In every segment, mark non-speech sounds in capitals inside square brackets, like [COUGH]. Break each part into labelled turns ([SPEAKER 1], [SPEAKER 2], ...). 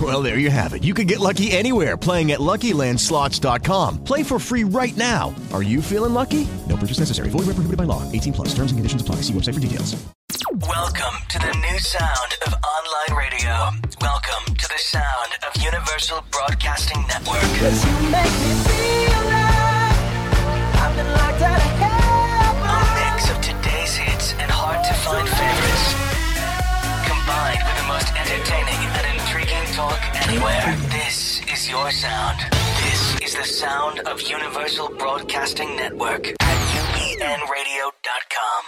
[SPEAKER 1] Well, there you have it. You can get lucky anywhere playing at LuckyLandSlots.com. Play for free right now. Are you feeling lucky? No purchase necessary. Void where prohibited by law. 18 plus. Terms and conditions apply. See website for details.
[SPEAKER 2] Welcome to the new sound of online radio. Welcome to the sound of Universal Broadcasting Network. A mix of today's hits and hard to find favorites. Combined with the most entertaining and intriguing talk anywhere. This is your sound. This is the sound of Universal Broadcasting Network at E UBNradio.com.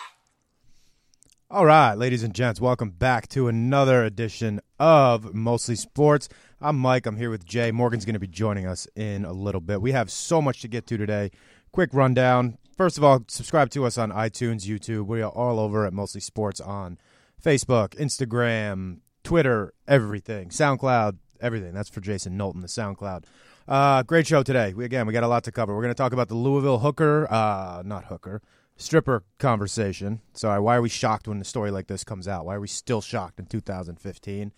[SPEAKER 3] All right, ladies and gents, welcome back to another edition of Mostly Sports. I'm Mike. I'm here with Jay. Morgan's going to be joining us in a little bit. We have so much to get to today. Quick rundown. First of all, subscribe to us on iTunes, YouTube. We are all over at Mostly Sports on Facebook, Instagram, Twitter, everything. SoundCloud, everything. That's for Jason Knowlton, the SoundCloud. Uh, great show today. We, again, we got a lot to cover. We're going to talk about the Louisville hooker, uh, not hooker, stripper conversation. Sorry, why are we shocked when a story like this comes out? Why are we still shocked in 2015?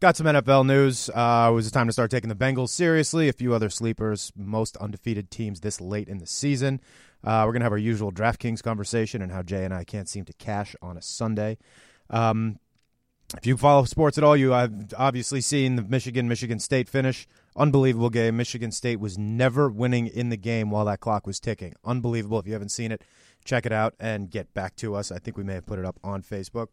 [SPEAKER 3] Got some NFL news. Uh, it was time to start taking the Bengals seriously. A few other sleepers, most undefeated teams this late in the season. Uh, we're going to have our usual DraftKings conversation and how Jay and I can't seem to cash on a Sunday. Um, if you follow sports at all, you have obviously seen the Michigan Michigan State finish. Unbelievable game. Michigan State was never winning in the game while that clock was ticking. Unbelievable. If you haven't seen it, check it out and get back to us. I think we may have put it up on Facebook.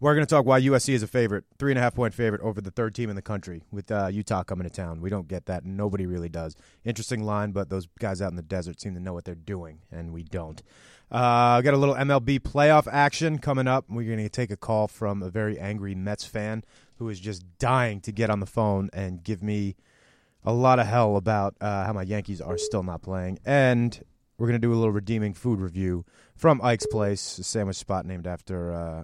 [SPEAKER 3] We're going to talk why USC is a favorite, three and a half point favorite over the third team in the country with uh, Utah coming to town. We don't get that. Nobody really does. Interesting line, but those guys out in the desert seem to know what they're doing, and we don't. Uh, got a little MLB playoff action coming up. We're going to take a call from a very angry Mets fan who is just dying to get on the phone and give me a lot of hell about uh, how my Yankees are still not playing. And we're going to do a little redeeming food review from Ike's Place, a sandwich spot named after. Uh,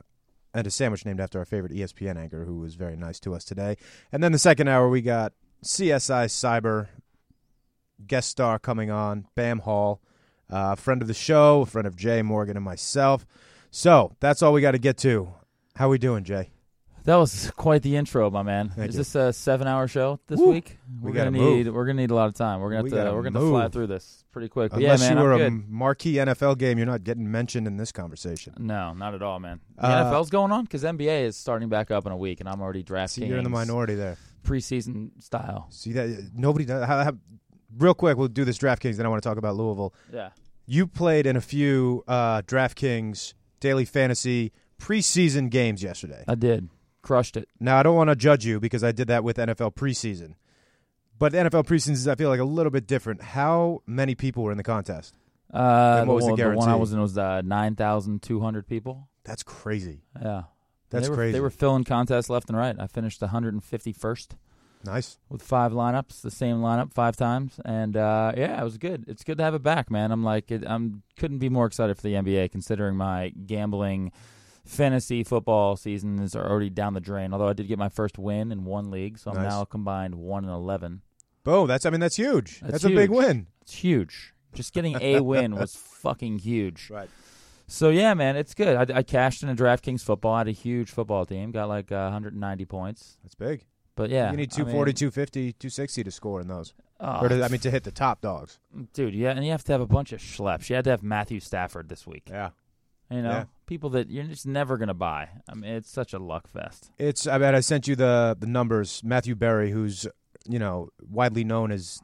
[SPEAKER 3] and a sandwich named after our favorite E ESPN anchor, who was very nice to us today. And then the second hour, we got CSI Cyber guest star coming on, Bam Hall, uh, friend of the show, a friend of Jay Morgan and myself. So that's all we got to get to. How we doing, Jay?
[SPEAKER 4] That was quite the intro, my man.
[SPEAKER 3] Thank
[SPEAKER 4] Is
[SPEAKER 3] you.
[SPEAKER 4] this a seven-hour show this
[SPEAKER 3] Woo.
[SPEAKER 4] week?
[SPEAKER 3] We
[SPEAKER 4] We're
[SPEAKER 3] gotta
[SPEAKER 4] gonna
[SPEAKER 3] move.
[SPEAKER 4] need we're gonna need a lot of time. We're gonna
[SPEAKER 3] We
[SPEAKER 4] have
[SPEAKER 3] gotta
[SPEAKER 4] to we're gonna fly
[SPEAKER 3] move.
[SPEAKER 4] through this pretty quick. But
[SPEAKER 3] Unless
[SPEAKER 4] yeah, man,
[SPEAKER 3] you were
[SPEAKER 4] I'm
[SPEAKER 3] a
[SPEAKER 4] good.
[SPEAKER 3] marquee NFL game, you're not getting mentioned in this conversation.
[SPEAKER 4] No, not at all, man. The
[SPEAKER 3] Uh,
[SPEAKER 4] NFL's going on because NBA is starting back up in a week, and I'm already drafting.
[SPEAKER 3] See, you're in the minority there.
[SPEAKER 4] preseason style.
[SPEAKER 3] See that nobody does. How, how, real quick, we'll do this DraftKings. Then I want to talk about Louisville.
[SPEAKER 4] Yeah,
[SPEAKER 3] You played in a few uh, DraftKings daily fantasy preseason games yesterday.
[SPEAKER 4] I did. Crushed it.
[SPEAKER 3] Now I don't want to judge you because I did that with NFL preseason, but the NFL preseason is I feel like a little bit different. How many people were in the contest?
[SPEAKER 4] Uh,
[SPEAKER 3] And what was the
[SPEAKER 4] one, one I
[SPEAKER 3] guarantee?
[SPEAKER 4] was in was uh, nine thousand two hundred people.
[SPEAKER 3] That's crazy.
[SPEAKER 4] Yeah, And
[SPEAKER 3] That's
[SPEAKER 4] they were,
[SPEAKER 3] crazy.
[SPEAKER 4] They were filling contests left and right. I finished 151st.
[SPEAKER 3] Nice.
[SPEAKER 4] with five lineups, the same lineup five times, and uh, yeah, it was good. It's good to have it back, man. I'm like, it, I'm couldn't be more excited for the NBA considering my gambling fantasy football seasons are already down the drain. Although I did get my first win in one league, so I'm
[SPEAKER 3] Nice.
[SPEAKER 4] now combined one and eleven.
[SPEAKER 3] Boom. That's I mean that's huge. That's,
[SPEAKER 4] That's
[SPEAKER 3] a big
[SPEAKER 4] huge.
[SPEAKER 3] win.
[SPEAKER 4] It's huge. Just getting
[SPEAKER 3] [LAUGHS]
[SPEAKER 4] a win was fucking huge.
[SPEAKER 3] Right.
[SPEAKER 4] So yeah, man, it's good. I, I cashed in a DraftKings football. I had a huge football team, got like uh, 190 points.
[SPEAKER 3] That's big.
[SPEAKER 4] But yeah,
[SPEAKER 3] you need
[SPEAKER 4] I mean-
[SPEAKER 3] 240, 250, 260 to score in those.
[SPEAKER 4] Oh,
[SPEAKER 3] or to, I mean to hit the top dogs.
[SPEAKER 4] dude, yeah, and you have to have a bunch of schleps. You had to have Matthew Stafford this week.
[SPEAKER 3] Yeah.
[SPEAKER 4] You know,
[SPEAKER 3] Yeah.
[SPEAKER 4] people that you're just never gonna buy. I mean, it's such a luck fest.
[SPEAKER 3] It's I mean I sent you the the numbers. Matthew Berry, who's you know widely known as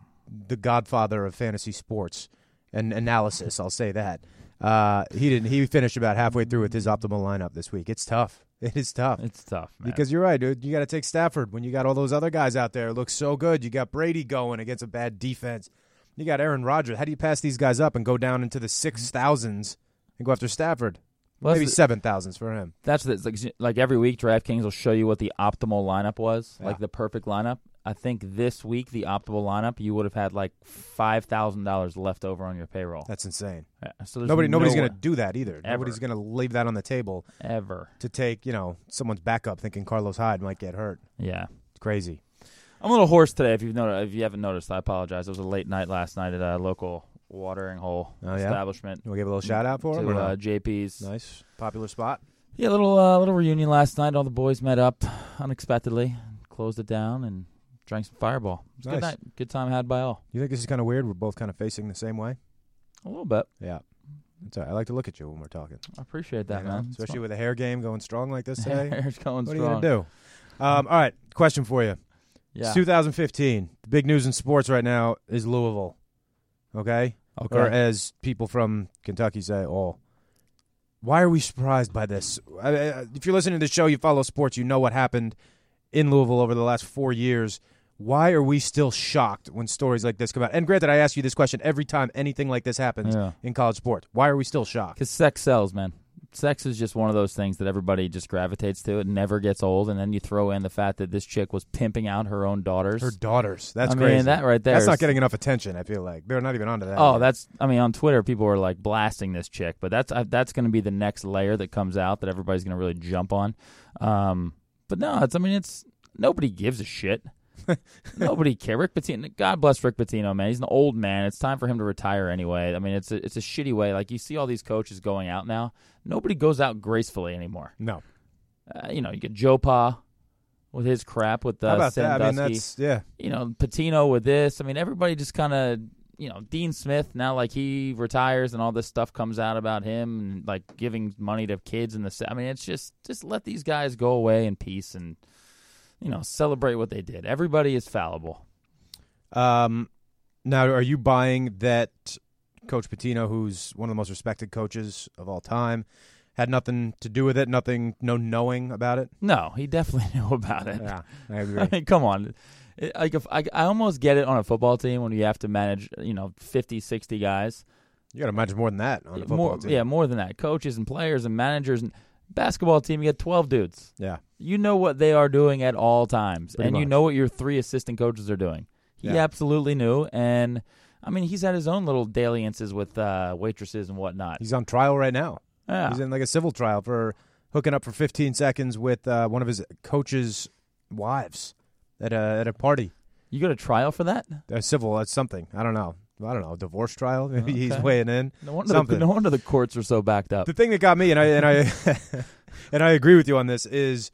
[SPEAKER 3] the godfather of fantasy sports and analysis, I'll say that. Uh, he didn't. He finished about halfway through with his optimal lineup this week. It's tough. It is tough
[SPEAKER 4] It's tough, man.
[SPEAKER 3] because you're right, dude. You got to take Stafford when you got all those other guys out there. It looks so good. You got Brady going against a bad defense. You got Aaron Rodgers. How do you pass these guys up and go down into the six thousands and go after Stafford?
[SPEAKER 4] Well,
[SPEAKER 3] Maybe
[SPEAKER 4] that's the-
[SPEAKER 3] seven thousands for him.
[SPEAKER 4] that's the, it's like like every week DraftKings will show you what the optimal lineup was,
[SPEAKER 3] Yeah.
[SPEAKER 4] like the perfect lineup, I think this week the optimal lineup you would have had like five thousand dollars left over on your payroll.
[SPEAKER 3] That's insane.
[SPEAKER 4] Yeah, so there's
[SPEAKER 3] Nobody, nobody's
[SPEAKER 4] no
[SPEAKER 3] going to do that either.
[SPEAKER 4] Ever.
[SPEAKER 3] Nobody's going to leave that on the table
[SPEAKER 4] ever.
[SPEAKER 3] to take, you know, someone's backup, thinking Carlos Hyde might get hurt.
[SPEAKER 4] Yeah,
[SPEAKER 3] It's crazy.
[SPEAKER 4] I'm a little hoarse today. If you've noticed, if you haven't noticed, I apologize. It was a late night last night at a local watering hole
[SPEAKER 3] Oh, yeah?
[SPEAKER 4] establishment.
[SPEAKER 3] You want to give a little shout out for him?
[SPEAKER 4] to
[SPEAKER 3] or
[SPEAKER 4] uh,
[SPEAKER 3] not?
[SPEAKER 4] JP's.
[SPEAKER 3] nice, popular spot.
[SPEAKER 4] Yeah, little uh, little reunion last night. All the boys met up unexpectedly, closed it down, and drank some Fireball. It was a good
[SPEAKER 3] Nice.
[SPEAKER 4] night. Good time had by all.
[SPEAKER 3] You think this is kind of weird? We're both kind of facing the same way.
[SPEAKER 4] A little bit.
[SPEAKER 3] Yeah. That's all right. I like to look at you when we're talking.
[SPEAKER 4] I appreciate
[SPEAKER 3] you
[SPEAKER 4] that,
[SPEAKER 3] know?
[SPEAKER 4] man. It's
[SPEAKER 3] Especially
[SPEAKER 4] fun.
[SPEAKER 3] with a hair game going strong like
[SPEAKER 4] [LAUGHS]
[SPEAKER 3] this today.
[SPEAKER 4] hair's going
[SPEAKER 3] what are you
[SPEAKER 4] strong.
[SPEAKER 3] going to do? Um, all right. Question for you.
[SPEAKER 4] Yeah.
[SPEAKER 3] It's 2015. The big news in sports right now is Louisville. Okay?
[SPEAKER 4] Okay.
[SPEAKER 3] Or uh, as people from Kentucky say, all. Why are we surprised by this? I- I- If you're listening to the show, you follow sports, you know what happened in Louisville over the last four years. Why are we still shocked when stories like this come out? And granted, I ask you this question every time anything like this happens
[SPEAKER 4] Yeah.
[SPEAKER 3] in college sports. Why are we still shocked?
[SPEAKER 4] Because sex sells, man. Sex is just one of those things that everybody just gravitates to. It never gets old. And then you throw in the fact that this chick was pimping out her own daughters.
[SPEAKER 3] Her daughters. That's
[SPEAKER 4] I mean,
[SPEAKER 3] crazy.
[SPEAKER 4] that right there
[SPEAKER 3] That's not
[SPEAKER 4] is-
[SPEAKER 3] getting enough attention, I feel like. They're not even onto that.
[SPEAKER 4] Oh,
[SPEAKER 3] yet.
[SPEAKER 4] that's. I mean, on Twitter, people are like blasting this chick, but that's uh, that's going to be the next layer that comes out that everybody's going to really jump on. Um, but no, it's. I mean, it's nobody gives
[SPEAKER 3] [LAUGHS]
[SPEAKER 4] a shit. nobody care. Rick Pitino. God bless Rick Pitino, man. He's an old man. It's time for him to retire anyway. I mean, it's a, it's a shitty way. Like you see all these coaches going out now. Nobody goes out gracefully anymore.
[SPEAKER 3] No.
[SPEAKER 4] Uh, you know, you get Joe Pa with his crap with uh,
[SPEAKER 3] How about that? I mean,
[SPEAKER 4] Sandusky
[SPEAKER 3] that's, yeah.
[SPEAKER 4] you know, Patino with this. I mean, everybody just kind of, you know, Dean Smith now, like he retires and all this stuff comes out about him and like giving money to kids and the. sa- I mean, it's just just let these guys go away in peace and you know celebrate what they did. Everybody is fallible.
[SPEAKER 3] Um, now, are you buying that Coach Patino, who's one of the most respected coaches of all time, had nothing to do with it? Nothing, no knowing about it.
[SPEAKER 4] No, he definitely [LAUGHS] knew about it.
[SPEAKER 3] Yeah, I [LAUGHS] agree.
[SPEAKER 4] [LAUGHS] I mean, come on. It- Like if I, I almost get it on a football team when you have to manage, you know, 50, 60 guys.
[SPEAKER 3] you got to imagine more than that on the football
[SPEAKER 4] more,
[SPEAKER 3] team.
[SPEAKER 4] yeah, more than that. Coaches and players and managers and basketball team, you got 12 dudes.
[SPEAKER 3] yeah.
[SPEAKER 4] you know what they are doing at all times,
[SPEAKER 3] Pretty
[SPEAKER 4] and you
[SPEAKER 3] much.
[SPEAKER 4] know what your three assistant coaches are doing. He
[SPEAKER 3] Yeah.
[SPEAKER 4] absolutely knew, and I mean, he's had his own little dalliances with uh, waitresses and whatnot.
[SPEAKER 3] He's on trial right now.
[SPEAKER 4] Yeah.
[SPEAKER 3] He's in like a civil trial for hooking up for 15 seconds with uh, one of his coach's wives at a at a party.
[SPEAKER 4] you go to trial for that?
[SPEAKER 3] A civil, that's something. I don't know. I don't know. Divorce trial. Maybe he's
[SPEAKER 4] Okay.
[SPEAKER 3] weighing in.
[SPEAKER 4] No wonder, the,
[SPEAKER 3] Something.
[SPEAKER 4] no wonder the courts are so backed up.
[SPEAKER 3] the thing that got me, and I and
[SPEAKER 4] [LAUGHS]
[SPEAKER 3] I and I agree with you on this, is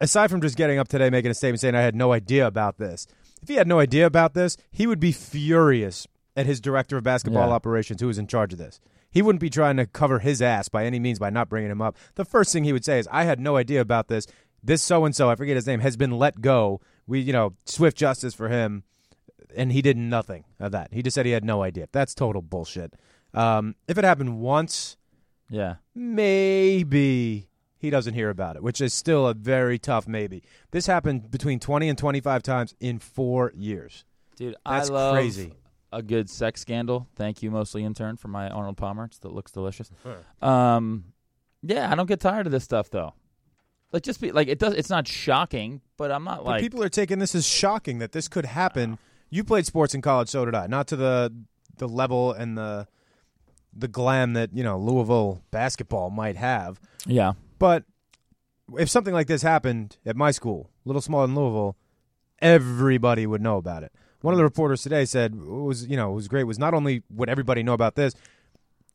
[SPEAKER 3] aside from just getting up today making a statement saying I had no idea about this. If he had no idea about this, he would be furious at his director of basketball
[SPEAKER 4] Yeah.
[SPEAKER 3] operations, who was in charge of this. He wouldn't be trying to cover his ass by any means by not bringing him up. The first thing he would say is, "I had no idea about this. This so and so, I forget his name, has been let go. We, you know, swift justice for him." and he did nothing of that. He just said he had no idea. That's total bullshit. Um, if it happened once,
[SPEAKER 4] yeah,
[SPEAKER 3] maybe he doesn't hear about it, which is still a very tough maybe. This happened between 20 and 25 times in four years.
[SPEAKER 4] dude,
[SPEAKER 3] That's
[SPEAKER 4] I love
[SPEAKER 3] crazy.
[SPEAKER 4] a good sex scandal. Thank you, mostly intern, for my Arnold Palmer. It's, that
[SPEAKER 3] [LAUGHS]
[SPEAKER 4] looks delicious. Um, yeah, I don't get tired of this stuff though. Like, just be like it does. It's not shocking, but I'm not
[SPEAKER 3] But
[SPEAKER 4] like
[SPEAKER 3] people are taking this as shocking that this could happen. You played sports in college, so did I. Not to the the level and the the glam that, you know, Louisville basketball might have.
[SPEAKER 4] yeah.
[SPEAKER 3] But if something like this happened at my school, a little smaller than Louisville, everybody would know about it. One of the reporters today said what was you know what was great was not only would everybody know about this.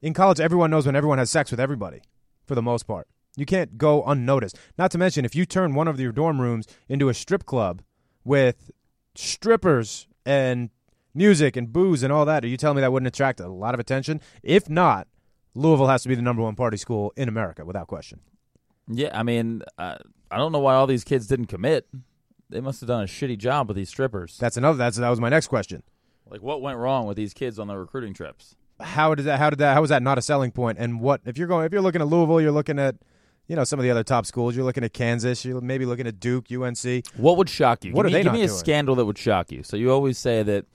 [SPEAKER 3] In college, everyone knows when everyone has sex with everybody, for the most part. You can't go unnoticed. Not to mention, if you turn one of your dorm rooms into a strip club with strippers and music and booze and all that, are you telling me that wouldn't attract a lot of attention? If not, Louisville has to be the number one party school in America, without question.
[SPEAKER 4] Yeah, I mean, uh, I don't know why all these kids didn't commit. They must have done a shitty job with these strippers.
[SPEAKER 3] That's another. That's that was my next question.
[SPEAKER 4] like, what went wrong with these kids on their recruiting trips?
[SPEAKER 3] How did that? How did that? How was that not a selling point? And what if you're going? If you're looking at Louisville, you're looking at, you know, some of the other top schools. You're looking at Kansas. You're maybe looking at Duke, UNC.
[SPEAKER 4] What would shock you?
[SPEAKER 3] What are
[SPEAKER 4] give me,
[SPEAKER 3] they
[SPEAKER 4] Give
[SPEAKER 3] not
[SPEAKER 4] me a
[SPEAKER 3] doing?
[SPEAKER 4] scandal that would shock you. So you always say that.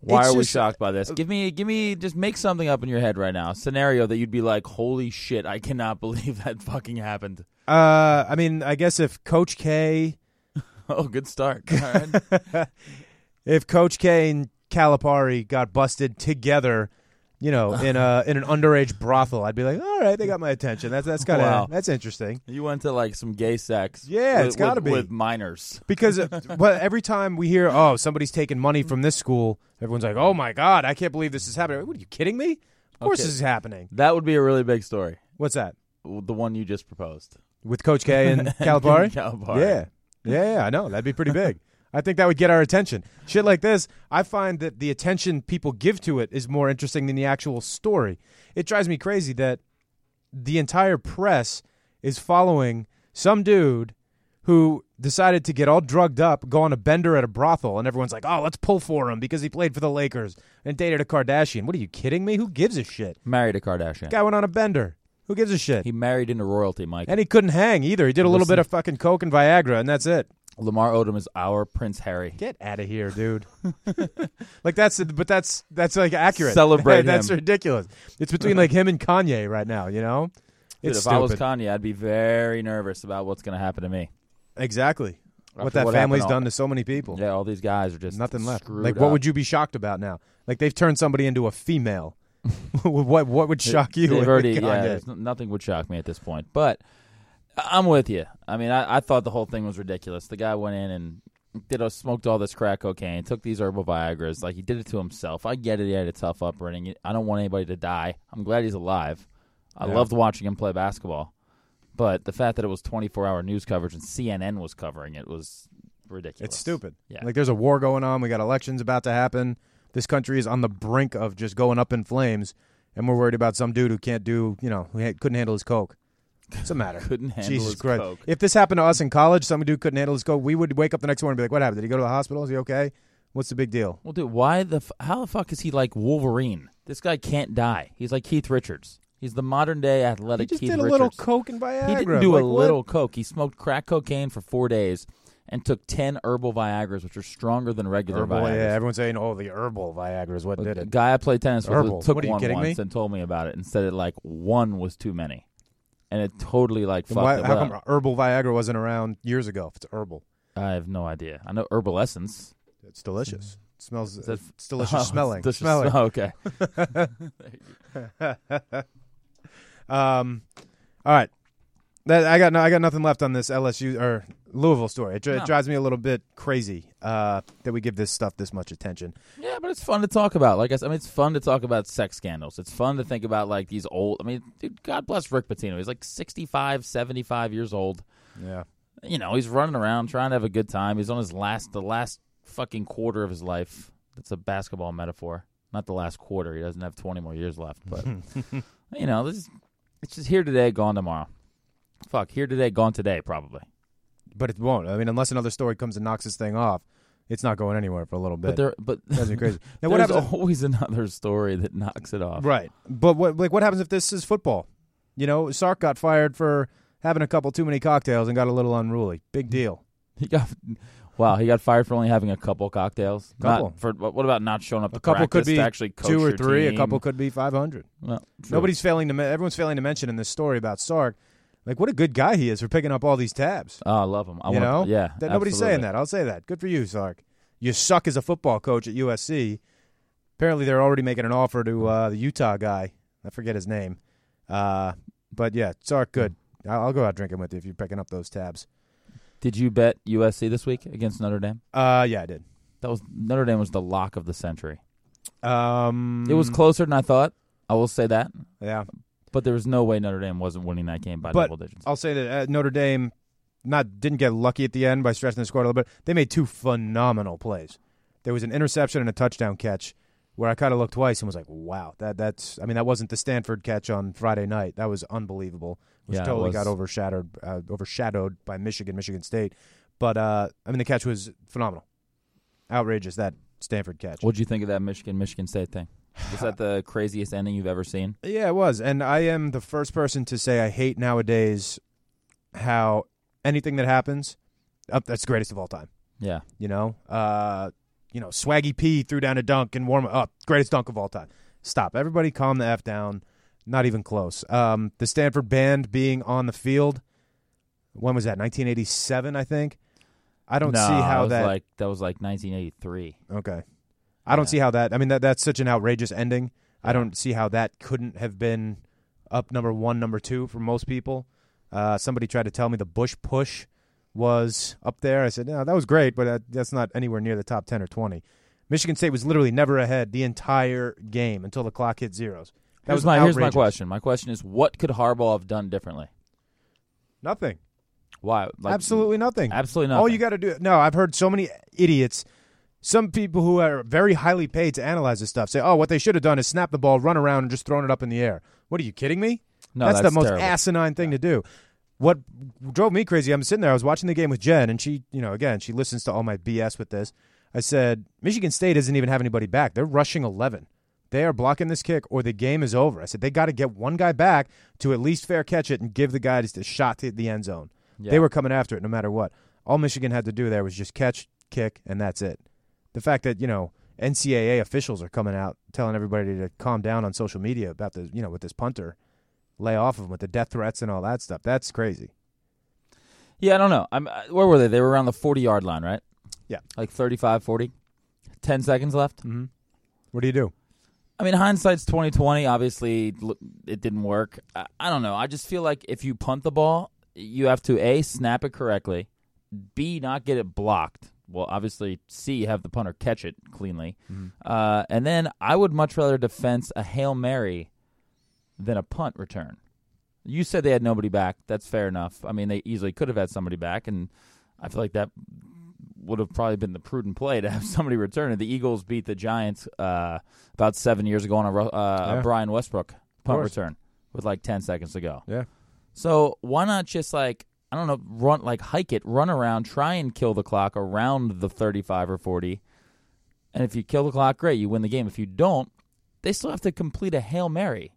[SPEAKER 4] Why
[SPEAKER 3] It's
[SPEAKER 4] are we
[SPEAKER 3] just- uh,
[SPEAKER 4] shocked by this? Give me, give me, just make something up in your head right now. A scenario that you'd be like, "Holy shit, I [LAUGHS] cannot believe that fucking happened."
[SPEAKER 3] Uh, I mean, I guess if Coach K
[SPEAKER 4] Oh, good start. All
[SPEAKER 3] [LAUGHS]
[SPEAKER 4] right.
[SPEAKER 3] if Coach K and Calipari got busted together, you know, in a in an underage brothel, I'd be like, all right, they got my attention. That's that's kind of
[SPEAKER 4] Wow.
[SPEAKER 3] that's interesting
[SPEAKER 4] you went to like some gay sex.
[SPEAKER 3] Yeah,
[SPEAKER 4] with-
[SPEAKER 3] it's gotta
[SPEAKER 4] with-
[SPEAKER 3] be.
[SPEAKER 4] with minors.
[SPEAKER 3] because uh, but every time we hear oh somebody's taking money from this school, everyone's like, oh my god, I can't believe this is happening. What are you kidding me? Of course
[SPEAKER 4] Okay.
[SPEAKER 3] this is happening.
[SPEAKER 4] That would be a really big story.
[SPEAKER 3] What's that
[SPEAKER 4] The one you just proposed.
[SPEAKER 3] with Coach K and Calipari?
[SPEAKER 4] Calipari.
[SPEAKER 3] Yeah. yeah, yeah, I know that'd be pretty big. I think that would get our attention. Shit like this, I find that the attention people give to it is more interesting than the actual story. It drives me crazy that the entire press is following some dude who decided to get all drugged up, go on a bender at a brothel, and everyone's like, "Oh, let's pull for him because he played for the Lakers and dated a Kardashian." What are you kidding me? Who gives a shit?
[SPEAKER 4] Married a Kardashian.
[SPEAKER 3] Guy went on a bender. Who gives a shit?
[SPEAKER 4] He married into royalty, Mike.
[SPEAKER 3] and he couldn't hang either. He did a little
[SPEAKER 4] Listen.
[SPEAKER 3] bit of fucking coke and Viagra, and that's it.
[SPEAKER 4] Lamar Odom is our Prince Harry.
[SPEAKER 3] Get out of here,
[SPEAKER 4] [LAUGHS]
[SPEAKER 3] dude. like that's but that's that's like accurate. [LAUGHS]
[SPEAKER 4] Celebrate
[SPEAKER 3] that's
[SPEAKER 4] him.
[SPEAKER 3] ridiculous. It's between like him and Kanye right now, you know?
[SPEAKER 4] Dude,
[SPEAKER 3] It's
[SPEAKER 4] if I was
[SPEAKER 3] stupid.
[SPEAKER 4] Kanye, I'd be very nervous about what's going to happen to me.
[SPEAKER 3] exactly. What
[SPEAKER 4] After
[SPEAKER 3] that
[SPEAKER 4] what
[SPEAKER 3] family's
[SPEAKER 4] happened,
[SPEAKER 3] done to so many people.
[SPEAKER 4] Yeah, all these guys are just
[SPEAKER 3] Nothing left.
[SPEAKER 4] screwed
[SPEAKER 3] Like what
[SPEAKER 4] up.
[SPEAKER 3] would you be shocked about now? Like they've turned somebody into a female. [LAUGHS] what what would [LAUGHS] shock you?
[SPEAKER 4] They've
[SPEAKER 3] with
[SPEAKER 4] already,
[SPEAKER 3] Kanye?
[SPEAKER 4] yeah, there's no- nothing would shock me at this point. But I- I'm with you. I mean, I, I thought the whole thing was ridiculous. The guy went in and did a, smoked all this crack cocaine, took these herbal Viagra's. Like he did it to himself. I get it. He had a tough upbringing. I don't want anybody to die. I'm glad he's alive. I loved watching him play basketball. But the fact that it was 24 hour news coverage and CNN was covering it was ridiculous.
[SPEAKER 3] It's stupid.
[SPEAKER 4] Yeah.
[SPEAKER 3] Like there's a war going on. We got elections about to happen. This country is on the brink of just going up in flames, and we're worried about some dude who can't do, you know, who ha- couldn't handle his coke. What's the matter?
[SPEAKER 4] [LAUGHS] Couldn't handle
[SPEAKER 3] Jesus
[SPEAKER 4] his
[SPEAKER 3] Christ.
[SPEAKER 4] coke.
[SPEAKER 3] If this happened to us in college, some dude couldn't handle his coke, we would wake up the next morning and be like, "What happened? Did he go to the hospital? Is he okay? What's the big deal?"
[SPEAKER 4] Well, dude, why the f- how the fuck is he like Wolverine? This guy can't die. He's like Keith Richards. He's the modern day athletic
[SPEAKER 3] He just
[SPEAKER 4] Keith
[SPEAKER 3] did a
[SPEAKER 4] Richards.
[SPEAKER 3] little coke and Viagra.
[SPEAKER 4] He didn't do
[SPEAKER 3] Like,
[SPEAKER 4] a
[SPEAKER 3] what?
[SPEAKER 4] little coke. He smoked crack cocaine for four days and took ten herbal Viagra's, which are stronger than regular
[SPEAKER 3] herbal.
[SPEAKER 4] Viagra's.
[SPEAKER 3] Yeah, everyone's saying, "Oh, the herbal Viagra is what
[SPEAKER 4] But
[SPEAKER 3] did
[SPEAKER 4] the
[SPEAKER 3] it."
[SPEAKER 4] guy I played tennis with
[SPEAKER 3] Herbal.
[SPEAKER 4] took
[SPEAKER 3] What, are you
[SPEAKER 4] one
[SPEAKER 3] kidding me?
[SPEAKER 4] once and told me about it and said it like one was too many, and it totally like
[SPEAKER 3] Then
[SPEAKER 4] fucked
[SPEAKER 3] why-
[SPEAKER 4] it
[SPEAKER 3] how
[SPEAKER 4] up.
[SPEAKER 3] come herbal Viagra wasn't around years ago? If it's herbal,
[SPEAKER 4] I have no idea. I know herbal essence.
[SPEAKER 3] it's delicious. It smells.
[SPEAKER 4] Mm-hmm. that-
[SPEAKER 3] it's delicious
[SPEAKER 4] [LAUGHS] Oh,
[SPEAKER 3] smelling.
[SPEAKER 4] delicious-
[SPEAKER 3] smelling.
[SPEAKER 4] oh, [LAUGHS] okay.
[SPEAKER 3] Um, all right, that I got no, I got nothing left on this LSU or Louisville story. It, dri- it
[SPEAKER 4] No.
[SPEAKER 3] drives me a little bit crazy uh, that we give this stuff this much attention.
[SPEAKER 4] Yeah, but it's fun to talk about. Like I said, I mean, it's fun to talk about sex scandals. It's fun to think about like these old. I mean, dude, God bless Rick Pitino. He's like 65, 75 years old.
[SPEAKER 3] Yeah,
[SPEAKER 4] You know, he's running around trying to have a good time. He's on his last, the last fucking quarter of his life. That's a basketball metaphor, not the last quarter. He doesn't have twenty more years left.
[SPEAKER 3] [LAUGHS]
[SPEAKER 4] But you know, this is, it's just here today, gone tomorrow. Fuck, here today, gone today, probably.
[SPEAKER 3] but it won't. I mean, unless another story comes and knocks this thing off, it's not going anywhere for a little bit.
[SPEAKER 4] But there, but
[SPEAKER 3] Drives me
[SPEAKER 4] [LAUGHS]
[SPEAKER 3] crazy. Now, what
[SPEAKER 4] there's
[SPEAKER 3] happens? if-
[SPEAKER 4] always another story that knocks it off.
[SPEAKER 3] right, but what like what happens if this is football? You know, Sark got fired for having a couple too many cocktails and got a little unruly.
[SPEAKER 4] Hmm.
[SPEAKER 3] Big deal.
[SPEAKER 4] [LAUGHS] He got wow. He got fired for only having a couple cocktails.
[SPEAKER 3] Couple.
[SPEAKER 4] Not for what what about not showing up?
[SPEAKER 3] A couple could be
[SPEAKER 4] actually coach
[SPEAKER 3] two or
[SPEAKER 4] your
[SPEAKER 3] three. A
[SPEAKER 4] team?
[SPEAKER 3] couple could be five hundred.
[SPEAKER 4] Well, true.
[SPEAKER 3] Nobody's failing to. men- Everyone's failing to mention in this story about Sark, like what a good guy he is for picking up all these tabs.
[SPEAKER 4] Oh, I love him. I
[SPEAKER 3] you know,
[SPEAKER 4] want. Yeah.
[SPEAKER 3] That, nobody's
[SPEAKER 4] absolutely.
[SPEAKER 3] saying that. I'll say that. Good for you, Sark. You suck as a football coach at USC. Apparently, they're already making an offer to uh, the Utah guy. I forget his name, uh, but yeah, Sark. Good.
[SPEAKER 4] Hmm.
[SPEAKER 3] I'll, I'll go out drinking with you if you're picking up those tabs.
[SPEAKER 4] Did you bet USC this week against Notre Dame?
[SPEAKER 3] Uh, yeah, I did.
[SPEAKER 4] That was Notre Dame was the lock of the century.
[SPEAKER 3] Um,
[SPEAKER 4] It was closer than I thought. I will say that,
[SPEAKER 3] yeah.
[SPEAKER 4] but there was no way Notre Dame wasn't winning that game by
[SPEAKER 3] But-
[SPEAKER 4] double digits.
[SPEAKER 3] I'll say that uh, Notre Dame not didn't get lucky at the end by stretching the score a little bit. They made two phenomenal plays. There was an interception and a touchdown catch where I kind of looked twice and was like, "Wow, that that's." I mean, that wasn't the Stanford catch on Friday night. That was unbelievable. Which
[SPEAKER 4] Yeah, it
[SPEAKER 3] totally
[SPEAKER 4] was.
[SPEAKER 3] got overshadowed uh, overshadowed by Michigan, Michigan State. But uh, I mean, the catch was phenomenal, outrageous. That Stanford catch.
[SPEAKER 4] What'd you think of that Michigan Michigan State thing?
[SPEAKER 3] [SIGHS]
[SPEAKER 4] Was that the craziest ending you've ever seen?
[SPEAKER 3] Yeah, it was. And I am the first person to say I hate nowadays how anything that happens, up that's greatest of all time.
[SPEAKER 4] Yeah.
[SPEAKER 3] You know, uh, you know, Swaggy P threw down a dunk and warm up, greatest dunk of all time. Stop, everybody, calm the f down. Not even close. Um, the Stanford band being on the field. When was that? 1987, I think. I don't
[SPEAKER 4] no,
[SPEAKER 3] see how
[SPEAKER 4] it was
[SPEAKER 3] that.
[SPEAKER 4] like that was like 1983.
[SPEAKER 3] okay, I don't see how that. I mean, that that's such an outrageous ending. I don't see how that couldn't have been up number one, number two for most people. Uh, somebody tried to tell me the Bush push was up there. I said, no, that was great, but uh, that's not anywhere near the top ten or twenty. Michigan State was literally never ahead the entire game until the clock hit zeros. That
[SPEAKER 4] Here's
[SPEAKER 3] was
[SPEAKER 4] my here's my
[SPEAKER 3] outrageous.
[SPEAKER 4] question. My question is, what could Harbaugh have done differently?
[SPEAKER 3] Nothing.
[SPEAKER 4] Why? Like,
[SPEAKER 3] absolutely nothing.
[SPEAKER 4] Absolutely
[SPEAKER 3] All
[SPEAKER 4] nothing.
[SPEAKER 3] you got to do. No, I've heard so many idiots. Some people who are very highly paid to analyze this stuff say, "Oh, what they should have done is snap the ball, run around, and just thrown it up in the air." What are you kidding me?
[SPEAKER 4] No,
[SPEAKER 3] the
[SPEAKER 4] that's
[SPEAKER 3] most
[SPEAKER 4] terrible.
[SPEAKER 3] asinine thing to do. What drove me crazy? I'm sitting there. I was watching the game with Jen, and she, you know, again, she listens to all my BS with this. I said, Michigan State doesn't even have anybody back. They're rushing 11. They are blocking this kick, or the game is over. I said they got to get one guy back to at least fair catch it and give the guy just a shot to the end zone. They were coming after it no matter what. All Michigan had to do there was just catch, kick, and that's it. The fact that you know NCAA officials are coming out telling everybody to calm down on social media about the you know with this punter, lay off of him with the death threats and all that stuff. That's crazy.
[SPEAKER 4] Yeah, I don't know. I'm, uh, where were they? They were around the 40 yard line, right?
[SPEAKER 3] Yeah. Mm-hmm.
[SPEAKER 4] Like 35, 40. 10 seconds left.
[SPEAKER 3] What do you do?
[SPEAKER 4] I mean, hindsight's 2020. Obviously, l- it didn't work. I, I don't know. I just feel like if you punt the ball, you have to A, snap it correctly, B, not get it blocked. Well, obviously, C, have the punter catch it cleanly.
[SPEAKER 3] Mm-hmm.
[SPEAKER 4] Uh, and then I would much rather defense a Hail Mary than a punt return. You said they had nobody back. That's fair enough. I mean, they easily could have had somebody back, and I feel like that would have probably been the prudent play to have [LAUGHS] somebody return it. The Eagles beat the Giants uh, about seven years ago on a, Ru- uh,
[SPEAKER 3] Yeah.
[SPEAKER 4] a Brian Westbrook punt
[SPEAKER 3] course.
[SPEAKER 4] return with like ten seconds to go.
[SPEAKER 3] Yeah.
[SPEAKER 4] So why not just like I don't know, run like hike it, run around, try and kill the clock around the thirty-five or forty, and if you kill the clock, great, you win the game. If you don't, they still have to complete a hail mary.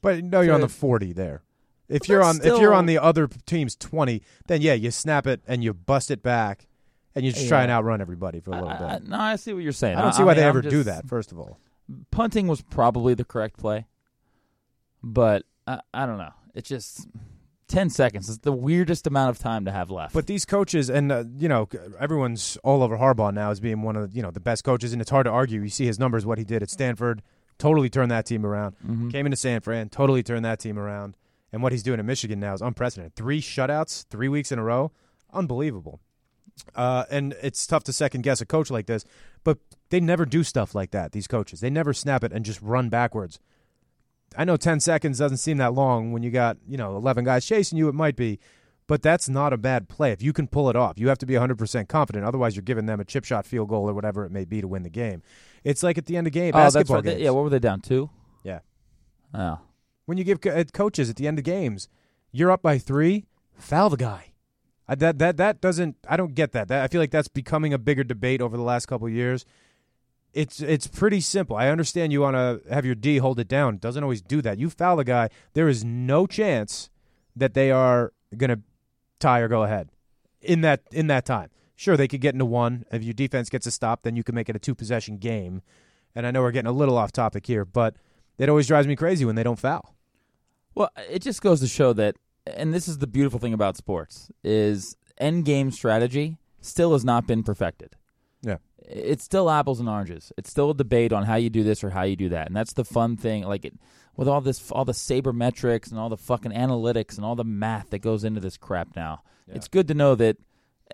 [SPEAKER 3] But no, you're on the
[SPEAKER 4] Dude.
[SPEAKER 3] forty there. If
[SPEAKER 4] But
[SPEAKER 3] you're on
[SPEAKER 4] that's
[SPEAKER 3] if you're on
[SPEAKER 4] still-
[SPEAKER 3] the other team's twenty, then yeah, you snap it and you bust it back, and you just try
[SPEAKER 4] Yeah.
[SPEAKER 3] and outrun everybody for a little
[SPEAKER 4] I- I-
[SPEAKER 3] bit.
[SPEAKER 4] no, I see what you're saying.
[SPEAKER 3] I don't see why
[SPEAKER 4] mean,
[SPEAKER 3] they
[SPEAKER 4] I'm
[SPEAKER 3] ever do
[SPEAKER 4] just-
[SPEAKER 3] that. First of all,
[SPEAKER 4] punting was probably the correct play, but I, I don't know. It's just ten seconds. It's the weirdest amount of time to have left.
[SPEAKER 3] But these coaches, and uh, you know, everyone's all over Harbaugh now as being one of the, you know the best coaches, and it's hard to argue. You see his numbers, what he did at Stanford, totally turned that team around. Came into San Fran, totally turned that team around, and what he's doing at Michigan now is unprecedented. Three shutouts, three weeks in a row, unbelievable. Uh, and it's tough to second guess a coach like this, but they never do stuff like that. These coaches, they never snap it and just run backwards. I know 10 seconds doesn't seem that long when you got, you know, 11 guys chasing you, it might be, but that's not a bad play. If you can pull it off, you have to be 100% confident. Otherwise, you're giving them a chip shot field goal or whatever it may be to win the game. It's like at the end of game,
[SPEAKER 4] oh, that's
[SPEAKER 3] basketball
[SPEAKER 4] right. They-
[SPEAKER 3] games.
[SPEAKER 4] yeah, what were they down two?
[SPEAKER 3] Yeah.
[SPEAKER 4] Oh,
[SPEAKER 3] When you give co- uh, coaches at the end of games, you're up by three, foul the guy. I, that, that, that doesn't, I don't get that. that. I feel like that's becoming a bigger debate over the last couple of years. It's it's pretty simple. I understand you want to have your D hold it down. Doesn't always do that. You foul a guy, there is no chance that they are going to tie or go ahead in that in that time. Sure, they could get into one. If your defense gets a stop, then you can make it a two possession game. And I know we're getting a little off topic here, but it always drives me crazy when they don't foul.
[SPEAKER 4] well, it just goes to show that, and this is the beautiful thing about sports is end game strategy still has not been perfected.
[SPEAKER 3] Yeah.
[SPEAKER 4] it's still apples and oranges. It's still a debate on how you do this or how you do that, and that's the fun thing. Like it, with all this, all the sabermetrics and all the fucking analytics and all the math that goes into this crap now. It's good to know that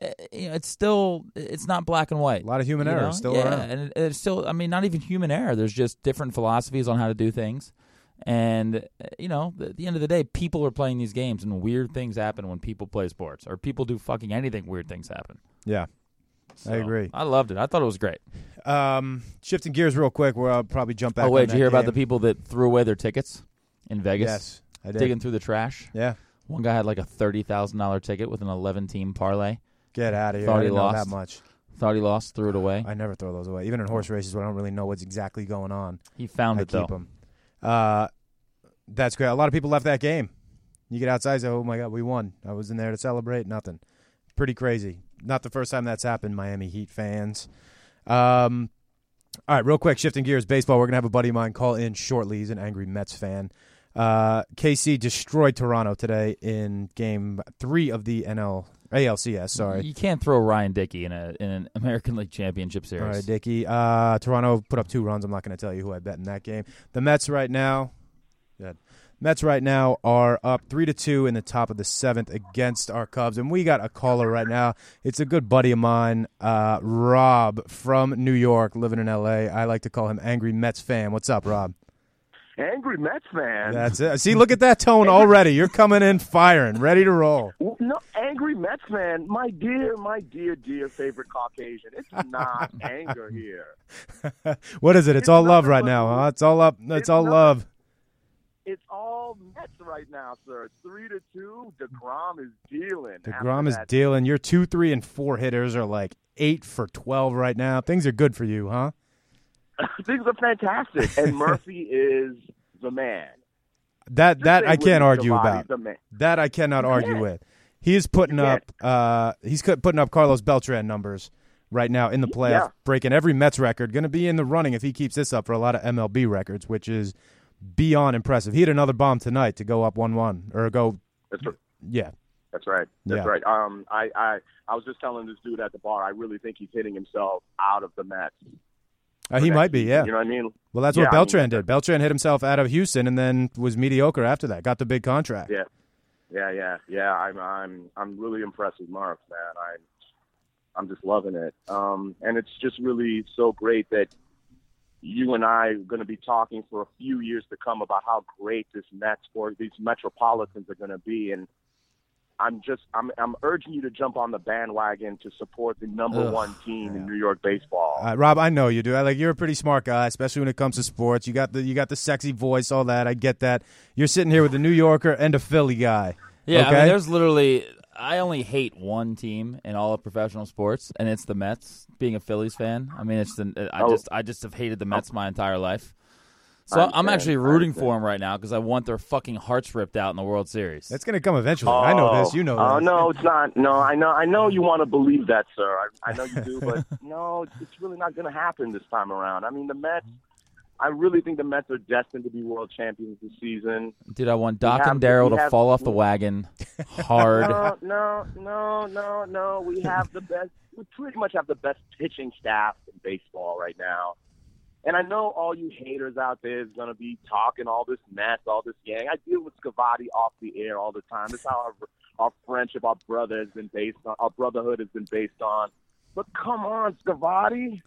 [SPEAKER 4] eh, you know, it's still it's not black and white.
[SPEAKER 3] A lot of human
[SPEAKER 4] you
[SPEAKER 3] error
[SPEAKER 4] know?
[SPEAKER 3] is still
[SPEAKER 4] yeah,
[SPEAKER 3] around.
[SPEAKER 4] and it, it's still. I mean, not even human error. There's just different philosophies on how to do things, and eh, you know, at the end of the day, people are playing these games, and weird things happen when people play sports or people do fucking anything. Weird things happen.
[SPEAKER 3] Yeah. I
[SPEAKER 4] So,
[SPEAKER 3] agree.
[SPEAKER 4] I loved it. I thought it was great.
[SPEAKER 3] Um, shifting gears real quick, where I'll probably jump back.
[SPEAKER 4] oh wait,
[SPEAKER 3] on
[SPEAKER 4] did
[SPEAKER 3] that
[SPEAKER 4] you hear about the
[SPEAKER 3] game.
[SPEAKER 4] people that threw away their tickets in Vegas?
[SPEAKER 3] Yes, I did.
[SPEAKER 4] digging through the trash.
[SPEAKER 3] Yeah,
[SPEAKER 4] One guy had like a thirty thousand dollar ticket with an eleven team parlay.
[SPEAKER 3] get out of here.
[SPEAKER 4] Thought
[SPEAKER 3] I
[SPEAKER 4] he
[SPEAKER 3] didn't know that
[SPEAKER 4] lost.
[SPEAKER 3] much.
[SPEAKER 4] Thought he
[SPEAKER 3] [SIGHS]
[SPEAKER 4] lost, threw it away.
[SPEAKER 3] I never throw those away, even in horse races where I don't really know what's exactly going on.
[SPEAKER 4] He found
[SPEAKER 3] I
[SPEAKER 4] it though.
[SPEAKER 3] keep them. Uh, that's great. A lot of people left that game. You get outside, say, "Oh my god, we won!" I was in there to celebrate. Nothing. Pretty crazy. Not the first time that's happened. Miami Heat fans. Um, all right, real quick, shifting gears, baseball. We're gonna have a buddy of mine call in shortly. He's an angry Mets fan. Uh, KC destroyed Toronto today in game three of the NL ALCS. Sorry.
[SPEAKER 4] You can't throw Ryan Dickey in a in an American League Championship
[SPEAKER 3] All right,
[SPEAKER 4] series.
[SPEAKER 3] Dickie. Uh, Toronto put up two runs. I'm not going to tell you who I bet in that game. The Mets right now, good. Mets right now are up three to two in the top of the seventh against our Cubs, and we got a caller right now. It's a good buddy of mine, uh, Rob from New York, living in L.A. I like to call him Angry Mets fan. What's up, Rob?
[SPEAKER 5] Angry Mets fan.
[SPEAKER 3] That's it. See, look at that tone already. You're coming in firing, ready to roll.
[SPEAKER 5] Well, no, angry Mets fan. My dear, my dear, dear favorite Caucasian. [LAUGHS] It's not anger here.
[SPEAKER 3] What is it? It's
[SPEAKER 5] It's
[SPEAKER 3] all love
[SPEAKER 5] nothing
[SPEAKER 3] right
[SPEAKER 5] but
[SPEAKER 3] now,
[SPEAKER 5] love.
[SPEAKER 3] huh? It's all up. It's
[SPEAKER 5] It's
[SPEAKER 3] all
[SPEAKER 5] nothing.
[SPEAKER 3] love.
[SPEAKER 5] It's all Mets right now, sir. It's three to two. Degrom is dealing.
[SPEAKER 3] DeGrom
[SPEAKER 5] after
[SPEAKER 3] is
[SPEAKER 5] that.
[SPEAKER 3] dealing. Your two, three, and four hitters are like eight for 12 right now. Things are good for you, huh?
[SPEAKER 5] Things are fantastic,
[SPEAKER 3] [LAUGHS]
[SPEAKER 5] and Murphy is the man.
[SPEAKER 3] That that
[SPEAKER 5] Say
[SPEAKER 3] I can't
[SPEAKER 5] Willie
[SPEAKER 3] argue
[SPEAKER 5] Gavani's
[SPEAKER 3] about.
[SPEAKER 5] the man.
[SPEAKER 3] That I cannot argue with. He is putting
[SPEAKER 5] You
[SPEAKER 3] up
[SPEAKER 5] can't.
[SPEAKER 3] uh he's cut- putting up Carlos Beltran numbers right now in the playoff,
[SPEAKER 5] Yeah.
[SPEAKER 3] breaking every Mets record. Going to be in the running if he keeps this up for a lot of MLB records, which is beyond impressive. He had another bomb tonight to go up 1-1 or go
[SPEAKER 5] That's right.
[SPEAKER 3] yeah. Uh,
[SPEAKER 5] That's right. That's
[SPEAKER 3] Yeah.
[SPEAKER 5] right. Um, I, I, I was just telling this dude at the bar. I really think he's hitting himself out of the Mets.
[SPEAKER 3] Uh, he
[SPEAKER 5] for
[SPEAKER 3] might
[SPEAKER 5] next
[SPEAKER 3] be,
[SPEAKER 5] season.
[SPEAKER 3] yeah.
[SPEAKER 5] You know what I mean?
[SPEAKER 3] Well, that's
[SPEAKER 5] Yeah,
[SPEAKER 3] what
[SPEAKER 5] I mean,
[SPEAKER 3] Beltran did. Beltran hit himself out of Houston and then was mediocre after that. Got the big contract.
[SPEAKER 5] Yeah, yeah, yeah, yeah. I'm, I'm, I'm really impressed with Marks, man. I'm, I'm just loving it. Um, and it's just really so great that you and I are going to be talking for a few years to come about how great this Mets or these Metropolitans are going to be. And I'm just, I'm, I'm urging you to jump on the bandwagon to support the number
[SPEAKER 4] Ugh,
[SPEAKER 5] one team in New York baseball.
[SPEAKER 3] Uh, Rob, I know you do. I like you're a pretty smart guy, especially when it comes to sports. You got the you got the sexy voice, all that. I get that. You're sitting here with a New Yorker and a Philly guy.
[SPEAKER 4] Yeah, I
[SPEAKER 3] okay?
[SPEAKER 4] mean, there's literally I only hate one team in all of professional sports, and it's the Mets. Being a Phillies fan, I mean, it's the I
[SPEAKER 5] Oh.
[SPEAKER 4] just I just have hated the Mets my entire life. So I'm
[SPEAKER 5] understand,
[SPEAKER 4] actually
[SPEAKER 5] I
[SPEAKER 4] rooting
[SPEAKER 5] understand.
[SPEAKER 4] for them right now because I want their fucking hearts ripped out in the World Series.
[SPEAKER 3] that's gonna come eventually. I know this. You know
[SPEAKER 5] Oh
[SPEAKER 3] this.
[SPEAKER 5] no, it's not. No, I know. I know you want to believe that, sir. I, I know you do, but no, it's- it's really not going to happen this time around. I mean, the Mets. I really think the Mets are destined to be world champions this season.
[SPEAKER 4] Dude, I want Doc
[SPEAKER 5] have-
[SPEAKER 4] and Daryl
[SPEAKER 5] we
[SPEAKER 4] to
[SPEAKER 5] have-
[SPEAKER 4] fall off the wagon hard.
[SPEAKER 5] No, no, no, no, no. We have the best. We pretty much have the best pitching staff in baseball right now. And I know all you haters out there is going to be talking all this mess, all this yang. I deal with Scavati off the air all the time. That's how our, our friendship, our brother has been based on, our brotherhood has been based on. But come on, Scavati.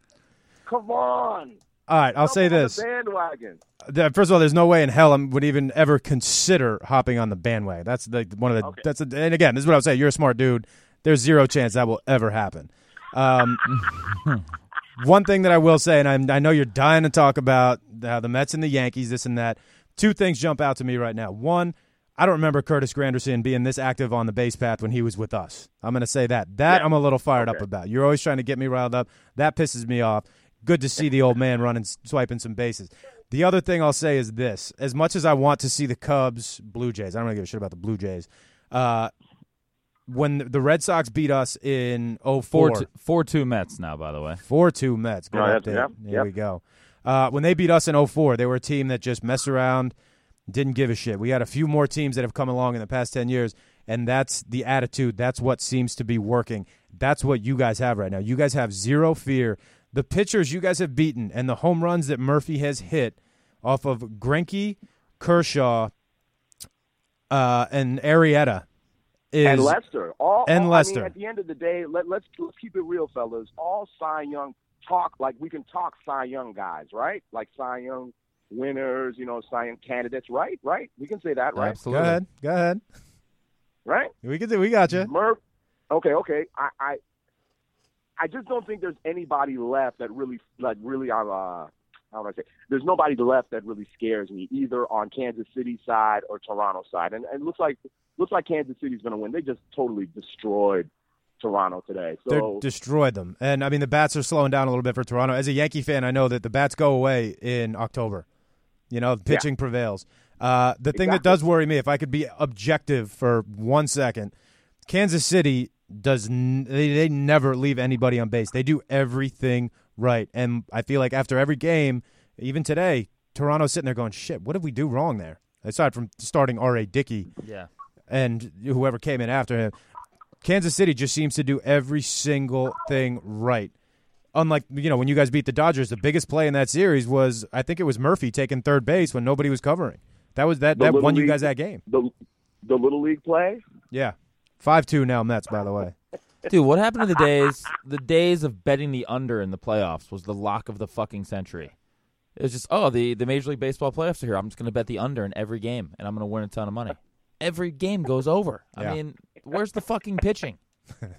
[SPEAKER 5] Come on.
[SPEAKER 3] All right, I'll say
[SPEAKER 5] Jump on the
[SPEAKER 3] this.
[SPEAKER 5] Bandwagon.
[SPEAKER 3] That- First of all, there's no way in hell I would even ever consider hopping on the bandwagon. That's the one of the that's a, and again, this is what I was saying. You're a smart dude. There's zero chance that will ever happen. Um, one thing that I will say, and I'm, I know you're dying to talk about uh, the Mets and the Yankees, this and that. Two things jump out to me right now. One, I don't remember Curtis Granderson being this active on the base path when he was with us. I'm going to say that. That I'm a little fired up about. You're always trying to get me riled up. That pisses me off. Good to see the old man running, swiping some bases. The other thing I'll say is this: as much as I want to see the Cubs, Blue Jays, I don't really give a shit about the Blue Jays. Uh, when the Red Sox beat us in 04,
[SPEAKER 4] Four two, four two Mets now, by the way.
[SPEAKER 3] Four two Mets. Good
[SPEAKER 5] Oh, that's-
[SPEAKER 3] update. There
[SPEAKER 5] yep, yep.
[SPEAKER 3] we go. Uh, when they beat us in 04, they were a team that just messed around, didn't give a shit. We had a few more teams that have come along in the past 10 years, and that's the attitude. That's what seems to be working. That's what you guys have right now. You guys have zero fear. The pitchers you guys have beaten and the home runs that Murphy has hit off of Grenke, Kershaw, uh, and Arietta is
[SPEAKER 5] and Lester. All,
[SPEAKER 3] and
[SPEAKER 5] all- I
[SPEAKER 3] Lester.
[SPEAKER 5] mean, at the end of the day, let, let's let's keep it real, fellas. All Cy Young talk like we can talk Cy Young guys, right? Like Cy Young winners, you know, Cy Young candidates, right? Right? We can say that, right?
[SPEAKER 3] Go
[SPEAKER 4] Absolutely.
[SPEAKER 3] ahead. Go ahead.
[SPEAKER 5] Right?
[SPEAKER 3] We can do. We got you.
[SPEAKER 5] Murph. Okay, okay. I, I I just don't think there's anybody left that really like really I'm uh how do I say? There's nobody left that really scares me either on Kansas City side or Toronto side. And, and it looks like looks like Kansas City's going to win. They just totally destroyed Toronto today.
[SPEAKER 3] They're
[SPEAKER 5] So
[SPEAKER 3] destroyed them. And I mean, the bats are slowing down a little bit for Toronto. As a Yankee fan, I know that the bats go away in October. You know, pitching prevails. Uh, the thing that
[SPEAKER 5] Exactly.
[SPEAKER 3] does worry me, if I could be objective for one second, Kansas City does n- they, they never leave anybody on base. They do everything right, and I feel like after every game, even today, Toronto's sitting there going, "Shit, what did we do wrong there?" aside from starting R.A. Dickey
[SPEAKER 6] Yeah.
[SPEAKER 3] and whoever came in after him, Kansas City just seems to do every single thing right. Unlike you know when you guys beat the Dodgers, the biggest play in that series was I think it was Murphy taking third base when nobody was covering. That was that
[SPEAKER 4] The
[SPEAKER 3] that
[SPEAKER 4] Little
[SPEAKER 3] won you
[SPEAKER 4] League-
[SPEAKER 3] guys that game.
[SPEAKER 4] The the little league play.
[SPEAKER 3] Yeah, five two now Mets by the way.
[SPEAKER 6] Dude, what happened to the days? The days of betting the under in the playoffs was the lock of the fucking century. It was just, oh, the, the Major League Baseball playoffs are here. I'm just going to bet the under in every game, and I'm going to win a ton of money. Every game goes over. I
[SPEAKER 3] Yeah.
[SPEAKER 6] mean, where's the fucking pitching?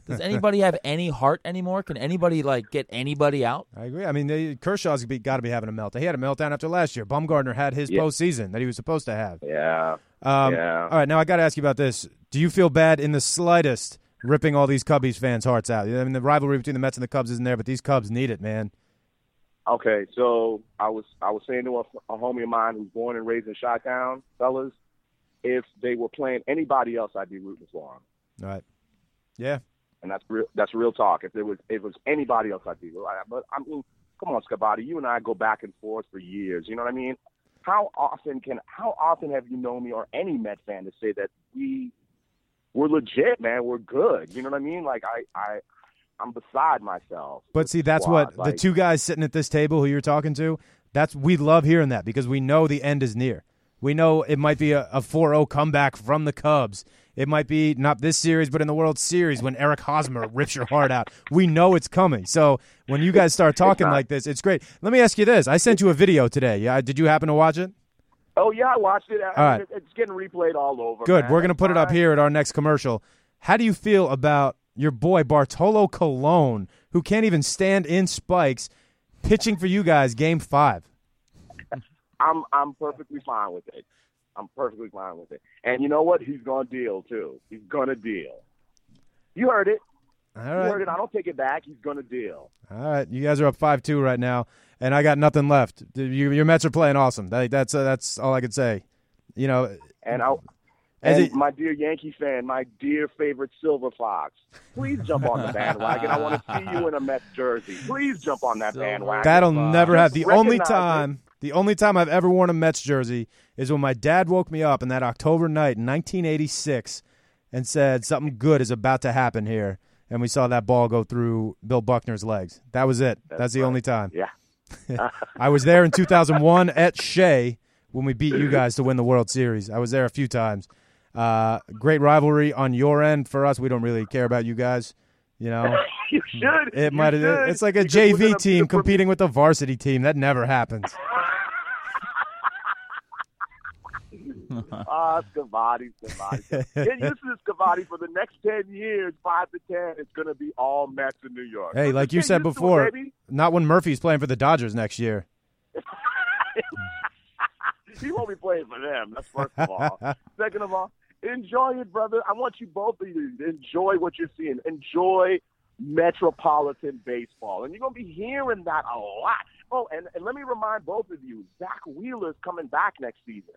[SPEAKER 6] Does anybody have any heart anymore? Can anybody like get anybody out?
[SPEAKER 3] I agree. I mean, they, Kershaw's got to be having a meltdown. He had a meltdown after last year. Bumgarner had his
[SPEAKER 4] Yeah.
[SPEAKER 3] postseason that he was supposed to have.
[SPEAKER 4] Yeah.
[SPEAKER 3] Um,
[SPEAKER 4] Yeah.
[SPEAKER 3] All right, now I got to ask you about this. Do you feel bad in the slightest ripping all these Cubbies fans' hearts out? I mean, the rivalry between the Mets and the Cubs isn't there, but these Cubs need it, man.
[SPEAKER 4] Okay, so I was I was saying to a, a homie of mine who's born and raised in Chi-town, fellas, if they were playing anybody else, I'd be rooting for them.
[SPEAKER 3] All right. Yeah.
[SPEAKER 4] and that's real. That's real talk. If there was, if it was anybody else, I'd be. Right. But I mean, come on, Scavati, you and I go back and forth for years. You know what I mean? How often can? How often have you known me or any Met fan to say that we, we're legit, man. We're good. You know what I mean? Like I, I, I'm beside myself.
[SPEAKER 3] But see, that's
[SPEAKER 4] Squad,
[SPEAKER 3] what
[SPEAKER 4] like-
[SPEAKER 3] the two guys sitting at this table who you're talking to, that's we love hearing that because we know the end is near. We know it might be a, a 4-0 comeback from the Cubs. It might be not this series, but in the World Series when Eric Hosmer [LAUGHS] rips your heart out. We know it's coming. So when you guys start talking like this, it's great. Let me ask you this: I sent you a video today. Yeah, did you happen to watch it?
[SPEAKER 4] Oh yeah, I watched it. I,
[SPEAKER 3] All right.
[SPEAKER 4] mean, it- It's getting replayed all over.
[SPEAKER 3] Good.
[SPEAKER 4] man.
[SPEAKER 3] We're going to put it up
[SPEAKER 4] Fine.
[SPEAKER 3] here at our next commercial. How do you feel about your boy Bartolo Colon, who can't even stand in spikes, pitching for you guys game five?
[SPEAKER 4] I'm I'm perfectly fine with it. I'm perfectly fine with it. And you know what? He's gonna deal too. He's gonna deal. You heard it.
[SPEAKER 3] All
[SPEAKER 4] You heard
[SPEAKER 3] right.
[SPEAKER 4] it. I don't take it back. He's gonna deal.
[SPEAKER 3] All right. You guys are up 5 2 right now, and I got nothing left. The- you- your Mets are playing awesome. That- that's, uh, that's all I could say. You know,
[SPEAKER 4] And I
[SPEAKER 3] Mm-hmm. As
[SPEAKER 4] and
[SPEAKER 3] it-
[SPEAKER 4] my dear Yankee fan, my dear favorite Silver Fox, please jump on the bandwagon. I want to see you in a Mets jersey. Please jump on that bandwagon.
[SPEAKER 3] that'll never happen. The only
[SPEAKER 4] Recognize it.
[SPEAKER 3] time. The only time I've ever worn a Mets jersey is when my dad woke me up on that October night in 1986 and said something good is about to happen here. And we saw that ball go through Bill Buckner's legs. That was it. That's, the only time.
[SPEAKER 4] Yeah.
[SPEAKER 3] [LAUGHS] I was there in 2001 at Shea when we beat you guys to win the World Series. I was there a few times. Uh, great rivalry on your end. For us, we don't really care about you guys. You know,
[SPEAKER 4] [LAUGHS] You should.
[SPEAKER 3] it
[SPEAKER 4] You
[SPEAKER 3] might.
[SPEAKER 4] should,
[SPEAKER 3] It's like a
[SPEAKER 4] because we're
[SPEAKER 3] JV team
[SPEAKER 4] gonna be the premier-
[SPEAKER 3] competing with the varsity team. That never happens.
[SPEAKER 4] Ah, Scavati, Scavati. Get used to this Scavati for the next 10 years, 5 to 10. It's going to be all Mets in New York.
[SPEAKER 3] Hey,
[SPEAKER 4] Just
[SPEAKER 3] like you
[SPEAKER 4] get
[SPEAKER 3] said
[SPEAKER 4] used to it,
[SPEAKER 3] before,
[SPEAKER 4] baby.
[SPEAKER 3] not when Murphy's playing for the Dodgers next year.
[SPEAKER 4] he won't be playing for them. That's first
[SPEAKER 3] [LAUGHS]
[SPEAKER 4] of all. Second of all, enjoy it, brother. I want you both of you to enjoy what you're seeing. Enjoy metropolitan baseball. And you're going to be hearing that a lot. Oh, and, and let me remind both of you, Zach Wheeler's coming back next season.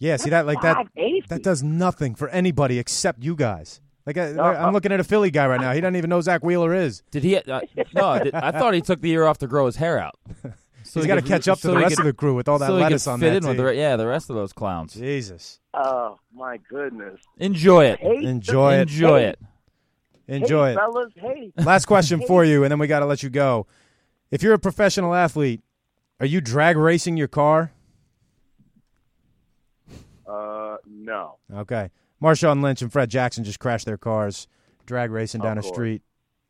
[SPEAKER 3] Yeah, see that like that.
[SPEAKER 4] 580.
[SPEAKER 3] That does nothing for anybody except you guys. Like I,
[SPEAKER 4] Uh-huh.
[SPEAKER 3] I'm looking at a Philly guy right now. He doesn't even know Zach Wheeler is.
[SPEAKER 6] Did he? Uh, no, did, I thought he took the year off to grow his hair out. So
[SPEAKER 3] He's
[SPEAKER 6] he
[SPEAKER 3] got to
[SPEAKER 6] could-
[SPEAKER 3] catch up to
[SPEAKER 6] so
[SPEAKER 3] the
[SPEAKER 6] he
[SPEAKER 3] rest
[SPEAKER 6] could-
[SPEAKER 3] of the crew with all that
[SPEAKER 6] so he could
[SPEAKER 3] lettuce on
[SPEAKER 6] fit
[SPEAKER 3] that
[SPEAKER 6] in with
[SPEAKER 3] team.
[SPEAKER 6] the, re- yeah, the rest of those clowns.
[SPEAKER 3] Jesus,
[SPEAKER 4] Oh, my goodness.
[SPEAKER 6] Enjoy it.
[SPEAKER 4] Hey,
[SPEAKER 3] enjoy it.
[SPEAKER 6] Enjoy it.
[SPEAKER 3] Enjoy
[SPEAKER 4] hey,
[SPEAKER 3] it.
[SPEAKER 4] fellas. Hey,
[SPEAKER 3] Last question for you, and then we got to let you go. If you're a professional athlete, are you drag racing your car?
[SPEAKER 4] Uh, [LAUGHS] no.
[SPEAKER 3] Okay. Marshawn Lynch and Fred Jackson just crashed their cars, drag racing down a
[SPEAKER 4] Of course.
[SPEAKER 3] street.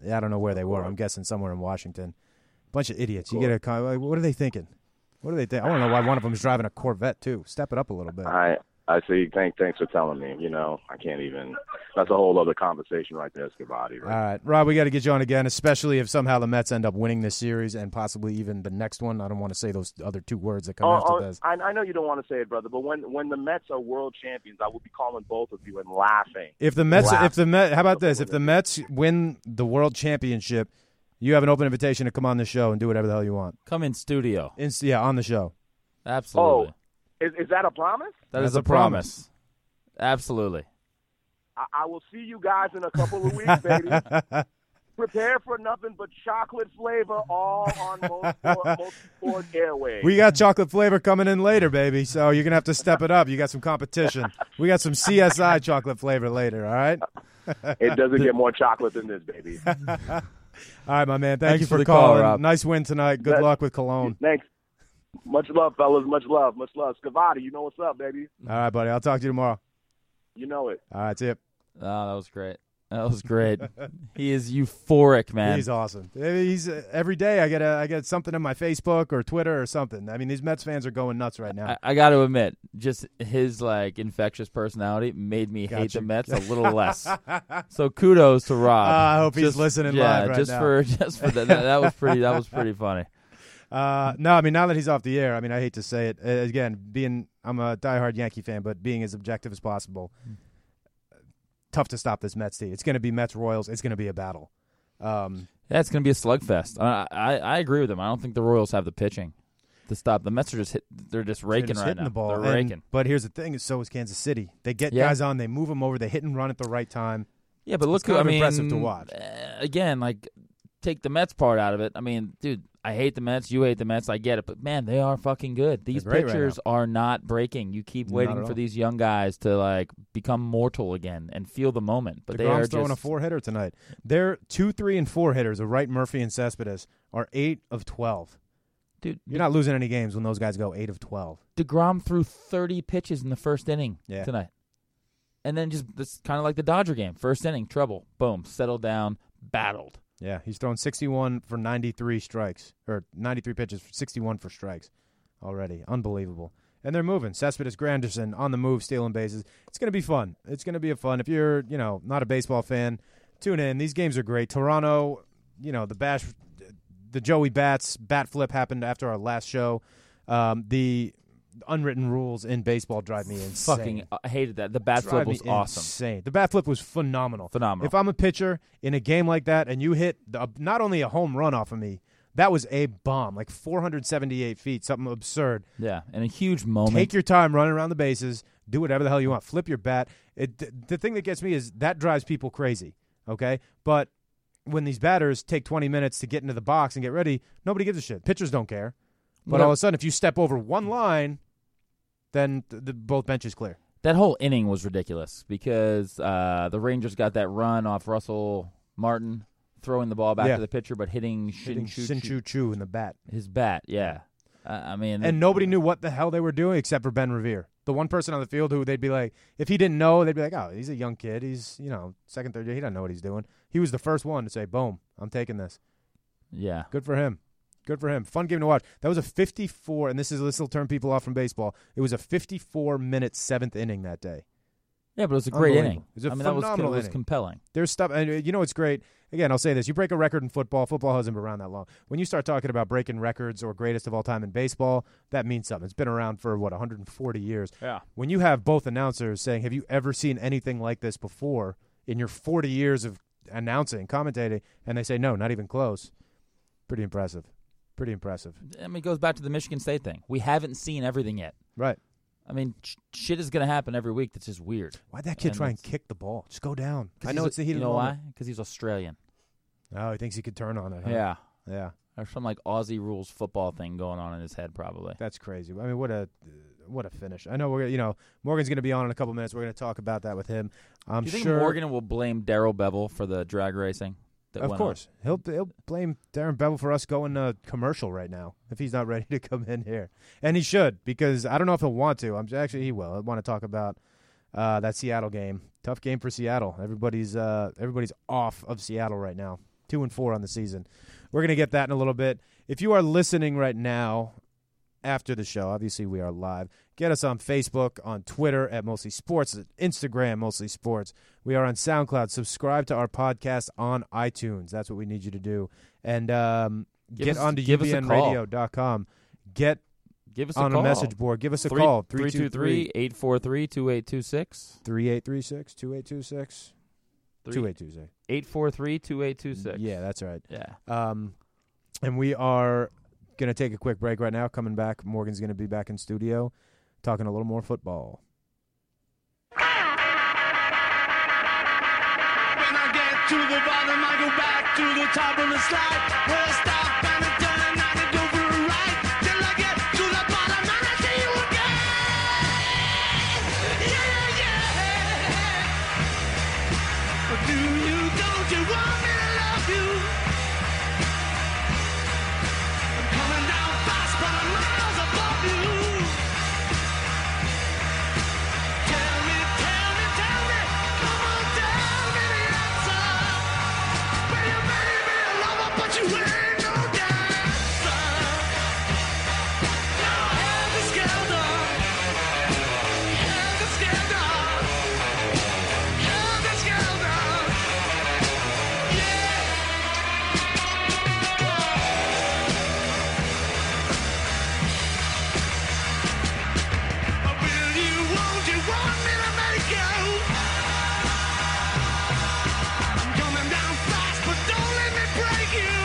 [SPEAKER 3] Yeah, I don't know where they were. I'm guessing somewhere in Washington. Bunch of idiots. you get a car. Like, what are they thinking? What are they thinking? I want to know why one of them is driving a Corvette too. Step it up a little bit.
[SPEAKER 4] I I see. Thank, thanks for telling me. You know, I can't even. That's a whole other conversation right there, Scavati.
[SPEAKER 3] All right, Rob, we got to get you on again, especially if somehow the Mets end up winning this series and possibly even the next one. I don't want to say those other two words that come
[SPEAKER 4] Oh,
[SPEAKER 3] after
[SPEAKER 4] oh,
[SPEAKER 3] this.
[SPEAKER 4] I, I know you don't want to say it, brother, but when when the Mets are world champions, I will be calling both of you and laughing.
[SPEAKER 3] If the Mets, if the Met, how about this? If the Mets win the World Championship, you have an open invitation to come on the show and do whatever the hell you want.
[SPEAKER 6] Come in studio.
[SPEAKER 3] In, yeah, on the show.
[SPEAKER 6] Absolutely.
[SPEAKER 4] Oh, is, is that a promise?
[SPEAKER 6] that is
[SPEAKER 3] that's
[SPEAKER 6] a,
[SPEAKER 3] a
[SPEAKER 6] promise. Absolutely.
[SPEAKER 4] [LAUGHS] I, I will see you guys in a couple of weeks, baby.
[SPEAKER 5] Prepare for nothing but chocolate flavor all on
[SPEAKER 4] [LAUGHS]
[SPEAKER 5] multiple multiple airways.
[SPEAKER 3] We got chocolate flavor coming in later, baby. So you're gonna have to step it up. You got some competition. We got some CSI chocolate flavor later. All right. All
[SPEAKER 5] it doesn't get more chocolate than this, baby.
[SPEAKER 3] right, my man. Thank
[SPEAKER 4] Thanks
[SPEAKER 3] you
[SPEAKER 4] for
[SPEAKER 3] for,
[SPEAKER 4] the call,
[SPEAKER 3] calling.
[SPEAKER 4] Rob.
[SPEAKER 3] nice win tonight. Good
[SPEAKER 5] That-
[SPEAKER 3] luck with Cologne.
[SPEAKER 5] Thanks. Much love, fellas. Much love. Much love. Scavati, you know what's up, baby.
[SPEAKER 3] All right, buddy. I'll talk to you tomorrow.
[SPEAKER 5] You know it.
[SPEAKER 3] All right, tip.
[SPEAKER 4] Oh, that was great. That was great. he is euphoric, man.
[SPEAKER 3] He's awesome. He's uh, every day. I get a, I get something on my Facebook or Twitter or something. I mean, these Mets fans are going nuts right now.
[SPEAKER 4] I, I got to admit, just his like infectious personality made me hate
[SPEAKER 3] Gotcha.
[SPEAKER 4] the Mets
[SPEAKER 3] [LAUGHS]
[SPEAKER 4] a little less. So kudos to Rob.
[SPEAKER 3] Ah, I hope he's listening
[SPEAKER 4] Yeah,
[SPEAKER 3] live right
[SPEAKER 4] just
[SPEAKER 3] now.
[SPEAKER 4] for [LAUGHS] just for that. That, that was pretty. That
[SPEAKER 3] [LAUGHS]
[SPEAKER 4] was pretty funny.
[SPEAKER 3] Uh, no, I mean now that he's off the air, I mean I hate to say it Uh, again. Being I'm a diehard Yankee fan, but being as objective as possible, tough to stop this Mets team. It's going to be Mets Royals. It's going to be a battle. Um,
[SPEAKER 4] Yeah, it's going to be a slugfest. I, I I agree with him. I don't think the Royals have the pitching to stop. The Mets are just hit. They're just
[SPEAKER 3] they're
[SPEAKER 4] raking
[SPEAKER 3] just
[SPEAKER 4] right
[SPEAKER 3] hitting
[SPEAKER 4] now.
[SPEAKER 3] the ball.
[SPEAKER 4] They're
[SPEAKER 3] And-
[SPEAKER 4] raking.
[SPEAKER 3] but here's the thing: is so is Kansas City. They get
[SPEAKER 4] Yeah.
[SPEAKER 3] guys on, they move them over, they hit and run at the right time.
[SPEAKER 4] Yeah, but look,
[SPEAKER 3] kind
[SPEAKER 4] who-
[SPEAKER 3] of
[SPEAKER 4] I mean,
[SPEAKER 3] impressive to watch.
[SPEAKER 4] uh, Again, like take the Mets part out of it. I mean, dude, I hate the Mets. You hate the Mets. I get it, but man, they are fucking good. These
[SPEAKER 3] great right now.
[SPEAKER 4] pitchers are not breaking. You keep
[SPEAKER 3] Not at
[SPEAKER 4] waiting for
[SPEAKER 3] all.
[SPEAKER 4] these young guys to like become mortal again and feel the moment, but they are
[SPEAKER 3] DeGrom's throwing
[SPEAKER 4] just
[SPEAKER 3] a four hitter tonight. Their two, three, and four hitters, of Wright, Murphy, and Cespedes, are eight of twelve.
[SPEAKER 4] dude.
[SPEAKER 3] You're not losing any games when those guys go eight of twelve.
[SPEAKER 4] Degrom threw 30 pitches in the first inning
[SPEAKER 3] Yeah.
[SPEAKER 4] tonight, and then just this kind of like the Dodger game. First inning, trouble, boom, settled down, battled.
[SPEAKER 3] Yeah, he's thrown 61 for 93 strikes, or 93 pitches for 61 for strikes already. Unbelievable. And they're moving. Cespedes, Granderson on the move, stealing bases. It's going to be fun. It's going to be a fun. If you're, you know, not a baseball fan, tune in. These games are great. Toronto, you know, the bash, the Joey Bats bat flip happened after our last show. Um, the unwritten rules in baseball drive me insane.
[SPEAKER 4] Fucking, I hated that. The bat
[SPEAKER 3] Drive
[SPEAKER 4] flip was
[SPEAKER 3] me
[SPEAKER 4] awesome.
[SPEAKER 3] Insane. The bat flip was phenomenal.
[SPEAKER 4] Phenomenal.
[SPEAKER 3] If I'm a pitcher in a game like that and you hit the, not only a home run off of me, that was a bomb, like 478 feet, something absurd.
[SPEAKER 4] Yeah, in a huge moment.
[SPEAKER 3] Take your time running around the bases, do whatever the hell you want, flip your bat. It, th- the thing that gets me is that drives people crazy, okay? But when these batters take 20 minutes to get into the box and get ready, nobody gives a shit. Pitchers don't care. But
[SPEAKER 4] No.
[SPEAKER 3] all of a sudden, if you step over one line, then th- the, both benches clear.
[SPEAKER 4] that whole inning was ridiculous because uh, the Rangers got that run off Russell Martin throwing the ball back
[SPEAKER 3] Yeah.
[SPEAKER 4] to the pitcher, but hitting, Shin Chu
[SPEAKER 3] Shin Chu Chu in the bat.
[SPEAKER 4] his bat. Yeah, uh, I mean,
[SPEAKER 3] and nobody knew what the hell they were doing except for Ben Revere, the one person on the field who they'd be like, if he didn't know, they'd be like, oh, he's a young kid, he's you know second, third year, he doesn't know what he's doing. He was the first one to say, boom, I'm taking this.
[SPEAKER 4] Yeah,
[SPEAKER 3] Good for him. Good for him. Fun game to watch. That was a 54, and this is this will turn people off from baseball. It was a 54 minute seventh inning that day.
[SPEAKER 4] yeah, but it was a great
[SPEAKER 3] Unbelievable.
[SPEAKER 4] inning.
[SPEAKER 3] It was a
[SPEAKER 4] I mean, that
[SPEAKER 3] phenomenal
[SPEAKER 4] was, it was
[SPEAKER 3] inning.
[SPEAKER 4] compelling.
[SPEAKER 3] There's stuff, and uh, you know, it's great. Again, I'll say this: you break a record in football. Football hasn't been around that long. When you start talking about breaking records or greatest of all time in baseball, that means something. It's been around for what 140 years.
[SPEAKER 4] Yeah.
[SPEAKER 3] When you have both announcers saying, "Have you ever seen anything like this before in your 40 years of announcing, commentating?" and they say, "No, not even close." Pretty impressive. Pretty impressive.
[SPEAKER 4] I mean, it goes back to the Michigan State thing. We haven't seen everything yet.
[SPEAKER 3] Right.
[SPEAKER 4] I mean, sh- shit is going to happen every week. That's just weird.
[SPEAKER 3] Why'd that kid
[SPEAKER 4] And
[SPEAKER 3] try and
[SPEAKER 4] it's-
[SPEAKER 3] kick the ball? Just go down.
[SPEAKER 4] 'Cause
[SPEAKER 3] I know
[SPEAKER 4] he's-
[SPEAKER 3] it's the heat
[SPEAKER 4] You
[SPEAKER 3] of the
[SPEAKER 4] know why?
[SPEAKER 3] moment.
[SPEAKER 4] Because he's Australian.
[SPEAKER 3] Oh, he thinks he could turn on it. huh?
[SPEAKER 4] Yeah,
[SPEAKER 3] Yeah.
[SPEAKER 4] there's some like Aussie rules football thing going on in his head, probably.
[SPEAKER 3] That's crazy. I mean, what a what a finish. I know we're gonna- you know Morgan's going to be on in a couple minutes. We're going to talk about that with him. I'm
[SPEAKER 4] Do you think
[SPEAKER 3] sure.
[SPEAKER 4] Morgan will blame Daryl Bevel for the drag racing? That
[SPEAKER 3] of
[SPEAKER 4] went
[SPEAKER 3] course, he'll he'll blame Darren Bevel for us going uh, commercial right now if he's not [LAUGHS] ready to come in here, and he should because I don't know if he'll want to. I'm actually he will. I want to talk about uh, that Seattle game. Tough game for Seattle. Everybody's uh, everybody's off of Seattle right now. Two and four on the season. We're gonna get that in a little bit. If you are listening right now after the show, obviously we are live. Get us on Facebook, on Twitter at Mostly Sports, at Instagram Mostly Sports. We are on SoundCloud. Subscribe to our podcast on iTunes. That's what we need you to do. And um,
[SPEAKER 4] Give
[SPEAKER 3] get
[SPEAKER 4] us-
[SPEAKER 3] onto
[SPEAKER 4] give us a call.
[SPEAKER 3] UBNRadio.com. Get
[SPEAKER 4] on. Give us
[SPEAKER 3] on
[SPEAKER 4] a call.
[SPEAKER 3] a message board. Give us a
[SPEAKER 4] Three-
[SPEAKER 3] call.
[SPEAKER 4] 323 843 2826.
[SPEAKER 3] 3836 2826 2826.
[SPEAKER 4] 843 2826.
[SPEAKER 3] Yeah, that's right.
[SPEAKER 4] Yeah.
[SPEAKER 3] Um, and we are going to take a quick break right now. Coming back, Morgan's going to be back in studio talking a little more football.
[SPEAKER 2] When I get
[SPEAKER 7] to the bottom, I go back to the top of the slide. Well, I stop and I turn and I go for a ride till I get to the bottom and I see you again. Yeah, yeah. Do you, don't you want me to love you? I'm coming down fast, but I'm miles above you. Tell me, tell me, tell me, come on, tell me the answer. Well, you may be a lover, but you ain't no dancer. Now hand is together, hand is together. Hand is together. Yeah. Will you, won't you want me to make you? I'm coming down fast, but don't let me break you.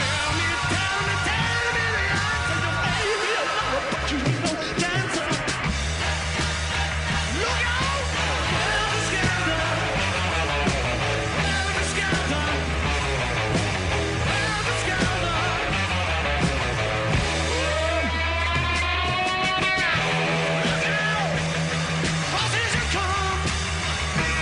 [SPEAKER 7] Tell me, tell me, tell me the answer. You may be a lover, but you ain't no dancer. Look out! Help is gathering. Help is gathering. Help is gathering. Fast as you come.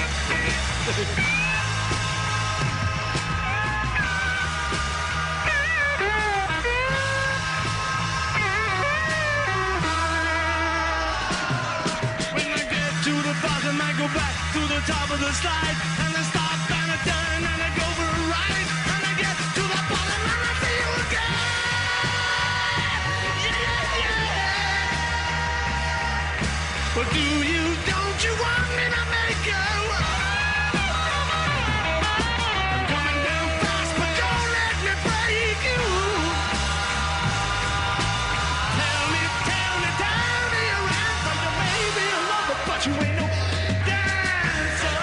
[SPEAKER 7] When I get to the bottom, I go back to the top of the slide. And I stop and I turn and I go for a ride. And I get to the bottom and I see you again. Yeah, yeah. But do you, don't you want me to make you? I'm coming down fast, but don't let me break you. Tell me, tell me, tell me your answer. You may be a lover, but you ain't no dancer.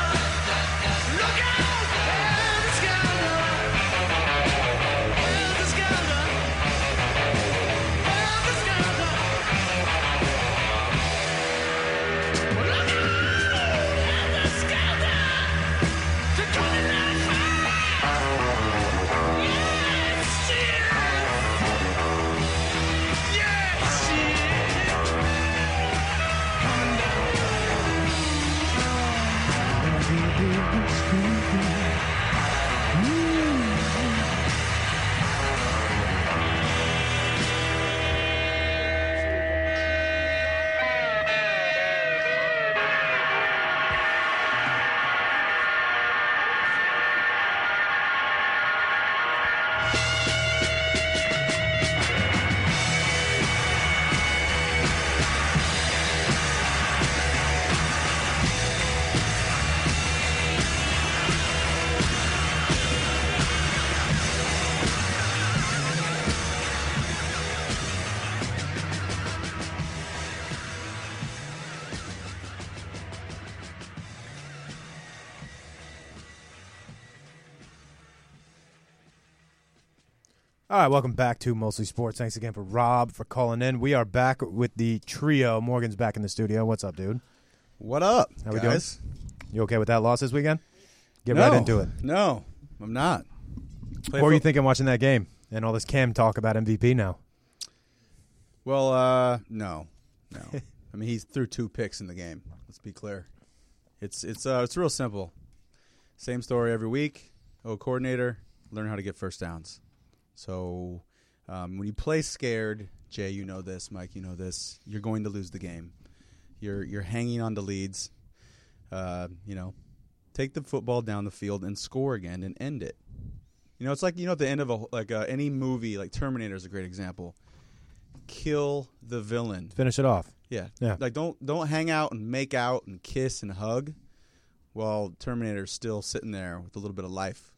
[SPEAKER 7] Look out, here's a scoundrel. Here's a scoundrel. Here's a scoundrel. Look out, here's a scoundrel. They're coming down fast. Yes, yes. Yes, yes.
[SPEAKER 3] All right, welcome back to Mostly Sports. Thanks again for Rob for calling in. We are back with the trio. Morgan's back in the studio. What's up, dude?
[SPEAKER 4] What up?
[SPEAKER 3] How we doing?
[SPEAKER 4] guys?
[SPEAKER 3] You okay with that loss this weekend? Get
[SPEAKER 4] No.
[SPEAKER 3] right into it.
[SPEAKER 4] No, I'm not. Play
[SPEAKER 3] What were you
[SPEAKER 4] foot-
[SPEAKER 3] thinking watching that game and all this Cam talk about MVP now?
[SPEAKER 4] Well, uh, no,
[SPEAKER 3] [LAUGHS]
[SPEAKER 4] no. I mean, he threw two picks in the game. Let's be clear. It's it's uh, it's real simple. Same story every week. Oh, coordinator, learn how to get first downs. So um, when you play scared, Jay, you know this. Mike, you know this. You're going to lose the game. You're you're hanging on to leads. Uh, you know, take the football down the field and score again and end it. You know, it's like you know at the end of a like uh, any movie, like Terminator is a great example. Kill the villain.
[SPEAKER 3] Finish it off.
[SPEAKER 4] Yeah.
[SPEAKER 3] Yeah.
[SPEAKER 4] Like don't don't hang out and make out and kiss and hug while Terminator's still sitting there with a little bit of life.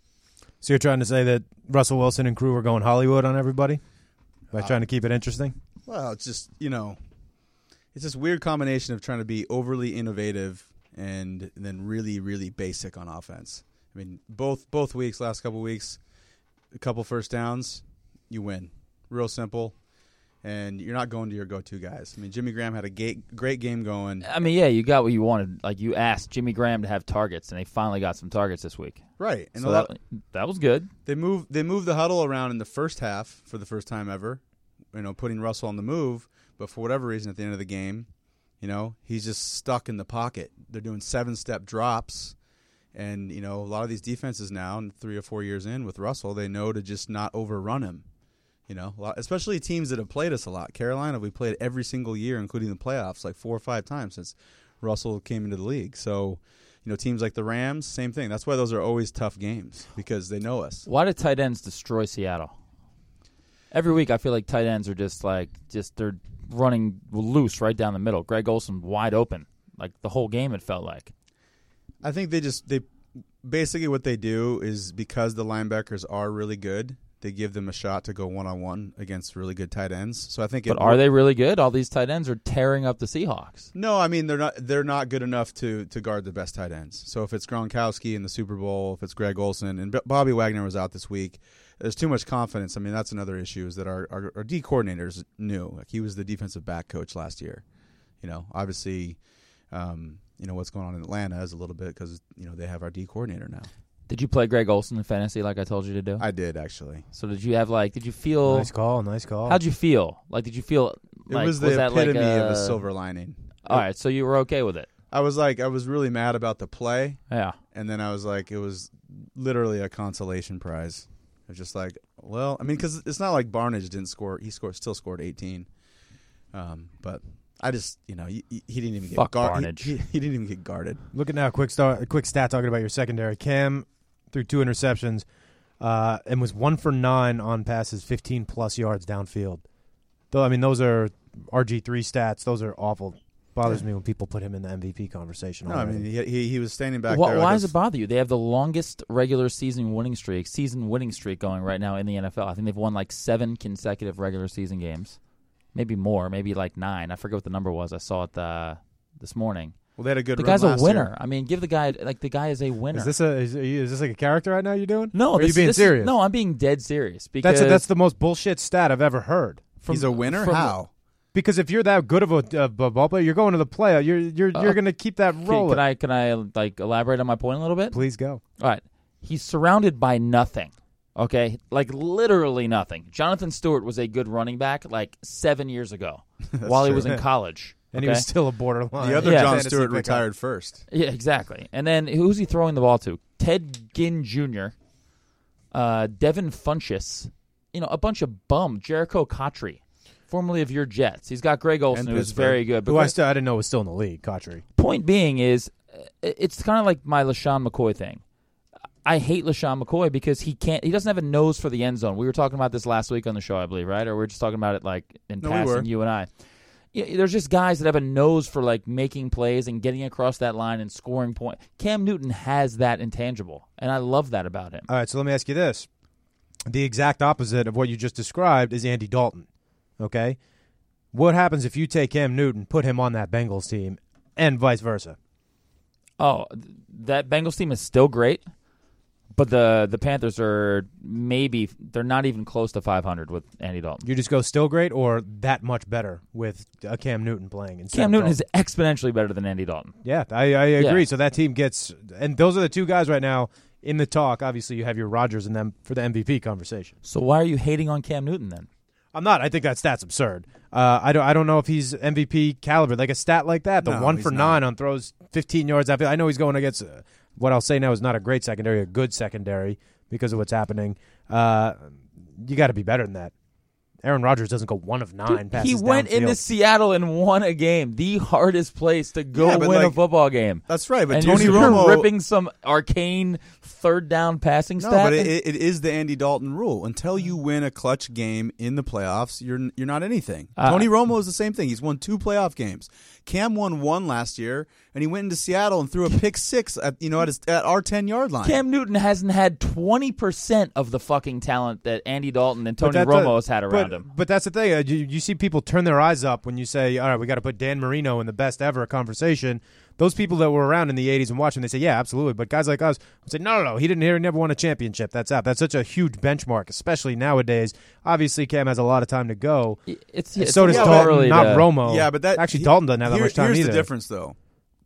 [SPEAKER 3] So you're trying to say that Russell Wilson and crew were going Hollywood on everybody
[SPEAKER 4] Uh,
[SPEAKER 3] by trying to keep it interesting?
[SPEAKER 4] Well, it's just, you know, it's this weird combination of trying to be overly innovative and then really really basic on offense. I mean, both both weeks last couple weeks, a couple first downs, you win. Real simple.
[SPEAKER 7] and you're not going to your go-to guys. I mean, Jimmy Graham had a ga- great game going.
[SPEAKER 4] I mean, yeah, you got what you wanted. Like you asked Jimmy Graham to have targets, and they finally got some targets this week.
[SPEAKER 7] Right, and
[SPEAKER 4] so
[SPEAKER 7] a lot-
[SPEAKER 4] that, that was good.
[SPEAKER 7] They moved they moved the huddle around in the first half for the first time ever, you know, putting Russell on the move. But for whatever reason, at the end of the game, you know, he's just stuck in the pocket. They're doing seven step drops, and you know, a lot of these defenses now, and three or four years in with Russell, they know to just not overrun him. You know, a lot, especially teams that have played us a lot. Carolina, we played every single year, including the playoffs, like four or five times since Russell came into the league. So, you know, teams like the Rams, same thing. That's why those are always tough games because they know us.
[SPEAKER 4] Why did tight ends destroy Seattle? Every week, I feel like tight ends are just like just they're running loose right down the middle. Greg Olson wide open, like the whole game. It felt like.
[SPEAKER 7] I think they just they basically what they do is because the linebackers are really good, they give them a shot to go one on one against really good tight ends. So I think. it
[SPEAKER 4] But are
[SPEAKER 7] wor-
[SPEAKER 4] they really good? All these tight ends are tearing up the Seahawks.
[SPEAKER 7] No, I mean they're not. They're not good enough to to guard the best tight ends. So if it's Gronkowski in the Super Bowl, if it's Greg Olson and B- Bobby Wagner was out this week, there's too much confidence. I mean that's another issue is that our our, our D coordinator's new. Like he was the defensive back coach last year. You know, obviously, um, you know what's going on in Atlanta is a little bit because you know they have our D coordinator now.
[SPEAKER 4] Did you play Greg Olson in fantasy like I told you to do?
[SPEAKER 7] I did actually.
[SPEAKER 4] so did you have like? Did you feel?
[SPEAKER 3] Nice call, nice call.
[SPEAKER 4] How'd you feel? Like, did you feel? Like,
[SPEAKER 7] it was the
[SPEAKER 4] that like
[SPEAKER 7] epitome of
[SPEAKER 4] a-
[SPEAKER 7] a silver lining.
[SPEAKER 4] All right, so you were okay with it.
[SPEAKER 7] I was like, I was really mad about the play,
[SPEAKER 4] Yeah.
[SPEAKER 7] and then I was like, it was literally a consolation prize. I was just like, well, I mean, because it's not like Barnage didn't score; he scored, still scored eighteen. Um, but I just, you know, he, he he didn't even get
[SPEAKER 4] Fuck
[SPEAKER 7] guarded.
[SPEAKER 4] Barnage.
[SPEAKER 7] He, he didn't even get guarded.
[SPEAKER 3] Look at now, quick start, quick stat talking about your secondary. Cam threw two interceptions uh, and was one for nine on passes, fifteen plus yards downfield. Though I mean, those are RG three stats. Those are awful. Bothers me when people put him in the MVP conversation.
[SPEAKER 7] No, I mean, he, he he was standing back
[SPEAKER 4] Why,
[SPEAKER 7] there.
[SPEAKER 4] why
[SPEAKER 7] like
[SPEAKER 4] does
[SPEAKER 7] a-
[SPEAKER 4] it bother you? They have the longest regular season winning streak, season winning streak going right now in the NFL. I think they've won like seven consecutive regular season games, maybe more, maybe like nine. I forget what the number was. I saw it uh, this morning.
[SPEAKER 7] well, they had a good.
[SPEAKER 4] The
[SPEAKER 7] run
[SPEAKER 4] guy's a
[SPEAKER 7] last year.
[SPEAKER 4] winner. I mean, give the guy like the guy is a winner.
[SPEAKER 3] is this a is, are you- is this like a character right now? You're doing?
[SPEAKER 4] no,
[SPEAKER 3] Or are
[SPEAKER 4] this,
[SPEAKER 3] you being
[SPEAKER 4] this is-
[SPEAKER 3] serious?
[SPEAKER 4] no, I'm being dead serious because
[SPEAKER 3] that's a, that's the most bullshit stat I've ever heard.
[SPEAKER 4] from-
[SPEAKER 7] He's a winner.
[SPEAKER 4] from-
[SPEAKER 7] How?
[SPEAKER 3] Because if you're that good of a, of a ball player, you're going to the playoff. You're you're you're
[SPEAKER 4] Uh,
[SPEAKER 3] going to keep that
[SPEAKER 4] Can,
[SPEAKER 3] rolling.
[SPEAKER 4] can I can I like elaborate on my point a little bit?
[SPEAKER 3] Please go.
[SPEAKER 4] All right. He's surrounded by nothing. Okay? Like literally nothing. Jonathan Stewart was a good running back like 7
[SPEAKER 3] [LAUGHS]
[SPEAKER 4] years ago while he was in college.
[SPEAKER 3] And he
[SPEAKER 4] okay?
[SPEAKER 3] was still a borderline.
[SPEAKER 7] The other
[SPEAKER 4] Yeah.
[SPEAKER 7] John
[SPEAKER 3] fantasy
[SPEAKER 7] Stewart
[SPEAKER 3] pickup.
[SPEAKER 7] retired first.
[SPEAKER 4] Yeah, exactly. And then who's he throwing the ball to? Ted Ginn Jr., uh, Devin Funchess, you know, a bunch of bum. Jericho Cotry, formerly of your Jets. He's got Greg Olson,
[SPEAKER 7] And
[SPEAKER 4] who's
[SPEAKER 7] Pittsburgh.
[SPEAKER 4] very good. But
[SPEAKER 3] Who I
[SPEAKER 4] Greg-
[SPEAKER 3] still I didn't know was still in the league. Cotry.
[SPEAKER 4] point being is, uh, it's kind of like my LaShawn McCoy thing. I hate LaShawn McCoy because he can't. He doesn't have a nose for the end zone. We were talking about this last week on the show, I believe, right? Or we were just talking about it like in
[SPEAKER 7] No, we
[SPEAKER 4] passing,
[SPEAKER 7] were.
[SPEAKER 4] you and I. Yeah, there's just guys that have a nose for like making plays and getting across that line and scoring point. Cam Newton has that intangible, and I love that about him.
[SPEAKER 3] All right, so let me ask you this. The exact opposite of what you just described is Andy Dalton. Okay? What happens if you take Cam Newton, put him on that Bengals team, and vice versa?
[SPEAKER 4] Oh, th- that Bengals team is still great, but the the Panthers are maybe they're not even close to 500 with Andy Dalton.
[SPEAKER 3] You just go still great or that much better with uh, Cam Newton playing. instead
[SPEAKER 4] Cam
[SPEAKER 3] of
[SPEAKER 4] Newton
[SPEAKER 3] Dalton?
[SPEAKER 4] is exponentially better than Andy Dalton.
[SPEAKER 3] Yeah, I, I agree.
[SPEAKER 4] Yeah.
[SPEAKER 3] So that team gets, and those are the two guys right now in the talk. Obviously, you have your Rodgers and them for the MVP conversation.
[SPEAKER 4] So why are you hating on Cam Newton then?
[SPEAKER 3] I'm not. I think that stat's absurd. Uh, I don't. I don't know if he's MVP caliber. Like a stat like that, the
[SPEAKER 7] No,
[SPEAKER 3] one
[SPEAKER 7] he's
[SPEAKER 3] for
[SPEAKER 7] not.
[SPEAKER 3] nine on throws, 15 yards. outfield. I know he's going against uh, what I'll say now is not a great secondary, a good secondary because of what's happening. Uh, you got to be better than that. Aaron Rodgers doesn't go one of nine passes.
[SPEAKER 4] he went
[SPEAKER 3] downfield.
[SPEAKER 4] into Seattle and won a game, the hardest place to go
[SPEAKER 7] Yeah, but
[SPEAKER 4] win a
[SPEAKER 7] like-
[SPEAKER 4] football game.
[SPEAKER 7] That's right. But
[SPEAKER 4] and
[SPEAKER 7] Tony
[SPEAKER 4] you're
[SPEAKER 7] Romo
[SPEAKER 4] ripping some arcane third down passing
[SPEAKER 7] No,
[SPEAKER 4] stat.
[SPEAKER 7] but it, it is the Andy Dalton rule. Until you win a clutch game in the playoffs, you're you're not anything.
[SPEAKER 4] Uh,
[SPEAKER 7] Tony Romo is the same thing. He's won two playoff games. Cam won one last year, and he went into Seattle and threw a pick six at you know at his at our ten yard line.
[SPEAKER 4] Cam Newton hasn't had twenty percent of the fucking talent that Andy Dalton and
[SPEAKER 3] But
[SPEAKER 4] Tony
[SPEAKER 3] that's a-
[SPEAKER 4] Romo has had around
[SPEAKER 3] but,
[SPEAKER 4] him.
[SPEAKER 3] But that's the thing. Uh, you, you see people turn their eyes up when you say, all right, we got to put Dan Marino in the best ever conversation. those people that were around in the 80s and watching, they say, yeah, absolutely. But guys like us would say, no, no, no, he didn't hear, never won a championship. That's out. That's such a huge benchmark, especially nowadays. Obviously, Cam has a lot of time to go.
[SPEAKER 4] It's,
[SPEAKER 3] And so does Dalton, not Romo.
[SPEAKER 7] Yeah, but that
[SPEAKER 3] actually
[SPEAKER 7] he-
[SPEAKER 3] Dalton doesn't have that
[SPEAKER 7] here-
[SPEAKER 3] much time
[SPEAKER 7] Here's
[SPEAKER 3] either.
[SPEAKER 7] the difference, though.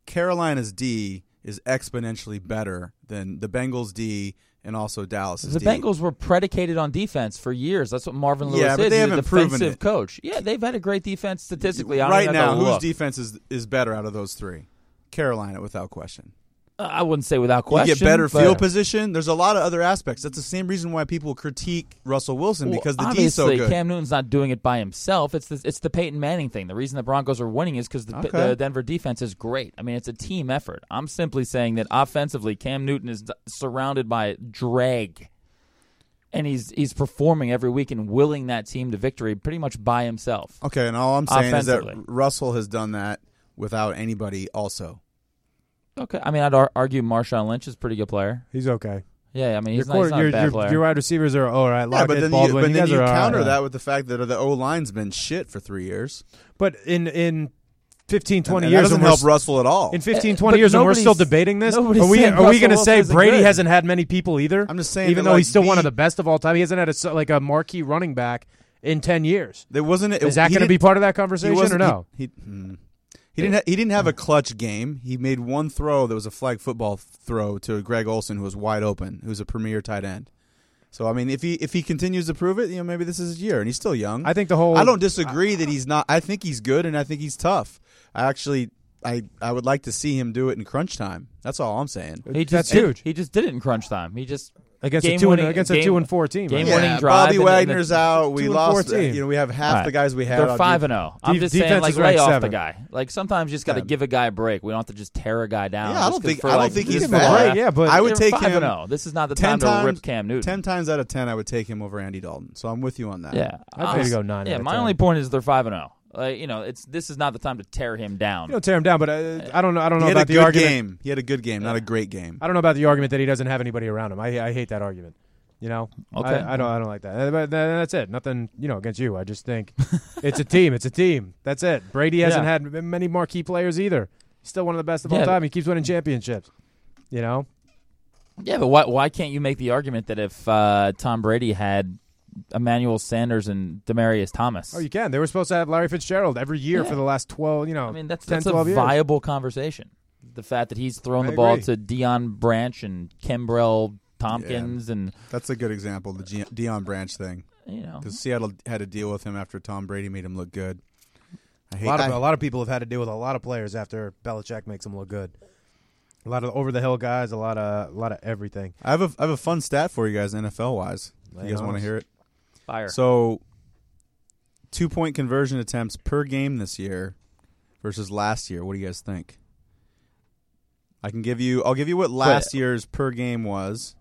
[SPEAKER 7] Carolina's D is exponentially better than the Bengals' D and also Dallas's
[SPEAKER 4] The
[SPEAKER 7] D.
[SPEAKER 4] Bengals were predicated on defense for years. That's what Marvin Lewis
[SPEAKER 7] Yeah, but
[SPEAKER 4] is.
[SPEAKER 7] they
[SPEAKER 4] He's a
[SPEAKER 7] haven't proven
[SPEAKER 4] defensive
[SPEAKER 7] it.
[SPEAKER 4] coach. Yeah, they've had a great defense statistically. I don't
[SPEAKER 7] right
[SPEAKER 4] even
[SPEAKER 7] now,
[SPEAKER 4] have to
[SPEAKER 7] whose
[SPEAKER 4] look.
[SPEAKER 7] defense is, is better out of those three? Carolina, without question.
[SPEAKER 4] Uh, I wouldn't say without question.
[SPEAKER 7] you get better
[SPEAKER 4] but-
[SPEAKER 7] field position. There's a lot of other aspects. That's the same reason why people critique Russell Wilson
[SPEAKER 4] Well,
[SPEAKER 7] because the D is so
[SPEAKER 4] obviously
[SPEAKER 7] good.
[SPEAKER 4] Cam Newton's not doing it by himself. It's the, it's the Peyton Manning thing. The reason the Broncos are winning is because the,
[SPEAKER 7] Okay.
[SPEAKER 4] the Denver defense is great. I mean, it's a team effort. I'm simply saying that offensively, Cam Newton is surrounded by drag, and he's he's performing every week and willing that team to victory pretty much by himself.
[SPEAKER 7] okay, and all I'm saying is that
[SPEAKER 4] Offensively.
[SPEAKER 7] Russell has done that without anybody. Also,
[SPEAKER 4] Okay, I mean, I'd ar- argue Marshawn Lynch is a pretty good player.
[SPEAKER 3] He's okay.
[SPEAKER 4] Yeah, I mean, he's,
[SPEAKER 3] your,
[SPEAKER 4] not,
[SPEAKER 3] quarter-
[SPEAKER 4] he's not
[SPEAKER 3] your,
[SPEAKER 4] a bad
[SPEAKER 3] your-
[SPEAKER 4] player.
[SPEAKER 3] your wide receivers are all right.
[SPEAKER 7] yeah,
[SPEAKER 3] Lockett,
[SPEAKER 7] but then you,
[SPEAKER 3] Baldwin,
[SPEAKER 7] but then
[SPEAKER 3] guys
[SPEAKER 7] you
[SPEAKER 3] are uh, all
[SPEAKER 7] counter
[SPEAKER 3] right.
[SPEAKER 7] that with the fact that the O line's been shit for three years.
[SPEAKER 3] But in in 15, 20
[SPEAKER 7] And that
[SPEAKER 3] years,
[SPEAKER 7] doesn't
[SPEAKER 3] when we're
[SPEAKER 7] help
[SPEAKER 3] s-
[SPEAKER 7] Russell at all.
[SPEAKER 3] In 15,
[SPEAKER 4] Uh,
[SPEAKER 3] 20
[SPEAKER 4] but
[SPEAKER 3] years, and we're
[SPEAKER 4] nobody's-
[SPEAKER 3] still debating this, are
[SPEAKER 4] nobody's
[SPEAKER 3] we
[SPEAKER 4] saying
[SPEAKER 3] are we
[SPEAKER 4] Russell
[SPEAKER 3] going to say
[SPEAKER 4] Wilson isn't
[SPEAKER 3] Brady
[SPEAKER 4] good.
[SPEAKER 3] hasn't had many people either?
[SPEAKER 7] I'm just saying
[SPEAKER 3] even
[SPEAKER 7] that,
[SPEAKER 3] though
[SPEAKER 7] like,
[SPEAKER 3] he's still one
[SPEAKER 7] the-
[SPEAKER 3] of the best of all time, he hasn't had a s like a marquee running back in ten years.
[SPEAKER 7] There wasn't.
[SPEAKER 3] Is that
[SPEAKER 7] he
[SPEAKER 3] going to
[SPEAKER 7] didn't-
[SPEAKER 3] be part of that
[SPEAKER 7] he
[SPEAKER 3] conversation or
[SPEAKER 7] wasn't-
[SPEAKER 3] no?
[SPEAKER 7] He, he, hmm. He didn't. Ha- he didn't have a clutch game. He made one throw that was a flag football throw to Greg Olson, who was wide open, who's a premier tight end. So I mean, if he if he continues to prove it, you know, maybe this is his year, and he's still young.
[SPEAKER 3] I think the whole-
[SPEAKER 7] I don't disagree that he's not. I think he's good, and I think he's tough. I actually, I I would like to see him do it in crunch time. That's all I'm saying.
[SPEAKER 4] he just
[SPEAKER 3] That's
[SPEAKER 4] did-
[SPEAKER 3] huge.
[SPEAKER 4] He just did it in crunch time. He just
[SPEAKER 3] Against a
[SPEAKER 4] game
[SPEAKER 3] two and-
[SPEAKER 4] winning-
[SPEAKER 3] against a
[SPEAKER 4] game-
[SPEAKER 3] two and four team, right?
[SPEAKER 4] Game
[SPEAKER 3] Yeah,
[SPEAKER 4] winning
[SPEAKER 7] Yeah,
[SPEAKER 4] drive.
[SPEAKER 7] Bobby
[SPEAKER 4] and- and the-
[SPEAKER 7] Wagner's out.
[SPEAKER 3] two
[SPEAKER 7] We
[SPEAKER 3] and
[SPEAKER 7] lost. uh,
[SPEAKER 3] four team.
[SPEAKER 7] You know, we have half
[SPEAKER 4] All
[SPEAKER 7] the
[SPEAKER 4] right.
[SPEAKER 7] guys we had.
[SPEAKER 4] They're
[SPEAKER 7] on
[SPEAKER 4] five
[SPEAKER 7] defense.
[SPEAKER 4] and zero. I'm
[SPEAKER 3] Def-
[SPEAKER 4] just saying,
[SPEAKER 3] defense
[SPEAKER 4] like,
[SPEAKER 3] is ranked
[SPEAKER 4] lay off the
[SPEAKER 3] seventh.
[SPEAKER 4] guy. Like sometimes you just got to give a guy a break. We don't have to just tear a guy down.
[SPEAKER 7] Yeah, I
[SPEAKER 4] just
[SPEAKER 7] don't
[SPEAKER 4] 'cause
[SPEAKER 7] think-
[SPEAKER 4] for,
[SPEAKER 7] I don't
[SPEAKER 4] like,
[SPEAKER 7] think
[SPEAKER 4] this
[SPEAKER 7] he's
[SPEAKER 4] is
[SPEAKER 7] bad.
[SPEAKER 4] all
[SPEAKER 3] Right, yeah, but-
[SPEAKER 7] I would take
[SPEAKER 4] They're five
[SPEAKER 7] him-
[SPEAKER 4] and zero. This is not the
[SPEAKER 7] 10
[SPEAKER 4] time to
[SPEAKER 7] times,
[SPEAKER 4] rip Cam Newton.
[SPEAKER 7] 10 times out of 10, I would take him over Andy Dalton. So I'm with you on that.
[SPEAKER 4] yeah,
[SPEAKER 3] I'd
[SPEAKER 4] I'm
[SPEAKER 3] maybe
[SPEAKER 4] s-
[SPEAKER 3] go nine
[SPEAKER 4] Yeah,
[SPEAKER 3] out of
[SPEAKER 4] my
[SPEAKER 3] 10.
[SPEAKER 4] only point is they're five and zero. Like you know, it's this is not the time to tear him down.
[SPEAKER 3] You don't tear him down, but uh, I don't know. I
[SPEAKER 7] He
[SPEAKER 3] don't know
[SPEAKER 7] had a
[SPEAKER 3] about the
[SPEAKER 7] good
[SPEAKER 3] argument.
[SPEAKER 7] game. He had a good game, not a great game.
[SPEAKER 3] I don't know about the argument that he doesn't have anybody around him. I I hate that argument. You know,
[SPEAKER 4] Okay.
[SPEAKER 3] I, I don't. I don't like that. Uh, But tha- that's it. Nothing. You know, against you. I just
[SPEAKER 4] [LAUGHS]
[SPEAKER 3] think it's a team. It's a team. That's it. Brady hasn't
[SPEAKER 4] Yeah.
[SPEAKER 3] had m- many marquee players either. He's still one of the best of all
[SPEAKER 4] Yeah.
[SPEAKER 3] time. He keeps winning championships. You know,
[SPEAKER 4] Yeah, but why why can't you make the argument that if uh, Tom Brady had Emmanuel Sanders and Demarius Thomas?
[SPEAKER 3] oh, you can. They were supposed to have Larry Fitzgerald every year
[SPEAKER 4] Yeah.
[SPEAKER 3] for the last twelve. You know,
[SPEAKER 4] I mean, that's
[SPEAKER 3] 10,
[SPEAKER 4] that's a
[SPEAKER 3] 12 years.
[SPEAKER 4] viable conversation. The fact that he's thrown
[SPEAKER 3] I
[SPEAKER 4] the ball
[SPEAKER 3] agree.
[SPEAKER 4] to Dion Branch and Kimbrell Tompkins and
[SPEAKER 7] That's a good example, the G- Deion Branch thing.
[SPEAKER 4] you know
[SPEAKER 7] Because Seattle had to deal with him after Tom Brady made him look good. I
[SPEAKER 3] A
[SPEAKER 7] hate
[SPEAKER 3] lot of
[SPEAKER 7] I-
[SPEAKER 3] a lot of people have had to deal with a lot of players after Belichick makes them look good. A lot of over the hill guys. A lot of a lot of everything.
[SPEAKER 7] I have, a, I have a fun stat for you guys, NFL wise.
[SPEAKER 3] Lay
[SPEAKER 7] You guys
[SPEAKER 3] on
[SPEAKER 7] want to
[SPEAKER 3] us.
[SPEAKER 7] hear it?
[SPEAKER 4] fire.
[SPEAKER 7] So, two point conversion attempts per game this year versus last year. What do you guys think? I can give you. I'll give you what last year's per game was.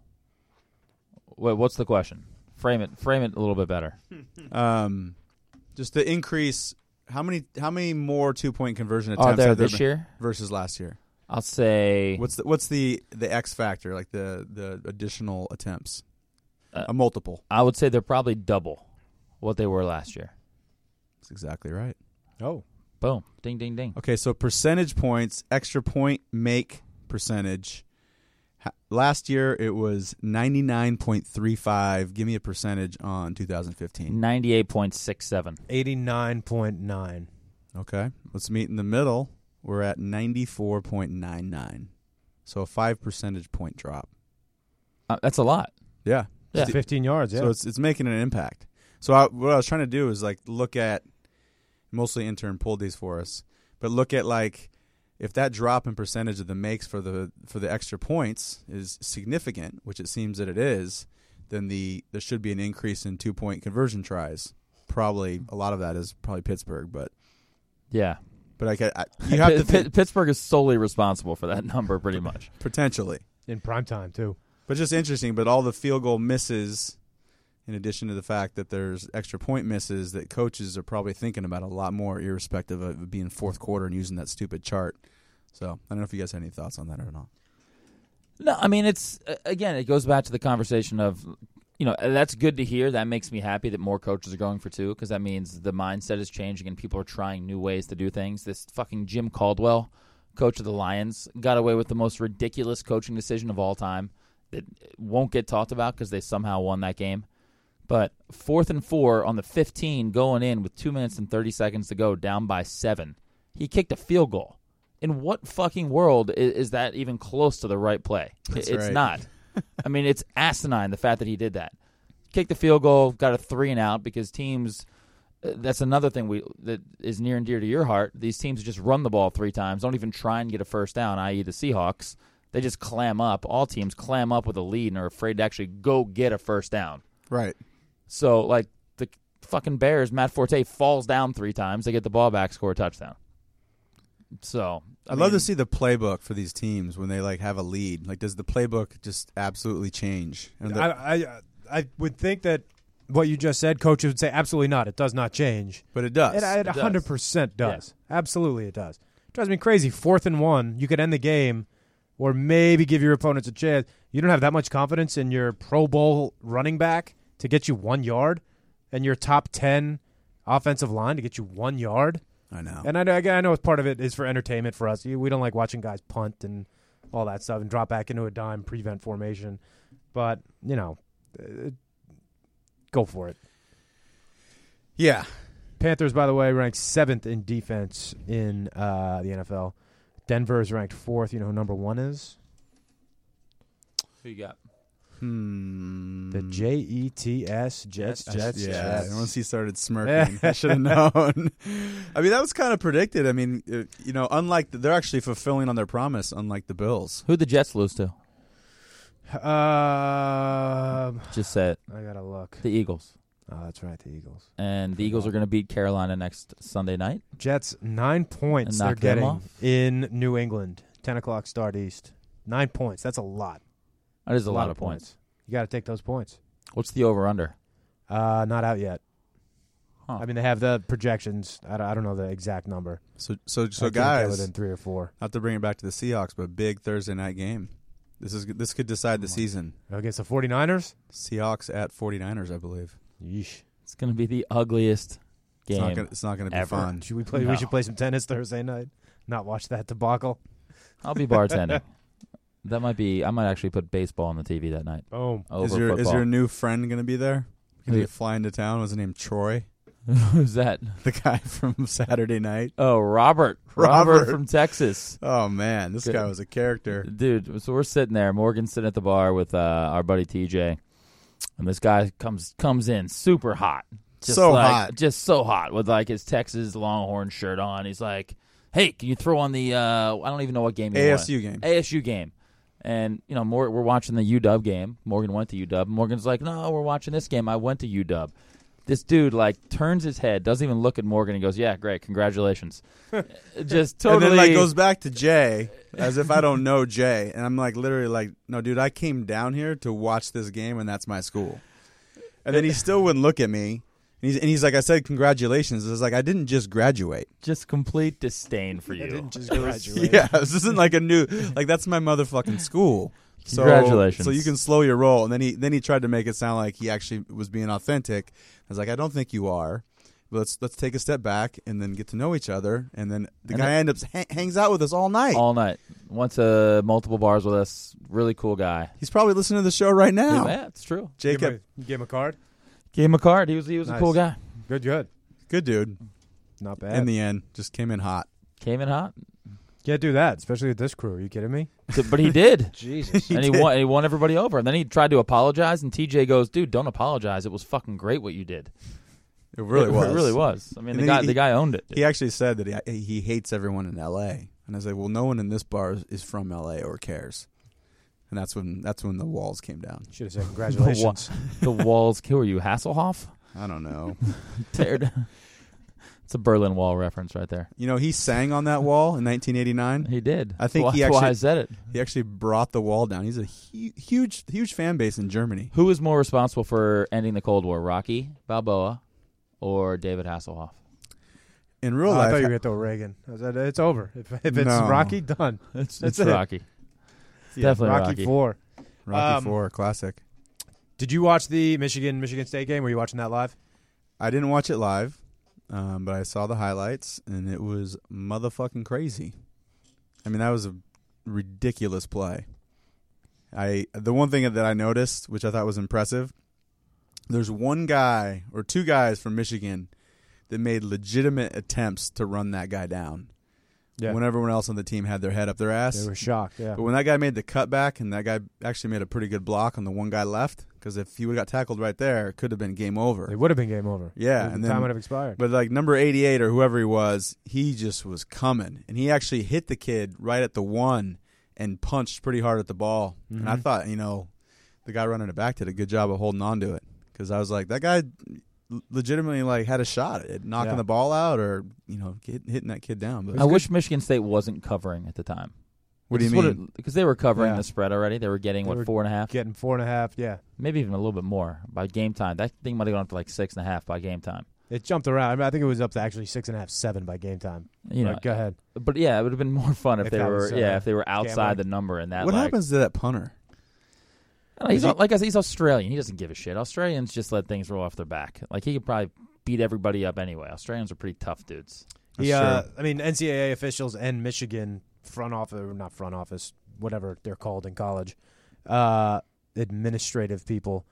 [SPEAKER 4] Wait, what's the question? Frame it. Frame it a little bit better.
[SPEAKER 7] Um, just the increase. How many? How many more two point conversion attempts
[SPEAKER 4] Are there
[SPEAKER 7] have
[SPEAKER 4] this
[SPEAKER 7] been
[SPEAKER 4] year?
[SPEAKER 7] versus last year?
[SPEAKER 4] I'll say
[SPEAKER 7] What's the What's the the X factor? Like the the additional attempts,
[SPEAKER 4] Uh,
[SPEAKER 7] a multiple.
[SPEAKER 4] I would say they're probably double what they were last year.
[SPEAKER 7] That's exactly right.
[SPEAKER 3] Oh,
[SPEAKER 4] Boom. Ding ding ding.
[SPEAKER 7] Okay, so percentage points, extra point make percentage. Ha- Last year it was 99.35. Give me a percentage on 2015.
[SPEAKER 4] Ninety eight point six seven.
[SPEAKER 3] 89.9.
[SPEAKER 7] Okay. Let's meet in the middle. We're at 94.99. So a 5 percentage point drop.
[SPEAKER 4] Uh, that's a lot.
[SPEAKER 7] Yeah.
[SPEAKER 4] Yeah.
[SPEAKER 3] 15 yards. Yeah.
[SPEAKER 7] So it's it's making an impact. So I, what I was trying to do is like look at mostly intern pulled these for us, but look at like if that drop in percentage of the makes for the for the extra points is significant, which it seems that it is, then the there should be an increase in two point conversion tries. Probably a lot of that is probably Pittsburgh, but
[SPEAKER 4] Yeah.
[SPEAKER 7] but I, ca- I
[SPEAKER 4] [LAUGHS]
[SPEAKER 7] you have to
[SPEAKER 4] Pitt- Pitt-
[SPEAKER 7] think
[SPEAKER 4] Pittsburgh is solely responsible for that [LAUGHS] number, pretty much.
[SPEAKER 7] potentially.
[SPEAKER 3] in prime time too.
[SPEAKER 7] But just interesting. But all the field goal misses, in addition to the fact that there's extra point misses that coaches are probably thinking about a lot more, irrespective of it being fourth quarter and using that stupid chart. So I don't know if you guys had any thoughts on that or not.
[SPEAKER 4] No, I mean it's uh, again, it goes back to the conversation of you know, that's good to hear. That makes me happy that more coaches are going for two because that means the mindset is changing and people are trying new ways to do things. This fucking Jim Caldwell coach of the Lions, got away with the most ridiculous coaching decision of all time that won't get talked about because they somehow won that game. But fourth and four on the 15 going in with two minutes and 30 seconds to go, down by seven. He kicked a field goal. In what fucking world is, is that even close to the right play? I-
[SPEAKER 7] That's
[SPEAKER 4] it's
[SPEAKER 7] right.
[SPEAKER 4] not. I mean, it's asinine the fact that he did that. Kicked the field goal, got a three and out because teams. uh, That's another thing we that is near and dear to your heart. These teams just run the ball three times, don't even try and get a first down. I.e., the Seahawks. They just clam up. All teams clam up with a lead and are afraid to actually go get a first down.
[SPEAKER 7] Right.
[SPEAKER 4] So like the fucking Bears, Matt Forte falls down three times. They get the ball back, score a touchdown. So
[SPEAKER 7] I love
[SPEAKER 4] mean,
[SPEAKER 7] to see the playbook for these teams when they like have a lead. Like, does the playbook just absolutely change? And the-
[SPEAKER 3] I, I I would think that what you just said, coaches would say, absolutely not. It does not change.
[SPEAKER 7] but it does.
[SPEAKER 3] It, it,
[SPEAKER 4] does.
[SPEAKER 3] 100% does. Absolutely, it does. drives me crazy. Fourth and one, you could end the game or maybe give your opponents a chance. You don't have that much confidence in your Pro Bowl running back to get you one yard and your top 10 offensive line to get you one yard.
[SPEAKER 7] I know.
[SPEAKER 3] And I know, I know part of it is for entertainment for us. We don't like watching guys punt and all that stuff and drop back into a dime prevent formation. But, you know, uh, go for it.
[SPEAKER 7] yeah.
[SPEAKER 3] Panthers, by the way, ranked seventh in defense in uh, the NFL. Denver is ranked fourth. You know who number one is?
[SPEAKER 4] who you got?
[SPEAKER 7] Hmm.
[SPEAKER 3] The J E T S Jets.
[SPEAKER 4] Jets,
[SPEAKER 3] Jets.
[SPEAKER 7] yeah,
[SPEAKER 3] Jets.
[SPEAKER 7] once he started smirking, I
[SPEAKER 3] [LAUGHS]
[SPEAKER 7] should have known. [LAUGHS] I mean, that was kind of predicted. I mean, uh, you know, unlike the, they're actually fulfilling on their promise, unlike the Bills.
[SPEAKER 4] Who the Jets lose to?
[SPEAKER 3] Um,
[SPEAKER 4] Just say it.
[SPEAKER 3] I gotta look.
[SPEAKER 4] The Eagles.
[SPEAKER 3] Oh, that's right, the Eagles.
[SPEAKER 4] And the Eagles are going to beat Carolina next Sunday night.
[SPEAKER 3] Jets nine points
[SPEAKER 4] And
[SPEAKER 3] they're
[SPEAKER 4] knock them
[SPEAKER 3] getting
[SPEAKER 4] off?
[SPEAKER 3] in New England. Ten o'clock start east. Nine points. That's a lot.
[SPEAKER 4] That is a, lot, of points.
[SPEAKER 3] You got to take those points.
[SPEAKER 4] What's the over under?
[SPEAKER 3] Uh, not out yet.
[SPEAKER 4] Huh.
[SPEAKER 3] I mean, they have the projections. I don't, I don't know the exact number.
[SPEAKER 7] So, so,
[SPEAKER 3] I
[SPEAKER 7] so,
[SPEAKER 3] think they're
[SPEAKER 7] guys,
[SPEAKER 3] within three or four.
[SPEAKER 7] not to bring it back to the Seahawks, but big Thursday night game. This is this could decide the
[SPEAKER 3] Oh
[SPEAKER 7] season.
[SPEAKER 3] Against the 49ers?
[SPEAKER 7] Seahawks at 49ers, I believe.
[SPEAKER 3] Yeesh.
[SPEAKER 4] It's going to be the ugliest
[SPEAKER 7] It's
[SPEAKER 4] game.
[SPEAKER 7] not gonna, it's not gonna be
[SPEAKER 4] ever.
[SPEAKER 7] fun.
[SPEAKER 3] Should we play?
[SPEAKER 4] No.
[SPEAKER 3] We should play some tennis Thursday night. Not watch that debacle.
[SPEAKER 4] I'll be bartending. that might be. I might actually put baseball on the TV that night.
[SPEAKER 3] Boom.
[SPEAKER 4] Over
[SPEAKER 7] is your
[SPEAKER 4] football.
[SPEAKER 7] is your new friend gonna be there? Gonna
[SPEAKER 4] Who-
[SPEAKER 7] be flying to town. Was his name Troy? [LAUGHS]
[SPEAKER 4] Who's that?
[SPEAKER 7] The guy from Saturday Night.
[SPEAKER 4] Oh, Robert.
[SPEAKER 7] Robert.
[SPEAKER 4] from Texas.
[SPEAKER 7] Oh man, this
[SPEAKER 4] Good.
[SPEAKER 7] guy was a character.
[SPEAKER 4] dude. So we're sitting there. Morgan's sitting at the bar with uh, our buddy TJ, and this guy comes comes in super hot, just
[SPEAKER 7] So
[SPEAKER 4] like-
[SPEAKER 7] hot.
[SPEAKER 4] just so hot with like his Texas Longhorn shirt on. He's like, "Hey, can you throw on the? Uh, I don't even know what game you want."
[SPEAKER 7] ASU game.
[SPEAKER 4] ASU game." And you know, Mor- we're watching the UW game. Morgan went to UW. Morgan's like, "No, we're watching this game. I went to UW." This dude like turns his head, doesn't even look at Morgan, and goes, "Yeah, great,
[SPEAKER 7] [LAUGHS]
[SPEAKER 4] congratulations." just totally
[SPEAKER 7] And then like goes back to Jay as if I don't know Jay, and I'm like literally like, no, dude, I came down here to watch this game, and that's my school. And then he still wouldn't look at me, and he's and he's like, I said congratulations. It's like I didn't just graduate.
[SPEAKER 4] just complete
[SPEAKER 3] [LAUGHS]
[SPEAKER 4] disdain for you.
[SPEAKER 7] Yeah, this isn't like a new like that's my motherfucking school. So,
[SPEAKER 4] Congratulations.
[SPEAKER 7] So you can slow your roll, and then he then he tried to make it sound like he actually was being authentic. I was like, I don't think you are. But let's let's take a step back and then get to know each other, and then the guy end up ha- hangs out with us all night.
[SPEAKER 4] all night. Went to multiple bars with us. Really cool guy.
[SPEAKER 7] He's probably listening to the show right now.
[SPEAKER 4] Yeah, it's true.
[SPEAKER 3] Give him,
[SPEAKER 7] Jacob,
[SPEAKER 3] a, give him a card.
[SPEAKER 4] Gave him a card. He was he was a
[SPEAKER 3] Nice.
[SPEAKER 4] cool guy.
[SPEAKER 3] Good, good.
[SPEAKER 7] good dude.
[SPEAKER 3] Not
[SPEAKER 7] In
[SPEAKER 3] bad.
[SPEAKER 7] the end, just came in hot.
[SPEAKER 4] Came in hot,
[SPEAKER 3] Can't do that, especially with this crew. Are you kidding me?
[SPEAKER 4] So- but
[SPEAKER 7] [LAUGHS]
[SPEAKER 4] he did.
[SPEAKER 8] Jesus.
[SPEAKER 4] and he won. He won everybody over. And then he tried to apologize, and TJ goes, "Dude, don't apologize. It was fucking great what you did.
[SPEAKER 7] It really was.
[SPEAKER 4] It really was. I mean,
[SPEAKER 7] And
[SPEAKER 4] the
[SPEAKER 7] then
[SPEAKER 4] guy
[SPEAKER 7] he-
[SPEAKER 4] the guy owned it.
[SPEAKER 7] He actually said that he he hates everyone in L.A. And I was like, well, no one in this bar is- is from L.A. or cares. And that's when that's when the walls came down.
[SPEAKER 3] Should
[SPEAKER 4] [LAUGHS]
[SPEAKER 3] have said congratulations.
[SPEAKER 4] the walls. Who are you, Hasselhoff?
[SPEAKER 7] I don't know.
[SPEAKER 4] Tear down. It's a Berlin Wall reference right there.
[SPEAKER 7] you know, he sang on that wall in 1989.
[SPEAKER 4] He did.
[SPEAKER 7] I think
[SPEAKER 4] That's
[SPEAKER 7] he
[SPEAKER 4] why- why I
[SPEAKER 7] actually-
[SPEAKER 4] said it.
[SPEAKER 7] He actually brought the wall down. He's a hu- huge huge fan base in Germany.
[SPEAKER 4] Who was more responsible for ending the Cold War, Rocky Balboa or David Hasselhoff?
[SPEAKER 7] In
[SPEAKER 3] Oh,
[SPEAKER 7] real
[SPEAKER 3] I thought you
[SPEAKER 7] life,
[SPEAKER 3] were going to throw Reagan. I said, it's over. If, if it's
[SPEAKER 7] No.
[SPEAKER 3] Rocky, done. [LAUGHS]
[SPEAKER 4] It's,
[SPEAKER 3] That's
[SPEAKER 4] it's
[SPEAKER 3] it.
[SPEAKER 4] Rocky. Definitely
[SPEAKER 3] Rocky,
[SPEAKER 4] Rocky.
[SPEAKER 3] Four.
[SPEAKER 7] Rocky
[SPEAKER 3] Um,
[SPEAKER 7] Four classic.
[SPEAKER 3] Did you watch the Michigan Michigan State game? Were you watching that live?
[SPEAKER 7] I didn't watch it live, um, but I saw the highlights, and it was motherfucking crazy. I mean, that was a ridiculous play. I the one thing that I noticed, which I thought was impressive, there's one guy or two guys from Michigan that made legitimate attempts to run that guy down.
[SPEAKER 3] Yeah.
[SPEAKER 7] When everyone else on the team had their head up their ass,
[SPEAKER 3] They were shocked, yeah.
[SPEAKER 7] But when that guy made the cutback and that guy actually made a pretty good block on the one guy left, because if he would have got tackled right there, it could have been game over.
[SPEAKER 3] It would have been game over.
[SPEAKER 7] Yeah,
[SPEAKER 3] The time would have expired.
[SPEAKER 7] But like number eighty-eight or whoever he was, he just was coming, and he actually hit the kid right at the one and punched pretty hard at the ball. And I
[SPEAKER 3] Mhm.
[SPEAKER 7] thought, you know, the guy running it back did a good job of holding on to it because I was like, that guy l- legitimately like had a shot at knocking
[SPEAKER 4] Yeah.
[SPEAKER 7] the ball out or you know get, hitting that kid down. But
[SPEAKER 4] I wish Michigan State wasn't covering at the time.
[SPEAKER 7] What do you mean?
[SPEAKER 4] Because they were covering
[SPEAKER 7] Yeah.
[SPEAKER 4] the spread already. They were getting
[SPEAKER 3] They
[SPEAKER 4] what
[SPEAKER 3] were
[SPEAKER 4] four and a half,
[SPEAKER 3] Getting four and a half, yeah.
[SPEAKER 4] maybe even a little bit more by game time. That thing might have gone up to like six and a half by game time.
[SPEAKER 3] It jumped around. I, mean, I think it was up to actually six and a half, seven by game time.
[SPEAKER 4] You know,
[SPEAKER 3] But go ahead.
[SPEAKER 4] But yeah, it would have been more fun if,
[SPEAKER 3] If
[SPEAKER 4] they
[SPEAKER 3] that
[SPEAKER 4] were
[SPEAKER 3] was, uh,
[SPEAKER 4] yeah if they were outside
[SPEAKER 3] gambling.
[SPEAKER 4] the number and that.
[SPEAKER 7] what
[SPEAKER 4] like,
[SPEAKER 7] happens to that punter?
[SPEAKER 4] I don't know, he's
[SPEAKER 7] Is he-
[SPEAKER 4] au- like I said, he's Australian. He doesn't give a shit. Australians just let things roll off their back. Like he could probably beat everybody up anyway. Australians are pretty tough dudes.
[SPEAKER 3] Yeah, uh, I mean NCAA officials and Michigan front office, or not front office, whatever they're called in college, uh, administrative people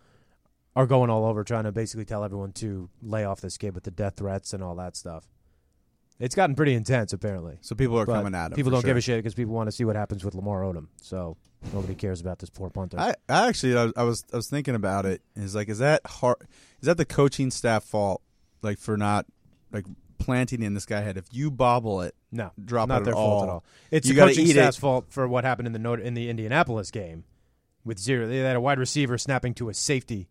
[SPEAKER 3] are going all over trying to basically tell everyone to lay off this kid with the death threats and all that stuff. It's gotten pretty intense, apparently.
[SPEAKER 7] So people are
[SPEAKER 3] But
[SPEAKER 7] coming at him.
[SPEAKER 3] People
[SPEAKER 7] for
[SPEAKER 3] don't give
[SPEAKER 7] sure.
[SPEAKER 3] a shit because people want to see what happens with Lamar Odom. So nobody cares about this poor punter.
[SPEAKER 7] I, I actually I was, I was I was thinking about it. Is like is that hard? Is that the coaching staff fault? Like for not like planting in this guy head. If you bobble it,
[SPEAKER 3] No,
[SPEAKER 7] drop
[SPEAKER 3] not
[SPEAKER 7] it
[SPEAKER 3] their
[SPEAKER 7] at
[SPEAKER 3] fault
[SPEAKER 7] all.
[SPEAKER 3] at all. It's
[SPEAKER 7] you
[SPEAKER 3] the
[SPEAKER 7] gotta
[SPEAKER 3] coaching
[SPEAKER 7] eat
[SPEAKER 3] staff's
[SPEAKER 7] it.
[SPEAKER 3] fault for what happened in the Notre- in the Indianapolis game with zero. They had a wide receiver snapping to a safety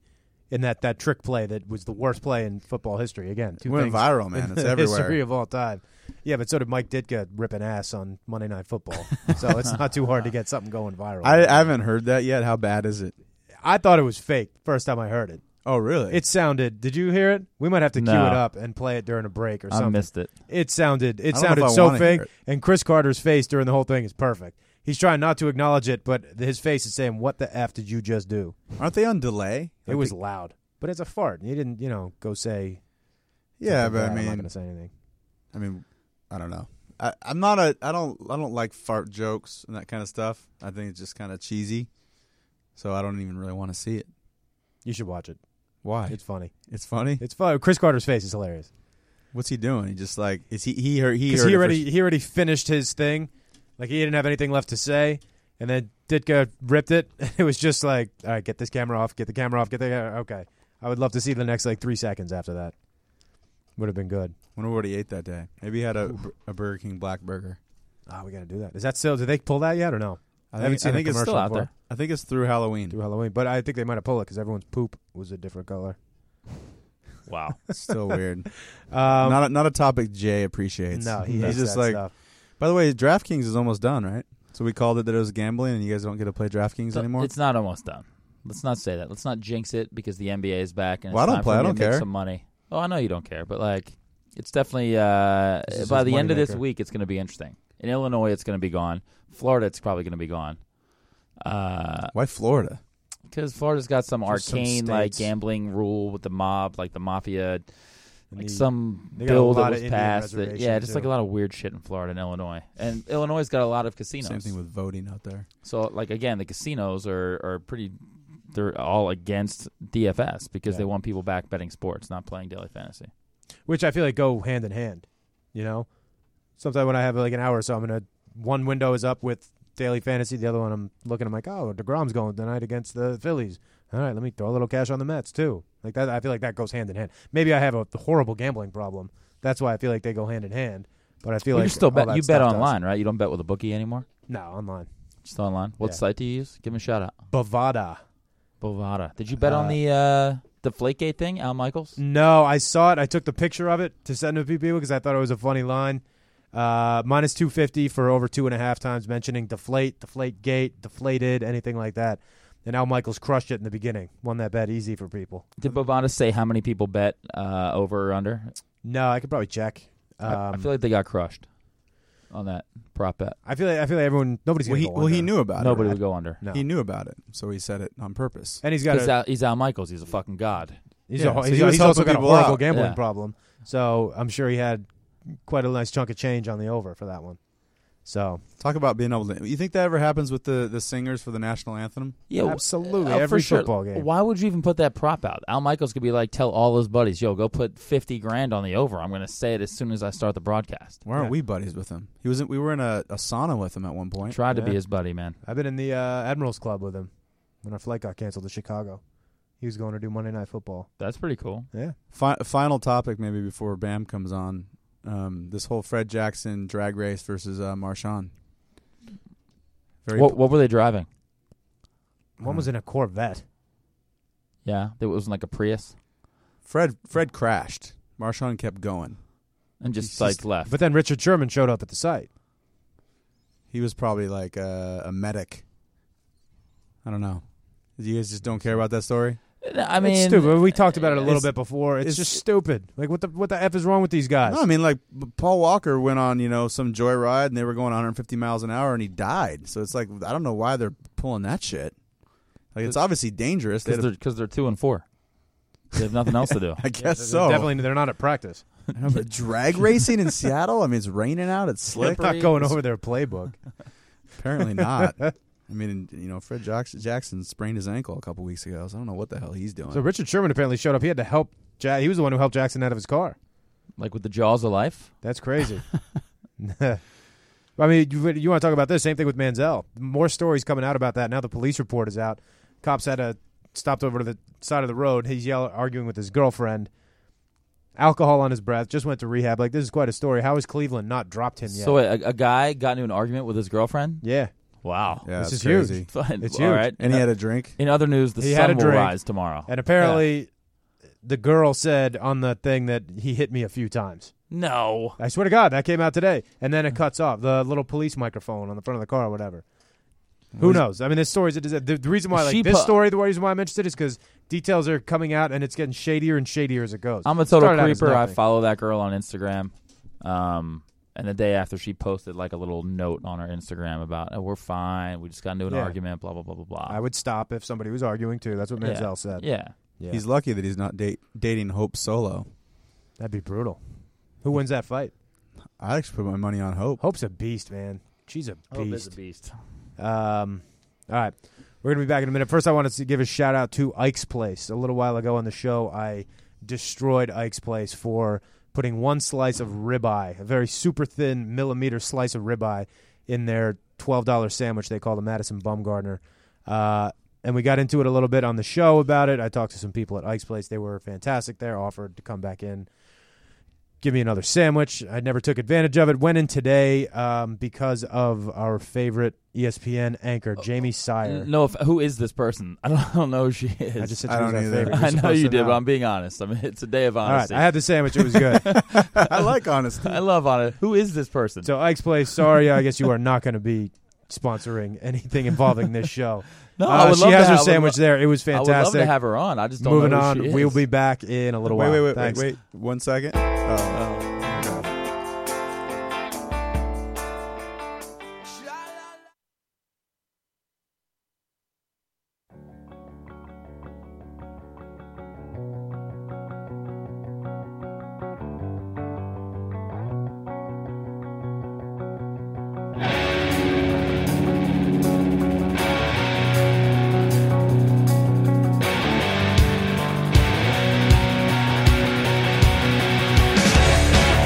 [SPEAKER 3] in that, that trick play that was the worst play in football history. Again, two
[SPEAKER 7] It went
[SPEAKER 3] things
[SPEAKER 7] viral, oh, man.
[SPEAKER 3] in
[SPEAKER 7] It's
[SPEAKER 3] the [LAUGHS]
[SPEAKER 7] everywhere.
[SPEAKER 3] History of all time. Yeah, but so did Mike Ditka ripping ass on Monday Night Football.
[SPEAKER 7] [LAUGHS]
[SPEAKER 3] so it's not too hard to get something going viral.
[SPEAKER 7] I, I haven't heard that yet. How bad is it?
[SPEAKER 3] I thought it was fake first time I heard it.
[SPEAKER 7] Oh really?
[SPEAKER 3] It sounded. Did you hear it? We might have to cue
[SPEAKER 4] No.
[SPEAKER 3] it up and play it during a break or
[SPEAKER 4] I
[SPEAKER 3] something.
[SPEAKER 4] missed it.
[SPEAKER 3] It sounded. It
[SPEAKER 7] I don't know if
[SPEAKER 3] sounded
[SPEAKER 7] I
[SPEAKER 3] so
[SPEAKER 7] wanna hear
[SPEAKER 3] fake.
[SPEAKER 7] it.
[SPEAKER 3] And Chris Carter's face during the whole thing is perfect. He's trying not to acknowledge it, but his face is saying, "What the f did you just do?"
[SPEAKER 7] aren't they on delay?
[SPEAKER 3] it
[SPEAKER 7] Like
[SPEAKER 3] was
[SPEAKER 7] the-
[SPEAKER 3] loud, but it's a fart. He didn't, you know, go say.
[SPEAKER 7] yeah,
[SPEAKER 3] something
[SPEAKER 7] but
[SPEAKER 3] bad.
[SPEAKER 7] I
[SPEAKER 3] I'm not
[SPEAKER 7] mean,
[SPEAKER 3] gonna say anything.
[SPEAKER 7] I mean, I don't know. I, I'm not a. I don't. I don't like fart jokes and that kind of stuff. I think it's just kind of cheesy. So I don't even really want to see it.
[SPEAKER 3] You should watch it.
[SPEAKER 7] Why?
[SPEAKER 3] It's funny.
[SPEAKER 7] It's funny.
[SPEAKER 3] It's fun. Chris Carter's face is hilarious
[SPEAKER 7] What's he doing? He just like is he he heard he
[SPEAKER 3] because
[SPEAKER 7] heard
[SPEAKER 3] he
[SPEAKER 7] it for
[SPEAKER 3] already he already finished his thing, like he didn't have anything left to say, and then Ditka ripped it. [LAUGHS] It was just like, "All right, get this camera off. Get the camera off. Get the camera." Okay, I would love to see the next like three seconds after that. Would have been good.
[SPEAKER 7] Wonder what he ate that day. Maybe he had a, a Burger King black burger.
[SPEAKER 3] Ah, we got to do that. Is that still? Did they pull that yet or no?
[SPEAKER 7] I,
[SPEAKER 3] haven't seen
[SPEAKER 7] I
[SPEAKER 3] the
[SPEAKER 7] think it's
[SPEAKER 3] commercial
[SPEAKER 4] still out
[SPEAKER 3] before.
[SPEAKER 4] there.
[SPEAKER 7] I think it's through Halloween.
[SPEAKER 3] Through Halloween, but I think they might have pulled it because everyone's poop was a different color.
[SPEAKER 4] Wow.
[SPEAKER 7] [LAUGHS] It's still weird.
[SPEAKER 3] Um,
[SPEAKER 7] not a, not a topic Jay appreciates.
[SPEAKER 3] no, he
[SPEAKER 7] he's
[SPEAKER 3] hates
[SPEAKER 7] just
[SPEAKER 3] that
[SPEAKER 7] like.
[SPEAKER 3] stuff.
[SPEAKER 7] By the way, DraftKings is almost done, right? So we called it that it was gambling, and you guys don't get to play DraftKings
[SPEAKER 4] So
[SPEAKER 7] anymore.
[SPEAKER 4] It's not almost done. Let's not say that. Let's not jinx it because the NBA is back and
[SPEAKER 7] Well, I
[SPEAKER 4] it's
[SPEAKER 7] don't
[SPEAKER 4] time
[SPEAKER 7] play.
[SPEAKER 4] For
[SPEAKER 7] I
[SPEAKER 4] me
[SPEAKER 7] don't
[SPEAKER 4] to make
[SPEAKER 7] care.
[SPEAKER 4] Some money. Oh, I know you don't care, but like, it's definitely uh,
[SPEAKER 3] This is
[SPEAKER 4] by
[SPEAKER 3] his
[SPEAKER 4] the end of this
[SPEAKER 3] moneymaker.
[SPEAKER 4] week, it's going to be interesting. In Illinois, it's going to be gone. Florida, it's probably going to be gone. Because
[SPEAKER 7] Why Florida?
[SPEAKER 4] Florida's got some
[SPEAKER 3] Just some
[SPEAKER 4] arcane like
[SPEAKER 3] states.
[SPEAKER 4] gambling rule with the mob, like the mafia,
[SPEAKER 3] And
[SPEAKER 4] like
[SPEAKER 3] the-
[SPEAKER 4] some
[SPEAKER 3] they got a
[SPEAKER 4] bill
[SPEAKER 3] lot
[SPEAKER 4] that
[SPEAKER 3] of
[SPEAKER 4] was
[SPEAKER 3] Indian
[SPEAKER 4] passed. That, yeah,
[SPEAKER 3] reservations,
[SPEAKER 4] just
[SPEAKER 3] too.
[SPEAKER 4] like a lot of weird shit in Florida and Illinois. And Illinois has got a lot of casinos.
[SPEAKER 7] Same thing with voting out there.
[SPEAKER 4] So like again, the casinos are are pretty. They're all against DFS because
[SPEAKER 3] Yeah.
[SPEAKER 4] they want people back betting sports, not playing daily fantasy.
[SPEAKER 3] which I feel like go hand in hand. You know, sometimes when I have like an hour or so, I'm gonna one window is up with daily fantasy, the other one I'm looking. I'm like, oh, Degrom's going tonight against the Phillies. All right, let me throw a little cash on the Mets too. Like that, I feel like that goes hand in hand. Maybe I have a horrible gambling problem. That's why I feel like they go hand in hand. But I feel
[SPEAKER 4] Well,
[SPEAKER 3] like
[SPEAKER 4] you still
[SPEAKER 3] all
[SPEAKER 4] bet.
[SPEAKER 3] that
[SPEAKER 4] You
[SPEAKER 3] stuff
[SPEAKER 4] bet
[SPEAKER 3] does.
[SPEAKER 4] online, right? You don't bet with a bookie anymore.
[SPEAKER 3] No, online.
[SPEAKER 4] Just online. What
[SPEAKER 3] Yeah.
[SPEAKER 4] site do you use? Give him a shout out.
[SPEAKER 3] Bovada.
[SPEAKER 4] Bovada. Did you bet on
[SPEAKER 3] Uh,
[SPEAKER 4] the uh, the Flakegate thing? Al Michaels.
[SPEAKER 3] No, I saw it. I took the picture of it to send to people because I thought it was a funny line. Uh, minus 250 for over two and a half times mentioning deflate, deflate gate, deflated, anything like that. And Al Michaels crushed it in the beginning. Won that bet easy for people.
[SPEAKER 4] Did Bovada say how many people bet uh, over or under?
[SPEAKER 3] No, I could probably check. Um,
[SPEAKER 4] I, I feel like they got crushed on that prop bet.
[SPEAKER 3] I feel like I feel like everyone nobody's
[SPEAKER 7] Well,
[SPEAKER 3] gonna
[SPEAKER 7] he,
[SPEAKER 3] go
[SPEAKER 7] well, he
[SPEAKER 3] under.
[SPEAKER 7] knew about
[SPEAKER 4] Nobody
[SPEAKER 7] it.
[SPEAKER 4] would go under.
[SPEAKER 3] No.
[SPEAKER 7] He knew about it, so he said it on purpose.
[SPEAKER 3] and he's got
[SPEAKER 4] Because
[SPEAKER 3] a,
[SPEAKER 4] he's Al Michaels. He's a fucking god.
[SPEAKER 3] he's,
[SPEAKER 7] uh, yeah,
[SPEAKER 3] a,
[SPEAKER 7] so
[SPEAKER 3] he's,
[SPEAKER 7] he was
[SPEAKER 3] he's also
[SPEAKER 7] helping
[SPEAKER 3] got a
[SPEAKER 7] people
[SPEAKER 3] horrible
[SPEAKER 7] out.
[SPEAKER 3] gambling
[SPEAKER 4] Yeah.
[SPEAKER 3] problem. So I'm sure he had quite a nice chunk of change on the over for that one. So
[SPEAKER 7] talk about being able to. You think that ever happens with the the singers for the national anthem?
[SPEAKER 4] Yeah, w-
[SPEAKER 3] absolutely.
[SPEAKER 4] uh, for
[SPEAKER 3] Every
[SPEAKER 4] sure.
[SPEAKER 3] football game.
[SPEAKER 4] Why would you even put that prop out? Al Michaels could be like, tell all his buddies, "Yo, go put fifty grand on the over. I'm going to say it as soon as I start the broadcast."
[SPEAKER 7] Why aren't we buddies with him? He was. in- We were in a, a sauna with him at one point.
[SPEAKER 4] Tried to
[SPEAKER 3] Yeah.
[SPEAKER 4] be his buddy, man.
[SPEAKER 3] I've been in the uh, Admirals Club with him when our flight got canceled to Chicago. He was going to do Monday Night Football.
[SPEAKER 4] That's pretty cool.
[SPEAKER 3] Yeah.
[SPEAKER 7] Fi- final topic, maybe before Bam comes on. Um, this whole Fred Jackson drag race versus uh, Marshawn. Very
[SPEAKER 4] What, what were they driving?
[SPEAKER 3] One was in a Corvette.
[SPEAKER 4] Yeah, it was like a Prius
[SPEAKER 7] Fred Fred crashed. Marshawn kept going.
[SPEAKER 4] and just
[SPEAKER 7] He's
[SPEAKER 4] like
[SPEAKER 7] just-
[SPEAKER 4] left.
[SPEAKER 3] But then Richard Sherman showed up at the site.
[SPEAKER 7] He was probably like a, a medic. I don't know. You guys just don't care about that story.
[SPEAKER 4] I mean,
[SPEAKER 3] it's stupid. We talked about it a little
[SPEAKER 7] it's-
[SPEAKER 3] bit before. It's,
[SPEAKER 7] it's-
[SPEAKER 3] just stupid. Like what the what the f is wrong with these guys?
[SPEAKER 7] No, I mean like Paul Walker went on you know some joyride and they were going 150 miles an hour and he died. So it's like I don't know why they're pulling that shit. Like it's obviously dangerous. They
[SPEAKER 4] because
[SPEAKER 7] had a-
[SPEAKER 4] they're because they're two and four. They have nothing else
[SPEAKER 3] [LAUGHS]
[SPEAKER 4] to do.
[SPEAKER 7] I guess
[SPEAKER 3] They're
[SPEAKER 7] so.
[SPEAKER 3] Definitely, [LAUGHS] they're not at practice.
[SPEAKER 7] I know, but drag racing in Seattle. I mean, it's raining out. It's slick.
[SPEAKER 3] They're not going over their playbook.
[SPEAKER 7] Apparently not. I mean, you know, Fred Jackson, Jackson sprained his ankle a couple weeks ago, so I don't know what the hell he's doing.
[SPEAKER 3] So Richard Sherman apparently showed up. He had to help. Ja- he was the one who helped Jackson out of his car.
[SPEAKER 4] Like with the jaws of life.
[SPEAKER 3] That's crazy. I mean, you, you want to talk about this? Same thing with Manziel. More stories coming out about that. Now the police report is out. Cops had a stopped over to the side of the road. He's yelling, arguing with his girlfriend. Alcohol on his breath. Just went to rehab. Like this is quite a story. How has Cleveland not dropped him yet?
[SPEAKER 4] So wait, a, a guy got into an argument with his girlfriend.
[SPEAKER 3] yeah,
[SPEAKER 4] [LAUGHS] Wow.
[SPEAKER 7] yeah,
[SPEAKER 3] this
[SPEAKER 7] it's
[SPEAKER 3] is
[SPEAKER 7] crazy.
[SPEAKER 3] huge.
[SPEAKER 4] Fine.
[SPEAKER 3] It's
[SPEAKER 4] All
[SPEAKER 3] huge.
[SPEAKER 4] right.
[SPEAKER 7] And he had a drink.
[SPEAKER 4] In other news, the
[SPEAKER 3] He
[SPEAKER 4] sun
[SPEAKER 3] had a
[SPEAKER 4] will
[SPEAKER 3] drink.
[SPEAKER 4] rise tomorrow.
[SPEAKER 3] And apparently, the girl said on the thing that he hit me a few times.
[SPEAKER 4] no.
[SPEAKER 3] I swear to God, that came out today. And then it cuts off the little police microphone on the front of the car or whatever. Who knows? I mean, this story's a disaster. The, the reason why, like
[SPEAKER 4] She
[SPEAKER 3] this
[SPEAKER 4] pu-
[SPEAKER 3] story, the reason why I'm interested is because details are coming out and it's getting shadier and shadier as it goes.
[SPEAKER 4] I'm a total
[SPEAKER 3] Started out as
[SPEAKER 4] creeper. I
[SPEAKER 3] nothing.
[SPEAKER 4] follow that girl on Instagram. Um, and the day after she posted like a little note on her Instagram about oh, we're fine, we just got into an
[SPEAKER 3] Yeah.
[SPEAKER 4] argument, blah blah blah blah blah.
[SPEAKER 3] I would stop if somebody was arguing too. That's what
[SPEAKER 4] yeah.
[SPEAKER 3] Manziel said.
[SPEAKER 4] Yeah.
[SPEAKER 3] Yeah.
[SPEAKER 7] He's lucky that he's not date, dating Hope Solo.
[SPEAKER 3] That'd be brutal. Who wins that fight?
[SPEAKER 7] I actually put my money on Hope.
[SPEAKER 3] Hope's a beast, man. She's a beast.
[SPEAKER 4] beast.
[SPEAKER 3] Um, all right. We're going to be back in a minute. First, I wanted to give a shout out to Ike's Place. A little while ago on the show, I destroyed Ike's Place for putting one slice of ribeye, a very super thin millimeter slice of ribeye, in their $12 sandwich they call the Madison Bumgarner. Uh, and we got into it a little bit on the show about it. I talked to some people at Ike's Place. They were fantastic there, offered to come back in give me another sandwich. I never took advantage of it. Went in today um, because of our favorite E ESPN anchor, Jamie Sire.
[SPEAKER 4] No, if, who is this person? [LAUGHS] I don't, I don't know who she is.
[SPEAKER 3] I just said
[SPEAKER 7] I
[SPEAKER 3] she was
[SPEAKER 7] don't
[SPEAKER 3] our
[SPEAKER 7] either.
[SPEAKER 3] favorite.
[SPEAKER 4] [LAUGHS] I
[SPEAKER 7] You're
[SPEAKER 4] know
[SPEAKER 7] supposed
[SPEAKER 4] you
[SPEAKER 7] to
[SPEAKER 4] did,
[SPEAKER 7] know.
[SPEAKER 4] but I'm being honest. I mean, it's a day of
[SPEAKER 3] All right,
[SPEAKER 4] honesty.
[SPEAKER 3] I had the sandwich. It was
[SPEAKER 4] [LAUGHS]
[SPEAKER 3] good.
[SPEAKER 7] I like honesty.
[SPEAKER 4] I love on it. Who is this person?
[SPEAKER 3] so Ike's Place, sorry, I guess you are not going to be sponsoring anything involving this show.
[SPEAKER 4] [LAUGHS] no,
[SPEAKER 3] Uh,
[SPEAKER 4] I would
[SPEAKER 3] she
[SPEAKER 4] love
[SPEAKER 3] has
[SPEAKER 4] to
[SPEAKER 3] her
[SPEAKER 4] have,
[SPEAKER 3] sandwich there. It was
[SPEAKER 4] I would love
[SPEAKER 3] fantastic.
[SPEAKER 4] to have her on. I just don't
[SPEAKER 3] Moving
[SPEAKER 4] know who
[SPEAKER 3] on,
[SPEAKER 4] she is.
[SPEAKER 3] we'le be back in a little
[SPEAKER 7] wait,
[SPEAKER 3] while.
[SPEAKER 7] wait, wait, wait,
[SPEAKER 3] Thanks.
[SPEAKER 7] wait. One second. Oh.
[SPEAKER 9] Thank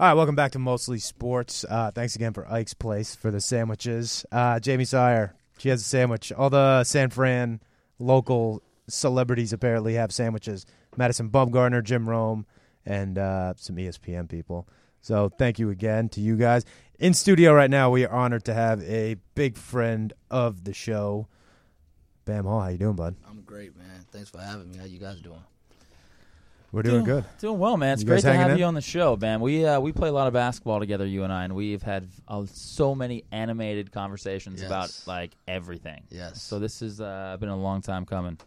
[SPEAKER 3] All right, welcome back to Mostly Sports. Uh, thanks again for Ike's Place for the sandwiches. Uh, Jamie Sire, she has a sandwich. All the San Fran local celebrities apparently have sandwiches. Madison Bumgarner, Jim Rome, and uh, some ESPN people. So thank you again to you guys. In studio right now, we are honored to have a big friend of the show, Bam Hall. How you doing, bud?
[SPEAKER 8] I'm great, man. Thanks for having me. How you guys doing?
[SPEAKER 3] We're doing, good.
[SPEAKER 4] Doing well, man. It's
[SPEAKER 3] You guys
[SPEAKER 4] great to
[SPEAKER 3] hanging
[SPEAKER 4] have
[SPEAKER 3] in?
[SPEAKER 4] you on the show, man. We uh, we play a lot of basketball together, you and I, and we've had uh, so many animated conversations
[SPEAKER 8] Yes.
[SPEAKER 4] about like everything.
[SPEAKER 8] Yes.
[SPEAKER 4] So this has uh, been a long time coming.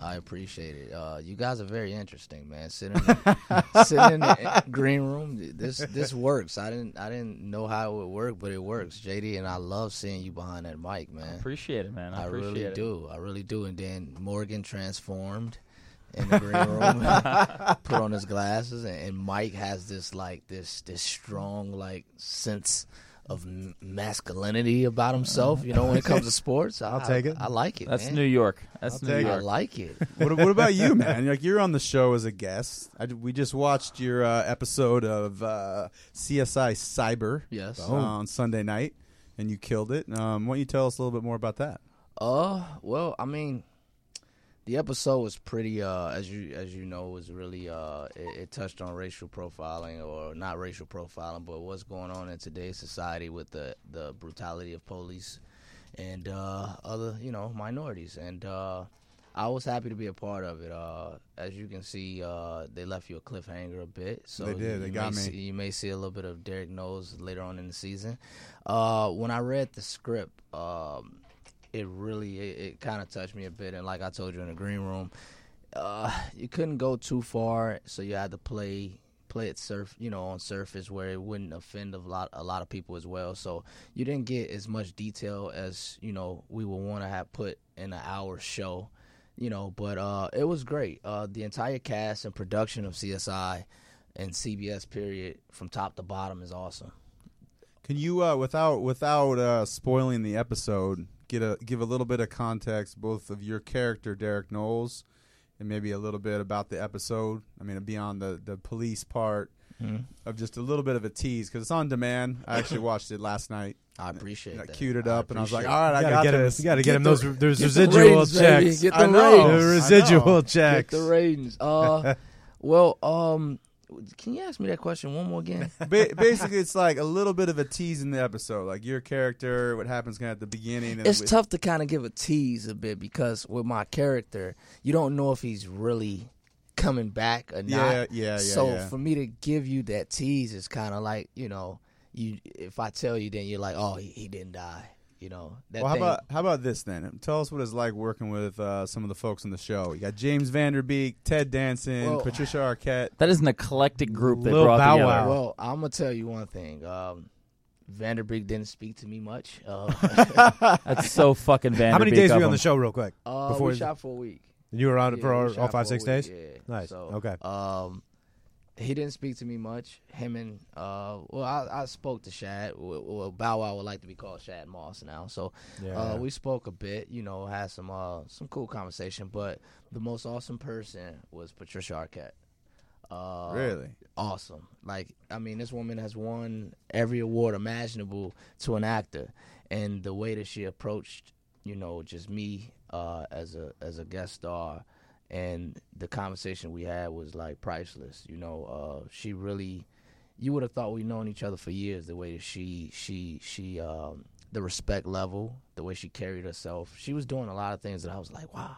[SPEAKER 8] I appreciate it. Uh, you guys are very interesting, man. Sitting in, [LAUGHS] sitting in the green room, this this works. I didn't I didn't know how it would work, but it works, JD. And I love seeing you behind that mic, man.
[SPEAKER 4] appreciate it, man. I
[SPEAKER 8] really
[SPEAKER 4] appreciate it.
[SPEAKER 8] do. I really do. And then Morgan transformed in the green room, [LAUGHS] put on his glasses, and, and Mike has this like this this strong like sense. Of m- masculinity about himself, you know, when it comes to sports, I,
[SPEAKER 7] I'll take it.
[SPEAKER 8] I, like it.
[SPEAKER 7] That's
[SPEAKER 8] man.
[SPEAKER 7] New York. That's I'll New take it.
[SPEAKER 8] I like it.
[SPEAKER 7] [LAUGHS] what, what about you, man? Like you're on the show as a guest. I, we just watched your uh, episode of uh, CSI Cyber.
[SPEAKER 8] Yes.
[SPEAKER 7] uh, on Sunday night, and you killed it. Um, why don't you tell us a little bit more about that?
[SPEAKER 8] Uh, well, I mean, the episode was pretty. Uh, as you as you know, was really. Uh, it, it touched on racial profiling, or not racial profiling, but what's going on in today's society with the the brutality of police and uh, other, you know, minorities. And uh, I was happy to be a part of it. Uh, as you can see, uh, they left you a cliffhanger a bit. So
[SPEAKER 7] They did.
[SPEAKER 8] You,
[SPEAKER 7] They
[SPEAKER 8] you
[SPEAKER 7] got
[SPEAKER 8] may
[SPEAKER 7] me.
[SPEAKER 8] see- you may see a little bit of Derek Knows later on in the season. Uh, when I read the script, um, it really it, it kind of touched me a bit. And like I told you in the green room, uh, you couldn't go too far, so you had to play play it surf you know on surface where it wouldn't offend a lot a lot of people as well so you didn't get as much detail as you know we would want to have put in an hour show you know but uh it was great uh the entire cast and production of csi and cbs period from top to bottom is awesome
[SPEAKER 7] Can you, uh, without without uh, spoiling the episode, get a give a little bit of context, both of your character Derek Knowles, and maybe a little bit about the episode. I mean, beyond the the police part,
[SPEAKER 3] Mm-hmm.
[SPEAKER 8] Mhm.
[SPEAKER 7] of just a little bit of a tease because it's on demand. I
[SPEAKER 3] [LAUGHS]
[SPEAKER 7] actually watched it last night.
[SPEAKER 8] I appreciate
[SPEAKER 7] I
[SPEAKER 8] that.
[SPEAKER 7] Queued it
[SPEAKER 8] I
[SPEAKER 7] up, and I was like,
[SPEAKER 8] appreciate it.
[SPEAKER 7] "All right, I
[SPEAKER 8] You gotta
[SPEAKER 7] got
[SPEAKER 3] get him-
[SPEAKER 7] this."
[SPEAKER 3] you gotta get him
[SPEAKER 7] the-
[SPEAKER 3] those- those
[SPEAKER 7] get the
[SPEAKER 3] residual
[SPEAKER 7] ratings,
[SPEAKER 3] checks.
[SPEAKER 7] baby. Get
[SPEAKER 3] I
[SPEAKER 7] the
[SPEAKER 3] know.
[SPEAKER 7] ratings.
[SPEAKER 3] The
[SPEAKER 7] I
[SPEAKER 3] residual
[SPEAKER 7] know.
[SPEAKER 8] Get
[SPEAKER 3] checks.
[SPEAKER 8] the ratings.
[SPEAKER 7] [LAUGHS]
[SPEAKER 8] Uh, well, um, can you ask me that question one more again?
[SPEAKER 7] [LAUGHS] Ba- basically, it's like a little bit of a tease in the episode, like your character, what happens kind of at the beginning. And
[SPEAKER 8] it's
[SPEAKER 7] we-
[SPEAKER 8] tough to kind of give a tease a bit because with my character, you don't know if he's really coming back or not.
[SPEAKER 7] Yeah, yeah, yeah,
[SPEAKER 8] So
[SPEAKER 7] yeah.
[SPEAKER 8] for me to give you that tease is kind of like you know, you if I tell you, then you're like, oh, he, he didn't die. You know that
[SPEAKER 7] Well, how
[SPEAKER 8] thing.
[SPEAKER 7] about how about this then? Tell us what it's like working with uh, some of the folks on the show. You got James Vanderbeek, Ted Danson,
[SPEAKER 8] Well-
[SPEAKER 7] Patricia Arquette.
[SPEAKER 4] That is an eclectic group that
[SPEAKER 7] Lil
[SPEAKER 4] brought
[SPEAKER 7] Bow
[SPEAKER 4] together.
[SPEAKER 7] Wow.
[SPEAKER 8] Well, I'm gonna tell you one thing. Um, Vanderbeek didn't speak to me much. Uh,
[SPEAKER 4] That's
[SPEAKER 8] [LAUGHS]
[SPEAKER 4] so fucking Vanderbeek.
[SPEAKER 3] How many days
[SPEAKER 4] of
[SPEAKER 3] were you on
[SPEAKER 4] them.
[SPEAKER 3] the show, real quick?
[SPEAKER 8] Uh, we shot for a week.
[SPEAKER 3] You were on it
[SPEAKER 8] Yeah,
[SPEAKER 3] for
[SPEAKER 8] we
[SPEAKER 3] all-
[SPEAKER 8] shot
[SPEAKER 3] all
[SPEAKER 8] for
[SPEAKER 3] five,
[SPEAKER 8] a
[SPEAKER 3] six
[SPEAKER 8] week,
[SPEAKER 3] days?
[SPEAKER 8] Yeah.
[SPEAKER 3] Nice.
[SPEAKER 8] So,
[SPEAKER 3] Okay.
[SPEAKER 7] uh,
[SPEAKER 8] Um, he didn't speak to me much. Him and uh, well, I, I spoke to Shad. Well, well, Bow Wow would like to be called Shad Moss now. So,
[SPEAKER 3] Yeah.
[SPEAKER 8] uh, we spoke a bit. You know, had some uh some cool conversation. But the most awesome person was Patricia Arquette. Uh,
[SPEAKER 7] Really?
[SPEAKER 8] awesome. Like, I mean, this woman has won every award imaginable to an actor, and the way that she approached, you know, just me uh, as a as a guest star, and the conversation we had was like priceless. You know, uh, she really, you would have thought we'd known each other for years. The way that she she she um, the respect level, the way she carried herself, she was doing a lot of things that I was like, wow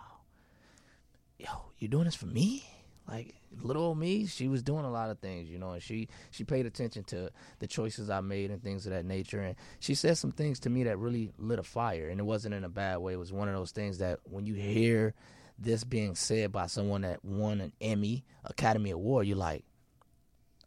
[SPEAKER 8] yo, you doing this for me? Like little old me, she was doing a lot of things, you know, and she she paid attention to the choices I made and things of that nature. And she said some things to me that really lit a fire, and it wasn't in a bad way. It was one of those things that when you hear this being said by someone that won an Emmy, Academy Award, you're like,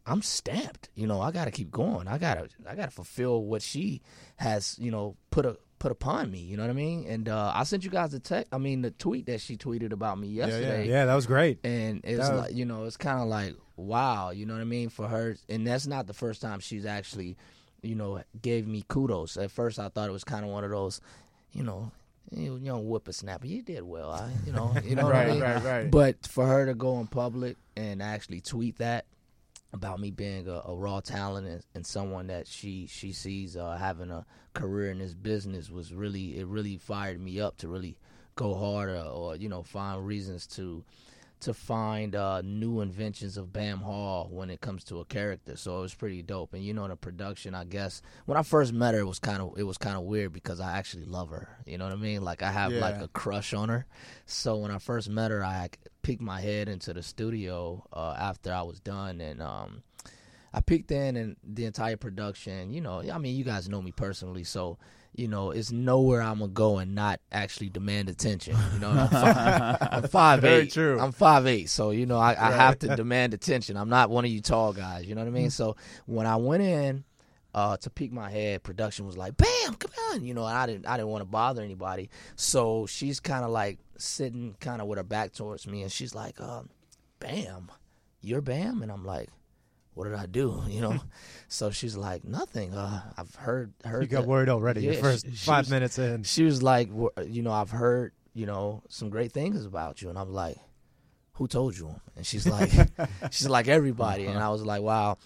[SPEAKER 8] I'm stamped. You know, I gotta keep going. I gotta I gotta fulfill what she has, you know, put a put upon me. You know what I mean? And uh, I sent you guys the tech I mean the tweet that she tweeted about me
[SPEAKER 3] yeah, yeah,
[SPEAKER 8] yesterday.
[SPEAKER 3] yeah, that was great.
[SPEAKER 8] And it's
[SPEAKER 3] That was-
[SPEAKER 8] like you know, it's kinda like wow, you know what I mean? For her and that's not the first time she's actually, you know, gave me kudos. At first I thought it was kinda one of those, you know, you young whippersnapper, you did well. I you know, [LAUGHS] you know what I
[SPEAKER 7] Right,
[SPEAKER 8] mean?
[SPEAKER 7] right, right.
[SPEAKER 8] But for her to go in public and actually tweet that
[SPEAKER 7] about me being a, a raw talent and, and someone that she she sees uh, having a career in this business was really it really fired me up to really go harder or you know find reasons to to find uh, new inventions of Bam Hall when it comes to a character. So it was pretty dope. And you know the production, I guess when I first met her, it was kind of it was kind of weird because I actually love her. You know what I mean? Like I have like
[SPEAKER 10] Yeah.
[SPEAKER 7] a crush on her. So when I first met her, I peeked my head into the studio uh, after I was done, and um, I peeked in, and the entire production. You know, I mean, you guys know me personally, so you know, it's nowhere I'm gonna go and not actually demand attention. You know, I'm five, I'm five
[SPEAKER 11] Very
[SPEAKER 7] eight.
[SPEAKER 11] true.
[SPEAKER 7] I'm five eight, so you know, I, I
[SPEAKER 11] Right.
[SPEAKER 7] have to demand attention. I'm not one of you tall guys. You know what I mean? So when I went in. Uh, to peek my head, production was like, "Bam, come on!" You know, and I didn't, I didn't want to bother anybody, so she's kind of like sitting, kind of with her back towards me, and she's like, um, "Bam, you're Bam," and I'm like, "What did I do?" You know, so she's like, "Nothing." Uh, I've heard heard
[SPEAKER 3] You got
[SPEAKER 7] the-
[SPEAKER 3] worried already, your first five
[SPEAKER 7] was-
[SPEAKER 3] minutes in.
[SPEAKER 7] She was like, "Wha- you know, I've heard, you know, some great things about you. And I'm like, who told you? 'em?" And she's like, she's like everybody. And I was like, wow.